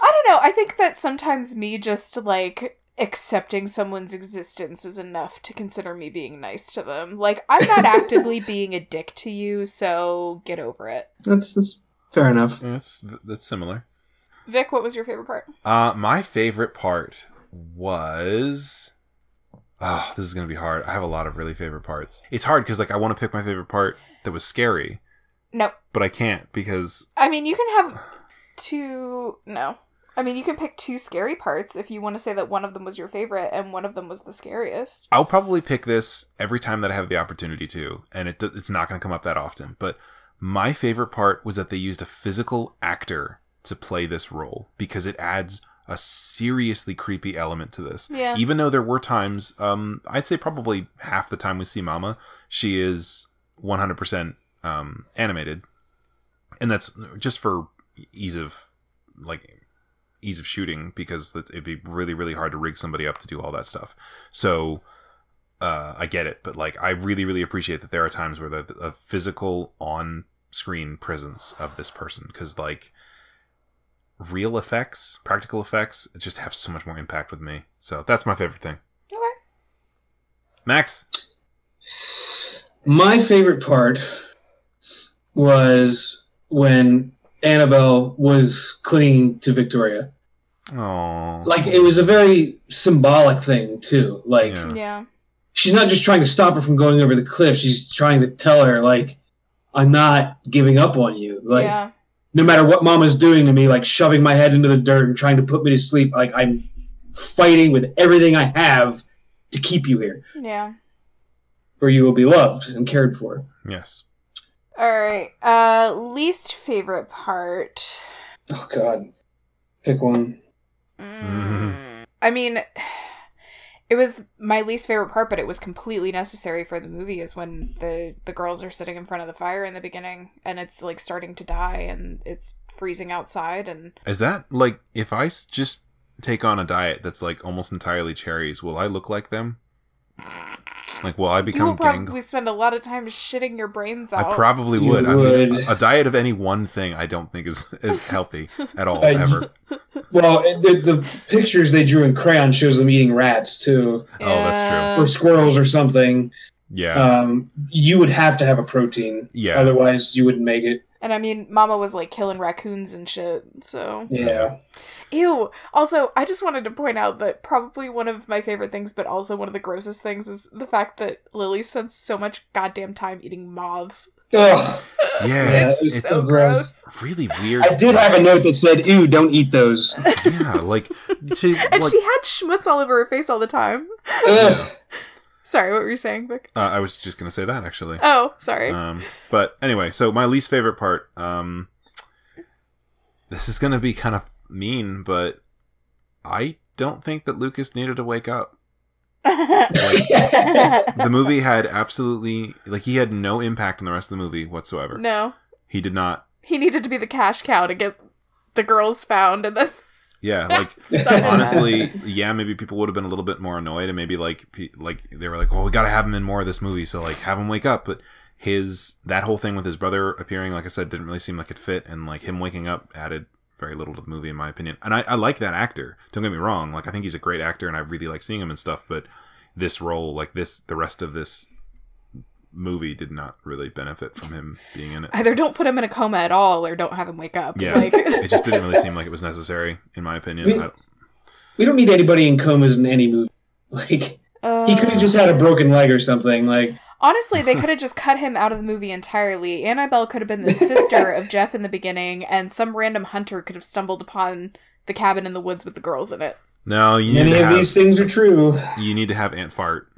[SPEAKER 8] don't know. I think that sometimes me just like accepting someone's existence is enough to consider me being nice to them. Like I'm not actively being a dick to you, so get over it.
[SPEAKER 6] that's, that's Fair enough.
[SPEAKER 7] Yeah, it's that's similar.
[SPEAKER 8] Vic, what was your favorite part?
[SPEAKER 7] Uh, my favorite part was. Oh, this is gonna be hard. I have a lot of really favorite parts. It's hard because like I want to pick my favorite part that was scary,
[SPEAKER 8] No,
[SPEAKER 7] but I can't because
[SPEAKER 8] I mean you can have two. No, I mean you can pick two scary parts if you want to say that one of them was your favorite and one of them was the scariest.
[SPEAKER 7] I'll probably pick this every time that I have the opportunity to, and it do- it's not gonna come up that often. But my favorite part was that they used a physical actor to play this role because it adds a seriously creepy element to this.
[SPEAKER 8] Yeah.
[SPEAKER 7] Even though there were times, um, I'd say probably half the time we see Mama, she is 100% um, animated, and that's just for ease of like ease of shooting because that- it'd be really really hard to rig somebody up to do all that stuff. So uh, I get it, but like I really really appreciate that there are times where the a physical on screen presence of this person because like real effects practical effects just have so much more impact with me so that's my favorite thing
[SPEAKER 8] Okay.
[SPEAKER 7] max
[SPEAKER 6] My favorite part was when Annabelle was clinging to Victoria.
[SPEAKER 7] oh
[SPEAKER 6] Like it was a very symbolic thing too. Like
[SPEAKER 7] Yeah.
[SPEAKER 8] Yeah.
[SPEAKER 6] she's not just trying to stop her from going over the cliff. She's trying to tell her like, "I'm not giving up on you. Like
[SPEAKER 8] yeah.
[SPEAKER 6] no matter what Mama's doing to me, like shoving my head into the dirt and trying to put me to sleep. Like I'm fighting with everything I have to keep you here,
[SPEAKER 8] Yeah.
[SPEAKER 6] where you will be loved and cared for."
[SPEAKER 7] yes
[SPEAKER 8] All right. Uh, least favorite part.
[SPEAKER 6] Oh God, pick one.
[SPEAKER 7] Mm-hmm.
[SPEAKER 8] Mm. I mean, it was my least favorite part, but it was completely necessary for the movie. Is when the the girls are sitting in front of the fire in the beginning, and it's like starting to die, and it's freezing outside, and
[SPEAKER 7] Is that like if I s- just take on a diet that's like almost entirely cherries, will I look like them? Like, will I
[SPEAKER 8] you will
[SPEAKER 7] become gang?
[SPEAKER 8] probably spend a lot of time shitting your brains
[SPEAKER 7] I
[SPEAKER 8] out.
[SPEAKER 7] probably
[SPEAKER 6] You
[SPEAKER 7] would. I mean,
[SPEAKER 6] would.
[SPEAKER 7] a, a diet of any one thing, I don't think is is healthy at all
[SPEAKER 6] Uh, you-
[SPEAKER 7] ever.
[SPEAKER 6] Well, it- the, the pictures they drew in crayon shows them eating rats too,
[SPEAKER 7] Oh, that's
[SPEAKER 6] or squirrels or something.
[SPEAKER 7] Yeah,
[SPEAKER 6] Um, you would have to have a protein,
[SPEAKER 7] yeah.
[SPEAKER 6] otherwise you wouldn't make it.
[SPEAKER 8] And I mean, Mama was like killing raccoons and shit. So
[SPEAKER 6] Yeah,
[SPEAKER 8] ew. Also, I just wanted to point out that probably one of my favorite things, but also one of the grossest things, is the fact that Lily spends so much goddamn time eating moths.
[SPEAKER 6] Ugh.
[SPEAKER 7] Yeah,
[SPEAKER 8] it's,
[SPEAKER 7] it's- it's
[SPEAKER 8] so
[SPEAKER 6] so
[SPEAKER 8] gross.
[SPEAKER 7] really weird.
[SPEAKER 6] I did have a note that said, "Ew, don't eat those."
[SPEAKER 7] yeah, like she,
[SPEAKER 8] And
[SPEAKER 7] like,
[SPEAKER 8] she had schmutz all over her face all the time.
[SPEAKER 6] Ugh.
[SPEAKER 8] Sorry, what were you saying, Vic?
[SPEAKER 7] uh, I was just gonna say that actually.
[SPEAKER 8] Oh, sorry.
[SPEAKER 7] Um, but anyway, so my least favorite part. Um, this is gonna be kind of mean, but I don't think that Lucas needed to wake up. Like, the movie had absolutely like he had no impact on the rest of the movie whatsoever.
[SPEAKER 8] no,
[SPEAKER 7] He did not.
[SPEAKER 8] he needed to be the cash cow to get the girls found, and then
[SPEAKER 7] Yeah, like
[SPEAKER 8] Son of a-
[SPEAKER 7] honestly, yeah, maybe people would have been a little bit more annoyed, and maybe like pe- like they were like, "Well, we gotta have him in more of this movie, so like have him wake up." But his that whole thing with his brother appearing, like I said, didn't really seem like it fit, and like him waking up added very little to the movie, in my opinion. And I, I like that actor. Don't get me wrong; like I think he's a great actor, and I really like seeing him and stuff. But this role, like this, the rest of this movie did not really benefit from him being in it.
[SPEAKER 8] either don't put him in a coma at all or don't have him wake up.
[SPEAKER 7] Yeah,
[SPEAKER 8] Like,
[SPEAKER 7] it just didn't really seem like it was necessary, in my opinion. I,
[SPEAKER 6] we don't need anybody in comas in any movie. Like. He could have just had a broken leg or something. Like,
[SPEAKER 8] uh, Honestly, they could have just cut him out of the movie entirely. Annabelle could have been the sister of Jeff in the beginning, and some random hunter could have stumbled upon the cabin in the woods with the girls in it.
[SPEAKER 7] no, you need
[SPEAKER 6] many
[SPEAKER 7] to
[SPEAKER 6] of
[SPEAKER 7] have
[SPEAKER 6] these things are true.
[SPEAKER 7] you need to have Aunt Fart.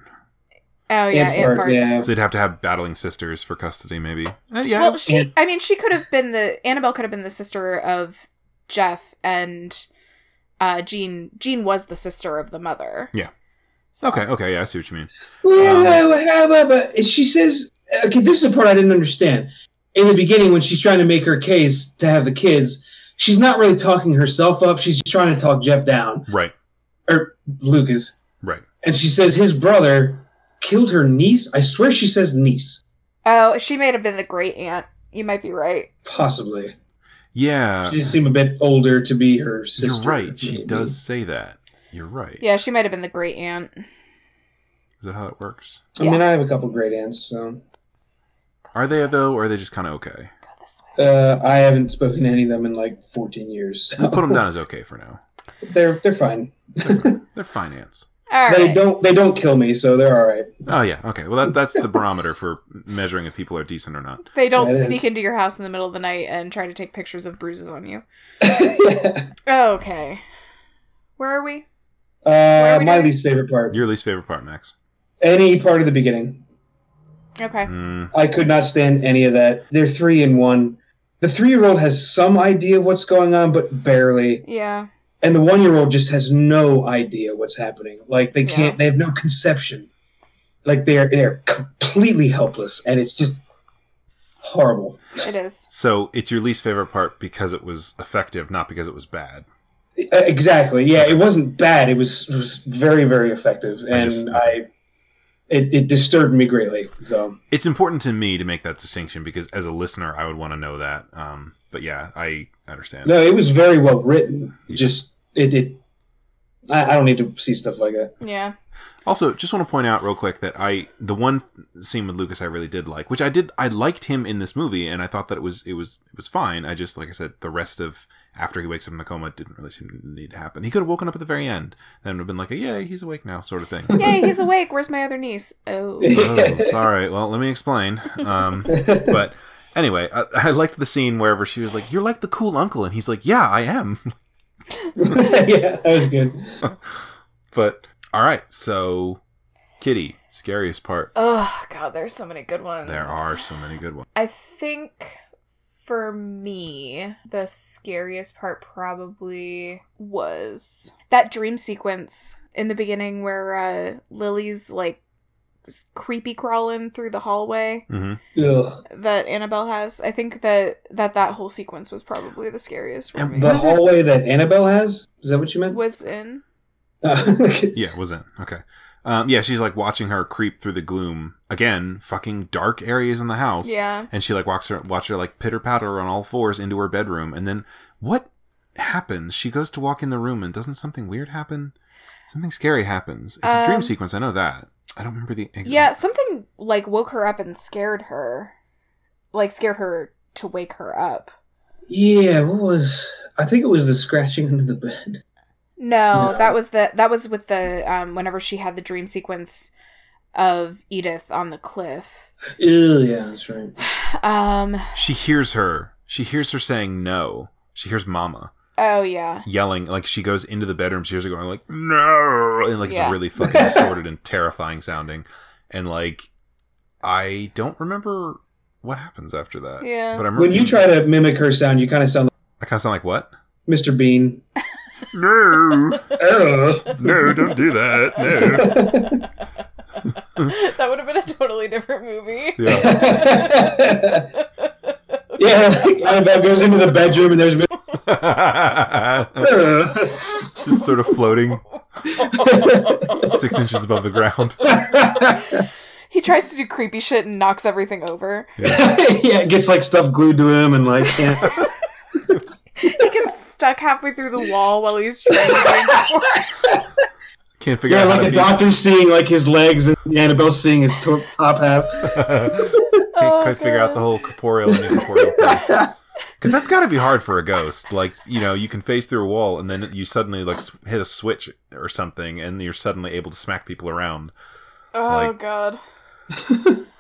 [SPEAKER 8] Oh yeah, Aunt,
[SPEAKER 6] Fart,
[SPEAKER 8] Fart.
[SPEAKER 6] yeah.
[SPEAKER 7] So they'd have to have battling sisters for custody, maybe. Uh, yeah,
[SPEAKER 8] Well, she. I mean, she could have been the Annabelle could have been the sister of Jeff, and uh, Jean. Jean was the sister of the mother.
[SPEAKER 7] Yeah. okay, okay, yeah, I see what you mean.
[SPEAKER 6] Well, well, well, well, but she says, okay, this is the part I didn't understand. In the beginning, when she's trying to make her case to have the kids, she's not really talking herself up. She's just trying to talk Jeff down
[SPEAKER 7] Right,
[SPEAKER 6] or Lucas.
[SPEAKER 7] right.
[SPEAKER 6] And she says his brother killed her niece. I swear she says niece,
[SPEAKER 8] Oh, she may have been the great aunt. You might be right.
[SPEAKER 6] possibly.
[SPEAKER 7] Yeah,
[SPEAKER 6] She did seem a bit older to be her sister.
[SPEAKER 7] Uh-huh. you're right. She
[SPEAKER 6] maybe.
[SPEAKER 7] does say that. You're right.
[SPEAKER 8] Yeah, she might have been the great aunt.
[SPEAKER 7] Is that how it works?
[SPEAKER 6] I mean, I have a couple great aunts, so
[SPEAKER 7] Are they though, or are they just kind of okay?
[SPEAKER 8] Go this this way.
[SPEAKER 6] Uh, I haven't spoken to any of them in like 14 years.
[SPEAKER 7] We'll put
[SPEAKER 6] so
[SPEAKER 7] them down as okay for now.
[SPEAKER 6] They're they're fine.
[SPEAKER 7] They're finance.
[SPEAKER 8] All
[SPEAKER 6] they
[SPEAKER 8] right.
[SPEAKER 6] don't they don't kill me, so they're all right.
[SPEAKER 7] Oh yeah, okay. Well, that, that's the barometer for measuring if people are decent or not.
[SPEAKER 8] They don't
[SPEAKER 6] That is-
[SPEAKER 8] sneak into your house in the middle of the night and try to take pictures of bruises on you. Okay. Where are we? are
[SPEAKER 6] uh,
[SPEAKER 8] we
[SPEAKER 6] my
[SPEAKER 8] doing-
[SPEAKER 6] least favorite part.
[SPEAKER 7] Your least favorite part, Max?
[SPEAKER 6] Any part of the beginning.
[SPEAKER 8] Okay.
[SPEAKER 7] Mm,
[SPEAKER 6] I could not stand any of that. They're three in one. The three year old has some idea of what's going on, but barely.
[SPEAKER 8] Yeah.
[SPEAKER 6] And the one year old just has no idea what's happening. Like they can't
[SPEAKER 8] Yeah.
[SPEAKER 6] they have no conception. Like they're they're completely helpless and it's just horrible.
[SPEAKER 8] It is.
[SPEAKER 7] so it's your least favorite part because it was effective, not because it was bad.
[SPEAKER 6] Uh, Exactly. Yeah, it wasn't bad. It was it was very very effective, and I,
[SPEAKER 7] just-
[SPEAKER 6] it, it disturbed me greatly. So
[SPEAKER 7] It's important to me to make that distinction because as a listener, I would want to know that. Um, but yeah, I understand.
[SPEAKER 6] no, it was very well written. Just it it. I, I don't need to see stuff like that.
[SPEAKER 8] Yeah.
[SPEAKER 7] Also, just want to point out real quick that I the one scene with Lucas I really did like, which I did I liked him in this movie and I thought that it was it was it was fine. I just like I said the rest of after he wakes up in the coma it didn't really seem to need to happen. He could have woken up at the very end and would have been like, "Yeah, he's awake now," sort of thing.
[SPEAKER 8] Yay, he's awake. Where's my other niece? Oh.
[SPEAKER 7] oh, sorry. Well, let me explain. Um, but anyway, I, I liked the scene wherever she was like, "You're like the cool uncle," and he's like, "Yeah, I am."
[SPEAKER 6] yeah, that was good.
[SPEAKER 7] But all right, so Kitty, scariest part.
[SPEAKER 4] Oh god, there's so many good ones.
[SPEAKER 7] There are so many good ones.
[SPEAKER 4] I think for me, the scariest part probably was
[SPEAKER 8] That dream sequence in the beginning where uh, Lily's like just creepy crawling through the hallway
[SPEAKER 7] hmm
[SPEAKER 6] Ugh.
[SPEAKER 8] that Annabelle has. I think that that, that whole sequence was probably the scariest for
[SPEAKER 7] And
[SPEAKER 8] me.
[SPEAKER 6] The hallway that Annabelle has is that what you meant? Uh,
[SPEAKER 8] was in.
[SPEAKER 7] Yeah, was in. Okay. Um, yeah, she's like watching her creep through the gloom again. Fucking dark areas in the house.
[SPEAKER 8] Yeah.
[SPEAKER 7] And she like walks her, watch her like pitter patter on all fours into her bedroom, and then what happens? She goes to walk in the room, and doesn't something weird happen? Something scary happens. It's a dream
[SPEAKER 8] Um,
[SPEAKER 7] sequence. I know that. I don't remember the exact.
[SPEAKER 8] Yeah, something like woke her up and scared her. Like scared her to wake her up.
[SPEAKER 6] yeah, what was? I think it was the scratching under the bed.
[SPEAKER 8] No,
[SPEAKER 6] No.
[SPEAKER 8] that was the that was with the um whenever she had the dream sequence of Edith on the cliff.
[SPEAKER 6] Ew, yeah, that's right.
[SPEAKER 8] Um
[SPEAKER 7] She hears her. She hears her saying no. She hears Mama
[SPEAKER 8] oh yeah.
[SPEAKER 7] yelling. Like she goes into the bedroom. She hears her going like no, and like it's
[SPEAKER 8] Yeah.
[SPEAKER 7] really fucking distorted and terrifying sounding. And like I don't remember what happens after that.
[SPEAKER 8] Yeah.
[SPEAKER 7] But I remember
[SPEAKER 6] When you try to mimic her sound, you kind of sound
[SPEAKER 7] I kind of sound like what?
[SPEAKER 6] like Mr. Bean.
[SPEAKER 7] No,
[SPEAKER 6] Ugh.
[SPEAKER 7] no, don't do that.
[SPEAKER 4] that would have been a totally different movie.
[SPEAKER 7] Yeah.
[SPEAKER 6] yeah, like Annabelle goes into the bedroom and there's
[SPEAKER 7] Just sort of floating six inches above the ground.
[SPEAKER 8] He tries to do creepy shit and knocks everything over.
[SPEAKER 6] yeah, it gets like stuff glued to him and like yeah.
[SPEAKER 8] He gets stuck halfway through the wall while he's trying to
[SPEAKER 7] Can't figure
[SPEAKER 6] yeah,
[SPEAKER 7] out
[SPEAKER 6] like a
[SPEAKER 7] how
[SPEAKER 6] doctor seeing like his legs and Annabelle seeing his to- top half.
[SPEAKER 7] to be. Can't quite figure out the whole corporeal and incorporeal thing. Because that's got to be hard for a ghost. Like, you know, you can face through a wall and then you suddenly, like, s- hit a switch or something and you're suddenly able to smack people around.
[SPEAKER 8] Oh
[SPEAKER 7] Like-
[SPEAKER 8] god.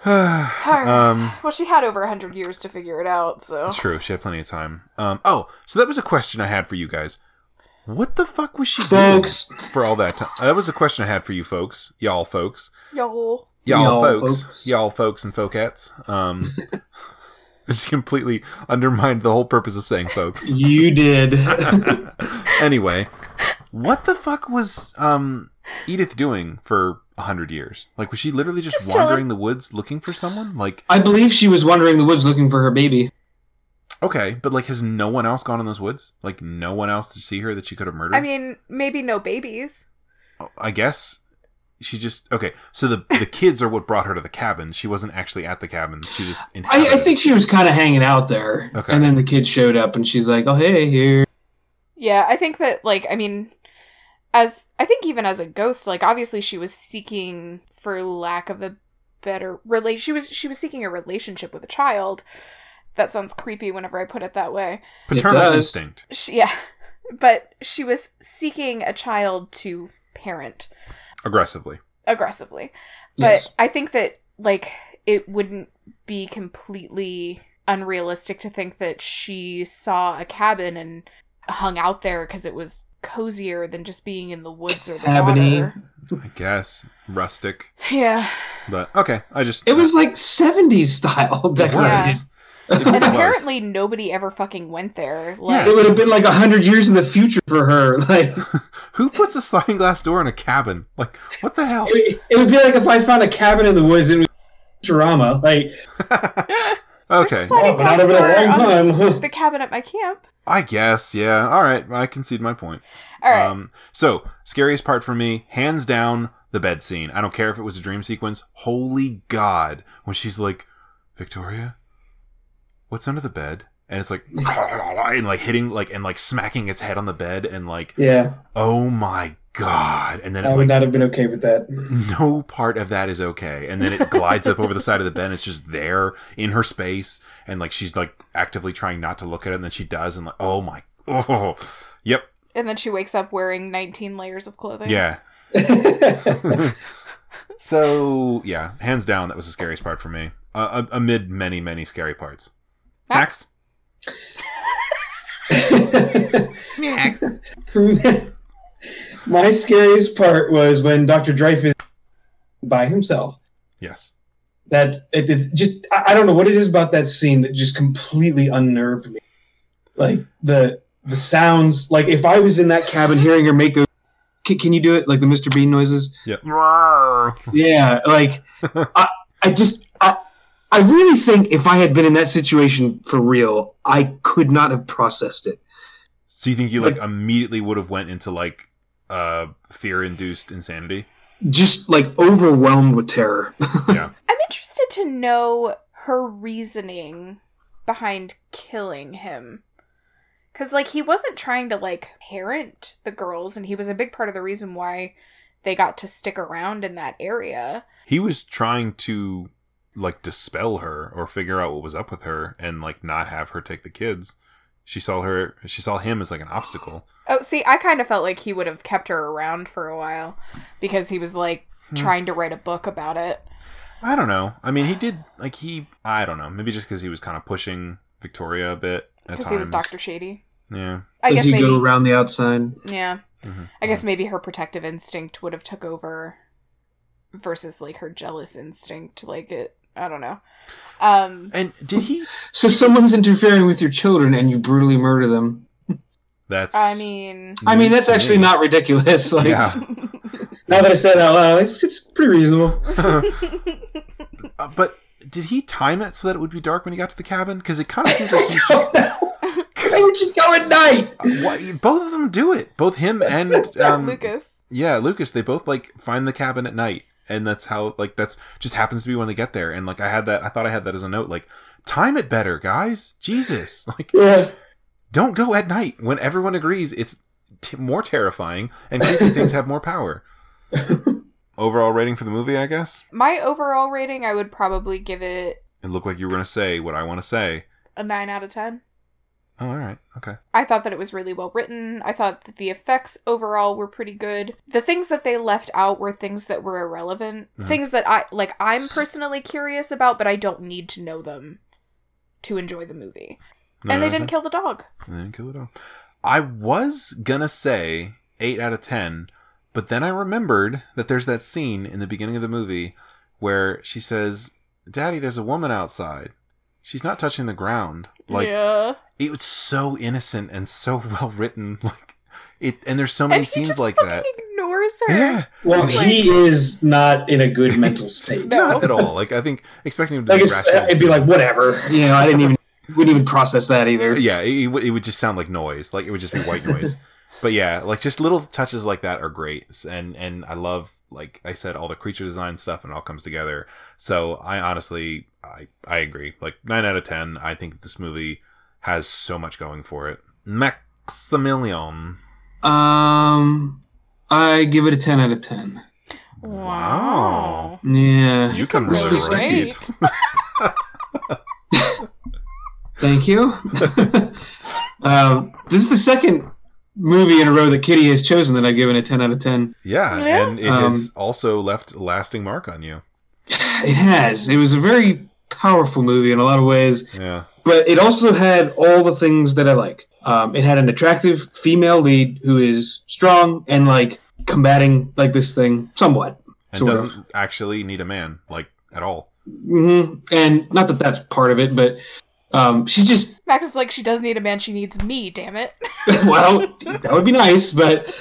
[SPEAKER 7] um,
[SPEAKER 8] Well she had over a hundred years to figure it out, so
[SPEAKER 7] true. She had plenty of time. Um, oh, so that was a question I had for you guys. What the fuck was she
[SPEAKER 6] Folks.
[SPEAKER 7] doing for all that time? That was a question I had for you folks. Y'all folks.
[SPEAKER 8] y'all
[SPEAKER 7] y'all,
[SPEAKER 6] Y'all
[SPEAKER 7] folks,
[SPEAKER 6] folks.
[SPEAKER 7] y'all folks and folkettes. Um, I just completely undermined the whole purpose of saying folks.
[SPEAKER 6] You did.
[SPEAKER 7] anyway, what the fuck was um Edith doing for a hundred years? Like, was she literally just,
[SPEAKER 8] Just
[SPEAKER 7] wandering
[SPEAKER 8] chilling.
[SPEAKER 7] the woods looking for someone? Like,
[SPEAKER 6] I believe she was wandering the woods looking for her baby.
[SPEAKER 7] okay, but like, has no one else gone in those woods? Like, no one else to see her that she could have murdered?
[SPEAKER 8] I mean, maybe no babies.
[SPEAKER 7] I guess she just okay. So the the kids are what brought her to the cabin. She wasn't actually at the cabin. She just
[SPEAKER 6] I, I
[SPEAKER 7] inhabited it.
[SPEAKER 6] think she was kind of hanging out there,
[SPEAKER 7] Okay.
[SPEAKER 6] and then the kid showed up, and she's like, "Oh hey, here."
[SPEAKER 8] Yeah, I think that like I mean as I think even as a ghost, like obviously she was seeking for lack of a better relate she was she was seeking a relationship with a child That sounds creepy whenever I put it that way.
[SPEAKER 7] Paternal
[SPEAKER 6] does.
[SPEAKER 7] instinct.
[SPEAKER 8] She, yeah. But she was seeking a child to parent
[SPEAKER 7] Aggressively.
[SPEAKER 8] aggressively. But
[SPEAKER 6] Yes.
[SPEAKER 8] I think that like it wouldn't be completely unrealistic to think that she saw a cabin and hung out there because it was cozier than just being in the woods or the
[SPEAKER 6] Cabiny.
[SPEAKER 8] water.
[SPEAKER 7] I guess. Rustic.
[SPEAKER 8] Yeah.
[SPEAKER 7] But okay. I just
[SPEAKER 6] It was like 70s style
[SPEAKER 7] It was.
[SPEAKER 6] decor.
[SPEAKER 8] Yeah.
[SPEAKER 7] It
[SPEAKER 8] And
[SPEAKER 7] was.
[SPEAKER 8] apparently nobody ever fucking went there. Like
[SPEAKER 6] It would have been like 100 years in the future for her. Like
[SPEAKER 7] Who puts a sliding glass door in a cabin? Like, what the hell?
[SPEAKER 6] It would- it would be like if I found a cabin in the woods in Futurama. Like,
[SPEAKER 7] okay.
[SPEAKER 8] sliding
[SPEAKER 6] oh, but not
[SPEAKER 8] glass
[SPEAKER 6] over
[SPEAKER 8] door
[SPEAKER 6] a long
[SPEAKER 8] on
[SPEAKER 6] time.
[SPEAKER 8] the cabin at my camp.
[SPEAKER 7] I guess, yeah. All right. I concede my point.
[SPEAKER 8] All right.
[SPEAKER 7] Um, so, scariest part for me, hands down, the bed scene. I don't care if it was a dream sequence. Holy God. When she's like, Victoria, what's under the bed? And it's like, and like hitting, like, and like smacking its head on the bed, and like,
[SPEAKER 6] yeah,
[SPEAKER 7] oh my God. And then
[SPEAKER 6] I
[SPEAKER 7] it,
[SPEAKER 6] would
[SPEAKER 7] like,
[SPEAKER 6] not have been okay with Oh, that.
[SPEAKER 7] no part of that is okay. And then it glides up over the side of the bed. And it's just there in her space, and like she's like actively trying not to look at it, and then she does, and like, oh my, oh, yep,
[SPEAKER 8] and then she wakes up wearing 19 layers of clothing.
[SPEAKER 7] yeah. so yeah, hands down, that was the scariest part for me. Uh, a- amid many, many scary parts. Max,
[SPEAKER 6] My scariest part was when Dr. Dreyfus by himself.
[SPEAKER 7] yes,
[SPEAKER 6] That it, it just I, I don't know what it is about that scene that just completely unnerved me. Like the the sounds like if I was in that cabin hearing her make those can, can you do it like the Mr. Bean noises?
[SPEAKER 7] yeah.
[SPEAKER 6] Yeah, like I, I just I, I really think if I had been in that situation for real, I could not have processed it.
[SPEAKER 7] So you think you like immediately would have went into like uh fear-induced insanity?
[SPEAKER 6] Just like overwhelmed with terror.
[SPEAKER 7] Yeah.
[SPEAKER 8] I'm interested to know her reasoning behind killing him. Cuz like he wasn't trying to like parent the girls and he was a big part of the reason why they got to stick around in that area.
[SPEAKER 7] he was trying to like dispel her or figure out what was up with her and like not have her take the kids she saw her she saw him as like an obstacle
[SPEAKER 8] Oh, see, I kind of felt like he would have kept her around for a while because he was like
[SPEAKER 7] Hmm.
[SPEAKER 8] trying to write a book about it.
[SPEAKER 7] i don't know i mean he did like he i don't know maybe just because he was kind of pushing victoria a bit at
[SPEAKER 8] Because
[SPEAKER 7] times
[SPEAKER 8] he was Dr. Shady.
[SPEAKER 7] yeah
[SPEAKER 8] I
[SPEAKER 6] As
[SPEAKER 8] guess
[SPEAKER 6] you
[SPEAKER 8] maybe
[SPEAKER 6] go around the outside.
[SPEAKER 8] Yeah.
[SPEAKER 7] Mhm.
[SPEAKER 8] I guess maybe her protective instinct would have took over versus like her jealous instinct. Like it I don't know. Um
[SPEAKER 7] and did he
[SPEAKER 6] So someone's interfering with your children and you brutally murder them.
[SPEAKER 7] that's
[SPEAKER 8] I mean
[SPEAKER 6] I mean,
[SPEAKER 7] news
[SPEAKER 6] that's
[SPEAKER 7] to
[SPEAKER 6] actually
[SPEAKER 7] me.
[SPEAKER 6] not ridiculous. Like,
[SPEAKER 7] yeah
[SPEAKER 6] Now that I said it out loud, it's, it's pretty reasonable.
[SPEAKER 7] Uh, but did he time it so that it would be dark when he got to the cabin because it kind of seems like he's just
[SPEAKER 6] Why would you go at night?
[SPEAKER 7] why, Uh, both of them do it both him and um,
[SPEAKER 8] Lucas.
[SPEAKER 7] Yeah, Lucas, they both like find the cabin at night. And that's how like that's just happens to be when they get there. And like I had that I thought I had that as a note, like, time it better, guys. Jesus. Like
[SPEAKER 6] Yeah.
[SPEAKER 7] don't go at night when everyone agrees it's t- more terrifying and creepy things have more power. Overall rating for the movie, I guess.
[SPEAKER 8] My overall rating I would probably give it
[SPEAKER 7] It looked like you were gonna say what I wanna say.
[SPEAKER 8] a nine out of ten.
[SPEAKER 7] Oh, all right. Okay.
[SPEAKER 8] I thought that it was really well written. I thought that the effects overall were pretty good. The things that they left out were things that were irrelevant,
[SPEAKER 7] Mhm.
[SPEAKER 8] things that I like I'm personally curious about, but I don't need to know them to enjoy the movie. and they
[SPEAKER 7] No,
[SPEAKER 8] didn't kill the dog.
[SPEAKER 7] And then kill it all. I was gonna say eight out of ten, but then I remembered that there's that scene in the beginning of the movie where she says, "Daddy, there's a woman outside. She's not touching the ground." Like
[SPEAKER 8] yeah.
[SPEAKER 7] it was so innocent and so well written. Like it, and there's so many
[SPEAKER 8] and he
[SPEAKER 7] scenes
[SPEAKER 8] just
[SPEAKER 7] like
[SPEAKER 8] fucking
[SPEAKER 7] that.
[SPEAKER 8] ignores her.
[SPEAKER 7] Yeah,
[SPEAKER 6] Well,
[SPEAKER 7] It's
[SPEAKER 6] he is not in a good mental state.
[SPEAKER 7] not at all. Like I think expecting him to
[SPEAKER 6] Like,
[SPEAKER 7] be
[SPEAKER 6] it's,
[SPEAKER 7] rational.
[SPEAKER 6] it'd be like, whatever. You know, I didn't even, wouldn't even process that either.
[SPEAKER 7] yeah, it, it would- it would just sound like noise. Like it would just be white noise. but yeah, like just little touches like that are great. S- And and I love like I said all the creature design stuff and it all comes together. So I honestly I I agree. Like 9 out of 10. I think this movie has so much going for it. Maximilian.
[SPEAKER 6] Um, I give it a 10 out of 10.
[SPEAKER 7] Wow.
[SPEAKER 6] Yeah.
[SPEAKER 7] You can
[SPEAKER 6] This
[SPEAKER 7] really
[SPEAKER 6] is
[SPEAKER 7] write.
[SPEAKER 6] Thank you. um, this is the second movie in a row that Kitty has chosen that I've given a 10 out of 10.
[SPEAKER 7] Yeah,
[SPEAKER 9] Yeah.
[SPEAKER 7] and it
[SPEAKER 6] Um,
[SPEAKER 7] has also left a lasting mark on you.
[SPEAKER 6] It has. It was a very powerful movie in a lot of ways,
[SPEAKER 7] Yeah,
[SPEAKER 6] but it also had all the things that I like. Um, it had an attractive female lead who is strong and like combating like this thing somewhat.
[SPEAKER 7] and
[SPEAKER 6] Sort of.
[SPEAKER 7] doesn't actually need a man like at all.
[SPEAKER 6] hmm And not that that's part of it, but um, she's just
[SPEAKER 8] Max is like, she does need a man. She needs me. Damn it.
[SPEAKER 6] well, that would be nice, but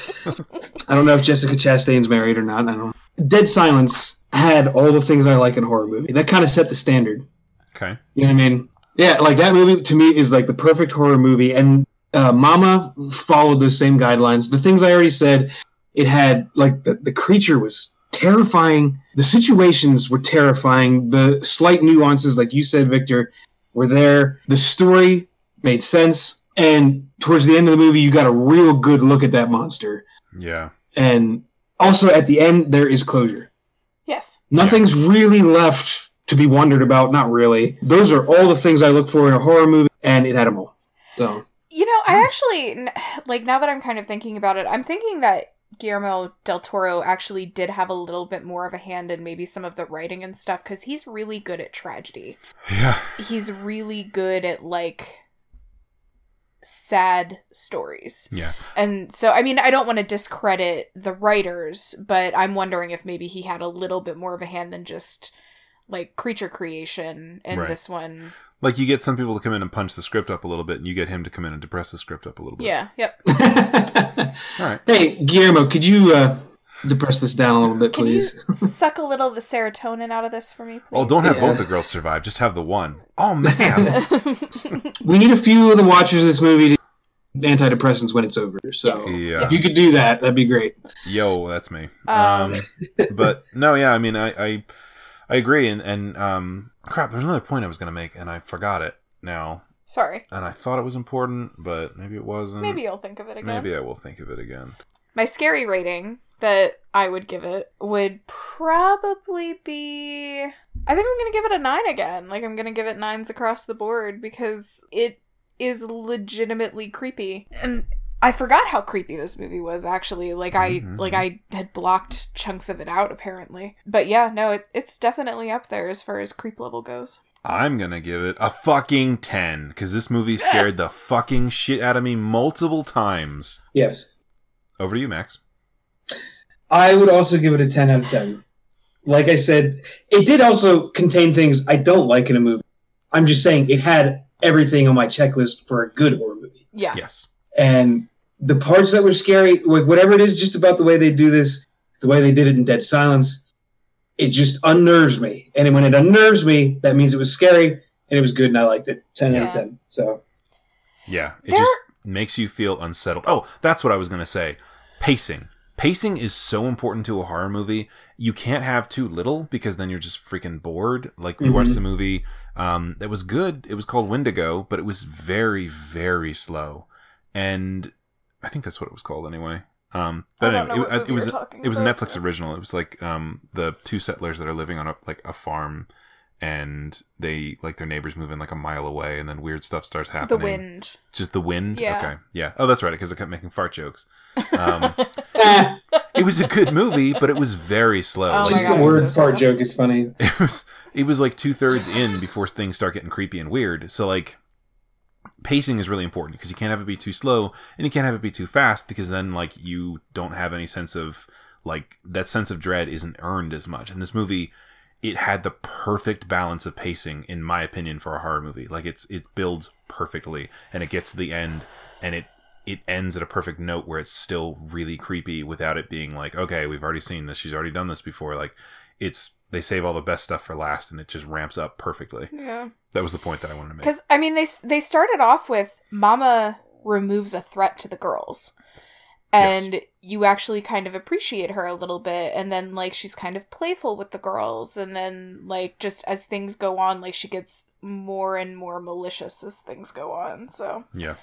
[SPEAKER 6] I don't know if Jessica Chastain's married or not. I don't. know. Dead Silence had all the things I like in a horror movie. That kind of set the standard.
[SPEAKER 7] Okay,
[SPEAKER 6] You know what I mean? Yeah, like that movie to me is like the perfect horror movie, and uh, Mama followed those same guidelines. The things I already said, it had like the, the creature was terrifying. The situations were terrifying. The slight nuances, like you said, Victor, were there. The story made sense, and towards the end of the movie, you got a real good look at that monster.
[SPEAKER 7] yeah,
[SPEAKER 6] And also at the end, there is closure.
[SPEAKER 8] Yes.
[SPEAKER 6] Nothing's really left to be wondered about. Not really. Those are all the things I look for in a horror movie, and it had them all. So
[SPEAKER 8] You know, I actually, n- like, now that I'm kind of thinking about it, I'm thinking that Guillermo del Toro actually did have a little bit more of a hand in maybe some of the writing and stuff because he's really good at tragedy.
[SPEAKER 7] yeah,
[SPEAKER 8] He's really good at, like, sad stories.
[SPEAKER 7] yeah.
[SPEAKER 8] And so, I mean, I don't want to discredit the writers, but I'm wondering if maybe he had a little bit more of a hand than just, like, creature creation in
[SPEAKER 7] Right.
[SPEAKER 8] this one.
[SPEAKER 7] Like you get some people to come in and punch the script up a little bit, and you get him to come in and depress the script up a little bit.
[SPEAKER 8] Yeah, yep.
[SPEAKER 7] All right.
[SPEAKER 6] hey, Guillermo, could you uh, depress this down a little bit,
[SPEAKER 8] Can
[SPEAKER 6] please?
[SPEAKER 8] you suck a little of the serotonin out of this for me, please?
[SPEAKER 7] Oh, don't have
[SPEAKER 6] Yeah.
[SPEAKER 7] both the girls survive. Just have the one. Oh man.
[SPEAKER 6] We need a few of the watchers of this movie to antidepressants when it's over. So
[SPEAKER 7] yeah.
[SPEAKER 6] if you could do that, that'd be great.
[SPEAKER 7] Yo, that's me. Um,
[SPEAKER 8] Um.
[SPEAKER 7] but no, yeah, I mean, I, I, I agree, and and um, crap. There's another point I was gonna make, and I forgot it now,
[SPEAKER 8] Sorry.
[SPEAKER 7] and I thought it was important, but maybe it wasn't.
[SPEAKER 8] Maybe you'll think of it again.
[SPEAKER 7] Mm. Maybe I will think of it again.
[SPEAKER 8] My scary rating that I would give it would probably be. I think I'm going to give it a nine again. Like, I'm going to give it nines across the board because it is legitimately creepy. And. I forgot how creepy this movie was actually. Like I
[SPEAKER 7] Mhm.
[SPEAKER 8] like I had blocked chunks of it out apparently. But yeah, no, it, it's definitely up there as far as creep level goes.
[SPEAKER 7] I'm gonna give it a fucking ten because this movie scared the fucking shit out of me multiple times.
[SPEAKER 6] Yes,
[SPEAKER 7] Over to you, Max.
[SPEAKER 6] I would also give it a ten out of ten. Like I said, it did also contain things I don't like in a movie. I'm just saying it had everything on my checklist for a good horror movie.
[SPEAKER 8] Yeah.
[SPEAKER 7] Yes.
[SPEAKER 6] and the parts that were scary like whatever it is just about the way they do this the way they did it in dead silence it just unnerves me and when it unnerves me that means it was scary and it was good and i liked it 10 out of
[SPEAKER 8] Yeah.
[SPEAKER 6] 10 so
[SPEAKER 7] Yeah, it
[SPEAKER 8] There-
[SPEAKER 7] just makes you feel unsettled. Oh, that's what I was going to say. Pacing. Pacing is so important to a horror movie. You can't have too little because then you're just freaking bored. Like we
[SPEAKER 8] Mm-hmm.
[SPEAKER 7] watched the movie um that was good. It was called Wendigo, but it was very very slow. And I think that's what it was called anyway. Um but
[SPEAKER 8] I don't
[SPEAKER 7] anyway,
[SPEAKER 8] know what
[SPEAKER 7] it,
[SPEAKER 8] movie
[SPEAKER 7] it was
[SPEAKER 8] you're
[SPEAKER 7] a,
[SPEAKER 8] talking
[SPEAKER 7] it was a
[SPEAKER 8] about.
[SPEAKER 7] Netflix original. It was like um the two settlers that are living on a like a farm and they like their neighbors move in like a mile away and then weird stuff starts happening.
[SPEAKER 8] The wind.
[SPEAKER 7] Just the wind.
[SPEAKER 8] Yeah.
[SPEAKER 7] Okay. Yeah. Oh, that's right. Because I kept making fart jokes. Um,
[SPEAKER 6] Eh,
[SPEAKER 7] it was a good movie, but it was very slow.
[SPEAKER 8] Oh my
[SPEAKER 6] just
[SPEAKER 8] God,
[SPEAKER 6] the
[SPEAKER 8] I'm
[SPEAKER 6] worst
[SPEAKER 8] so
[SPEAKER 6] part
[SPEAKER 8] sorry.
[SPEAKER 6] joke is funny
[SPEAKER 7] It was. It was like two thirds in before things start getting creepy and weird. So like, pacing is really important because you can't have it be too slow and you can't have it be too fast because then like you don't have any sense of like that sense of dread isn't earned as much. And this movie, it had the perfect balance of pacing in my opinion for a horror movie. Like it's it builds perfectly and it gets to the end and it it ends at a perfect note where it's still really creepy without it being like okay we've already seen this she's already done this before like it's they save all the best stuff for last and it just ramps up perfectly
[SPEAKER 8] Yeah.
[SPEAKER 7] that was the point that i wanted to make
[SPEAKER 8] Because I mean, they s- they started off with Mama removes a threat to the girls,
[SPEAKER 7] Yes.
[SPEAKER 8] and you actually kind of appreciate her a little bit, and then like she's kind of playful with the girls, and then like just as things go on, like she gets more and more malicious as things go on. So
[SPEAKER 7] yeah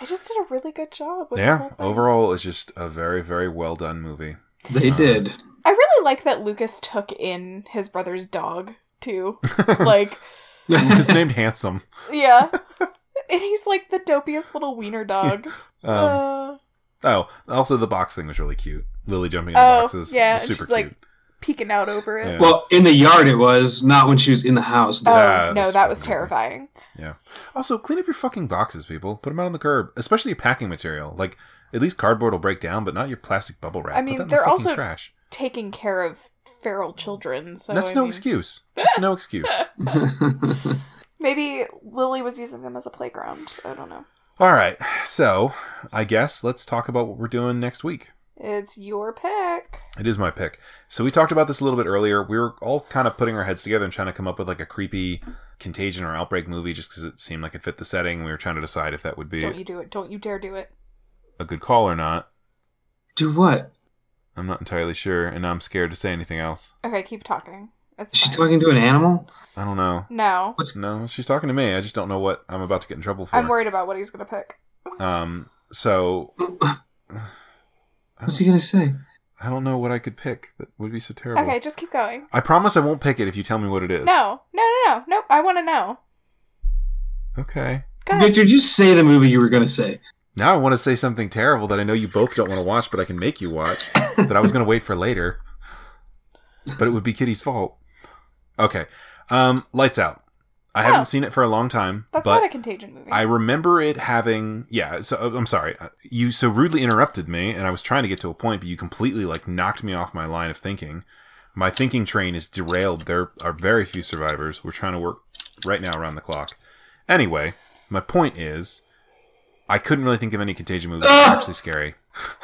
[SPEAKER 8] they just did a really good job. With the
[SPEAKER 7] yeah
[SPEAKER 8] whole thing.
[SPEAKER 7] overall it's just a very very well done movie
[SPEAKER 6] they did
[SPEAKER 8] I really like that Lucas took in his brother's dog too. like
[SPEAKER 7] He's named Handsome.
[SPEAKER 8] Yeah. and he's like the dopiest little wiener dog.
[SPEAKER 7] Um,
[SPEAKER 8] Uh,
[SPEAKER 7] oh, also the box thing was really cute. Lily jumping in
[SPEAKER 8] Oh,
[SPEAKER 7] the boxes.
[SPEAKER 8] yeah,
[SPEAKER 7] was
[SPEAKER 8] and
[SPEAKER 7] super
[SPEAKER 8] she's,
[SPEAKER 7] cute.
[SPEAKER 8] like, peeking out over it.
[SPEAKER 7] Yeah.
[SPEAKER 6] Well, in the yard it was, not when she was in the house.
[SPEAKER 8] Oh,
[SPEAKER 7] Yeah,
[SPEAKER 8] no,
[SPEAKER 7] that's
[SPEAKER 8] that was
[SPEAKER 7] fine, I think.
[SPEAKER 8] terrifying.
[SPEAKER 7] Also, clean up your fucking boxes, people. Put them out on the curb, especially your packing material. Like, at least cardboard will break down, but not your plastic bubble wrap.
[SPEAKER 8] I
[SPEAKER 7] Put
[SPEAKER 8] mean,
[SPEAKER 7] that in
[SPEAKER 8] they're
[SPEAKER 7] the fucking
[SPEAKER 8] also-
[SPEAKER 7] trash.
[SPEAKER 8] Taking care of feral children. So
[SPEAKER 7] That's
[SPEAKER 8] I
[SPEAKER 7] no
[SPEAKER 8] mean-
[SPEAKER 7] excuse. That's no excuse.
[SPEAKER 8] Maybe Lily was using them as a playground. I don't know.
[SPEAKER 7] All right, so I guess let's talk about what we're doing next week.
[SPEAKER 8] It's your pick.
[SPEAKER 7] It is my pick. So we talked about this a little bit earlier. We were all kind of putting our heads together and trying to come up with like a creepy contagion or outbreak movie just because it seemed like it fit the setting. We were trying to decide if that would
[SPEAKER 8] Don't
[SPEAKER 7] be
[SPEAKER 8] you do it. Don't you dare do it.
[SPEAKER 7] a good call or not.
[SPEAKER 6] Do what?
[SPEAKER 7] I'm not entirely sure, and I'm scared to say anything else.
[SPEAKER 8] Okay, keep talking. It's
[SPEAKER 6] Is she
[SPEAKER 8] fine.
[SPEAKER 6] talking to an animal?
[SPEAKER 7] I don't know.
[SPEAKER 8] No.
[SPEAKER 7] No, she's talking to me. I just don't know what I'm about to get in trouble for.
[SPEAKER 8] I'm worried about what he's going to pick.
[SPEAKER 7] Um, so I don't,
[SPEAKER 6] What's he gonna say?
[SPEAKER 7] I don't know what I could pick that would be so terrible.
[SPEAKER 8] Okay, just keep going.
[SPEAKER 7] I promise I won't pick it if you tell me what it is.
[SPEAKER 8] No, no, no, no. Nope, I want to know.
[SPEAKER 7] Okay.
[SPEAKER 8] Go ahead.
[SPEAKER 6] Victor, just say the movie you were gonna say.
[SPEAKER 7] Now I want to say something terrible that I know you both don't want to watch, but I can make you watch. that I was going to wait for later. But it would be Kitty's fault. Okay. Um, Lights Out. I
[SPEAKER 8] Oh.
[SPEAKER 7] haven't seen it for a long time.
[SPEAKER 8] That's
[SPEAKER 7] but
[SPEAKER 8] not a contagion movie.
[SPEAKER 7] I remember it having yeah. So uh, I'm sorry, Uh, you so rudely interrupted me, and I was trying to get to a point, but you completely like knocked me off my line of thinking. My thinking train is derailed. There are very few survivors. We're trying to work right now around the clock. Anyway, my point is, I couldn't really think of any contagion movies that were actually scary.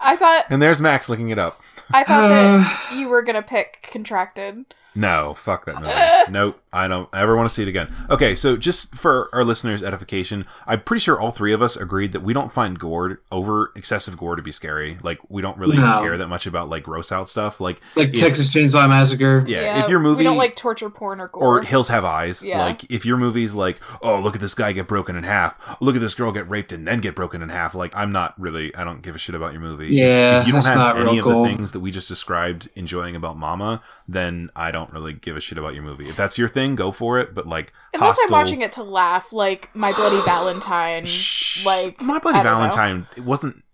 [SPEAKER 8] I thought
[SPEAKER 7] And there's Max looking it up.
[SPEAKER 8] I
[SPEAKER 6] Uh,
[SPEAKER 8] thought that you were gonna pick contracted.
[SPEAKER 7] No, fuck that movie. nope, I don't ever want to see it again. Okay, so just for our listeners' edification, I'm pretty sure all three of us agreed that we don't find gore over excessive gore to be scary. Like we don't really
[SPEAKER 6] No.
[SPEAKER 7] care that much about like gross out stuff. Like
[SPEAKER 6] Like
[SPEAKER 7] If-
[SPEAKER 6] Texas Chainsaw Massacre.
[SPEAKER 7] yeah, if your movie
[SPEAKER 8] we don't like torture porn or gore
[SPEAKER 7] or Hills Have Eyes,
[SPEAKER 8] Yeah.
[SPEAKER 7] like if your movie's like, oh look at this guy get broken in half, look at this girl get raped and then get broken in half. Like I'm not really, I don't give a shit about your movie.
[SPEAKER 6] Yeah,
[SPEAKER 7] if you don't
[SPEAKER 6] that's
[SPEAKER 7] have
[SPEAKER 6] not real
[SPEAKER 7] any of
[SPEAKER 6] cool.
[SPEAKER 7] the things that we just described enjoying about Mama, then I don't really give a shit about your movie. If that's your thing, go for it. But like,
[SPEAKER 8] Unless
[SPEAKER 7] hostile,
[SPEAKER 8] I'm watching it to laugh, like My Bloody Valentine.
[SPEAKER 7] Shh.
[SPEAKER 8] like,
[SPEAKER 7] My Bloody
[SPEAKER 8] I don't know.
[SPEAKER 7] Valentine, it wasn't.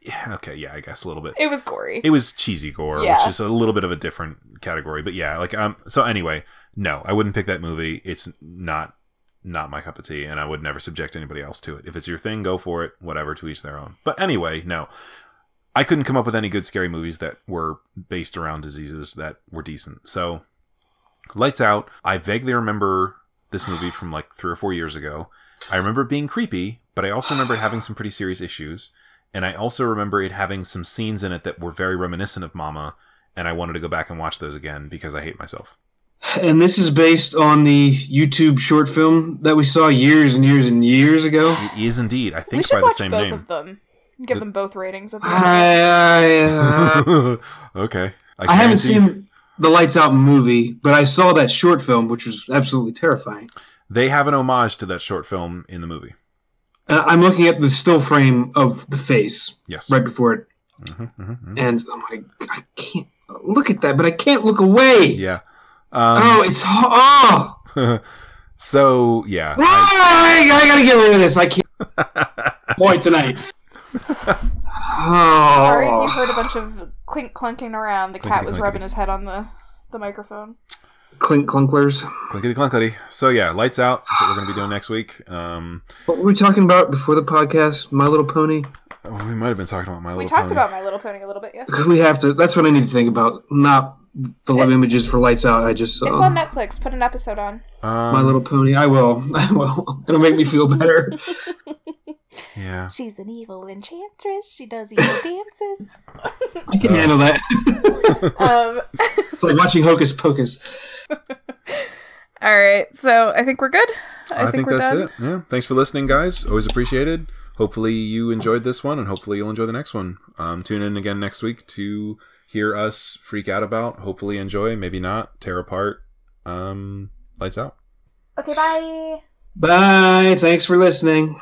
[SPEAKER 7] yeah, Okay, yeah, I guess a little bit.
[SPEAKER 8] It was gory.
[SPEAKER 7] It was cheesy gore,
[SPEAKER 8] Yeah.
[SPEAKER 7] which is a little bit of a different category. But yeah, like um. So anyway, no, I wouldn't pick that movie. It's not not my cup of tea, and I would never subject anybody else to it. If it's your thing, go for it. Whatever, to each their own. But anyway, no. I couldn't come up with any good scary movies that were based around diseases that were decent. So, Lights Out. I vaguely remember this movie from like three or four years ago. I remember it being creepy, but I also remember it having some pretty serious issues. And I also remember it having some scenes in it that were very reminiscent of Mama. And I wanted to go back and watch those again because I hate myself.
[SPEAKER 6] And this is based on the YouTube short film that we saw years and years and years ago.
[SPEAKER 7] It is indeed, I
[SPEAKER 8] we
[SPEAKER 7] think,
[SPEAKER 8] should
[SPEAKER 7] by the
[SPEAKER 8] watch
[SPEAKER 7] same
[SPEAKER 8] both
[SPEAKER 7] name.
[SPEAKER 8] of them. Give them both ratings of the movie.
[SPEAKER 6] I, I, uh,
[SPEAKER 7] okay.
[SPEAKER 6] I haven't
[SPEAKER 7] guarantee-
[SPEAKER 6] seen the Lights Out movie, but I saw that short film, which was absolutely terrifying.
[SPEAKER 7] They have an homage to that short film in the movie.
[SPEAKER 6] Uh, I'm looking at the still frame of the face
[SPEAKER 7] Yes.
[SPEAKER 6] right before it,
[SPEAKER 7] hmm hmm
[SPEAKER 6] and oh my, I can't look at that, but I can't look away.
[SPEAKER 7] Yeah.
[SPEAKER 6] Oh,
[SPEAKER 7] Um,
[SPEAKER 6] it's oh,
[SPEAKER 7] so, yeah.
[SPEAKER 6] oh I, I gotta get rid of this. I can't point tonight. Oh,
[SPEAKER 8] Sorry if you heard a bunch of clink clunking around. The cat
[SPEAKER 7] Clinkety
[SPEAKER 8] was
[SPEAKER 7] clinkety.
[SPEAKER 8] rubbing his head on the the microphone.
[SPEAKER 6] clink clunklers.
[SPEAKER 7] Clinkety clunkety. So, yeah, Lights Out. That's what we're going to be doing next week. Um,
[SPEAKER 6] What were we talking about before the podcast? My Little Pony.
[SPEAKER 7] oh, we might have been talking about My Little
[SPEAKER 8] we talked
[SPEAKER 7] Pony.
[SPEAKER 8] about My Little Pony a little bit, yeah.
[SPEAKER 6] We have to. That's what I need to think about. Not the love images for Lights Out. I just saw.
[SPEAKER 8] It's on Netflix. Put an episode on.
[SPEAKER 7] Um,
[SPEAKER 6] My Little Pony. I will. I will. It'll make me feel better.
[SPEAKER 7] Yeah.
[SPEAKER 8] She's an evil enchantress. She does evil dances.
[SPEAKER 6] I can handle that.
[SPEAKER 8] um,
[SPEAKER 6] it's like watching Hocus Pocus.
[SPEAKER 8] all right, so I think we're good.
[SPEAKER 7] I, think, that's it. Yeah. Thanks for listening, guys. Always appreciated. Hopefully you enjoyed this one, and hopefully you'll enjoy the next one. Um, tune in again next week to hear us freak out about. Hopefully enjoy, maybe not tear apart. Um, lights out.
[SPEAKER 8] Okay, bye.
[SPEAKER 6] Bye. Thanks for listening.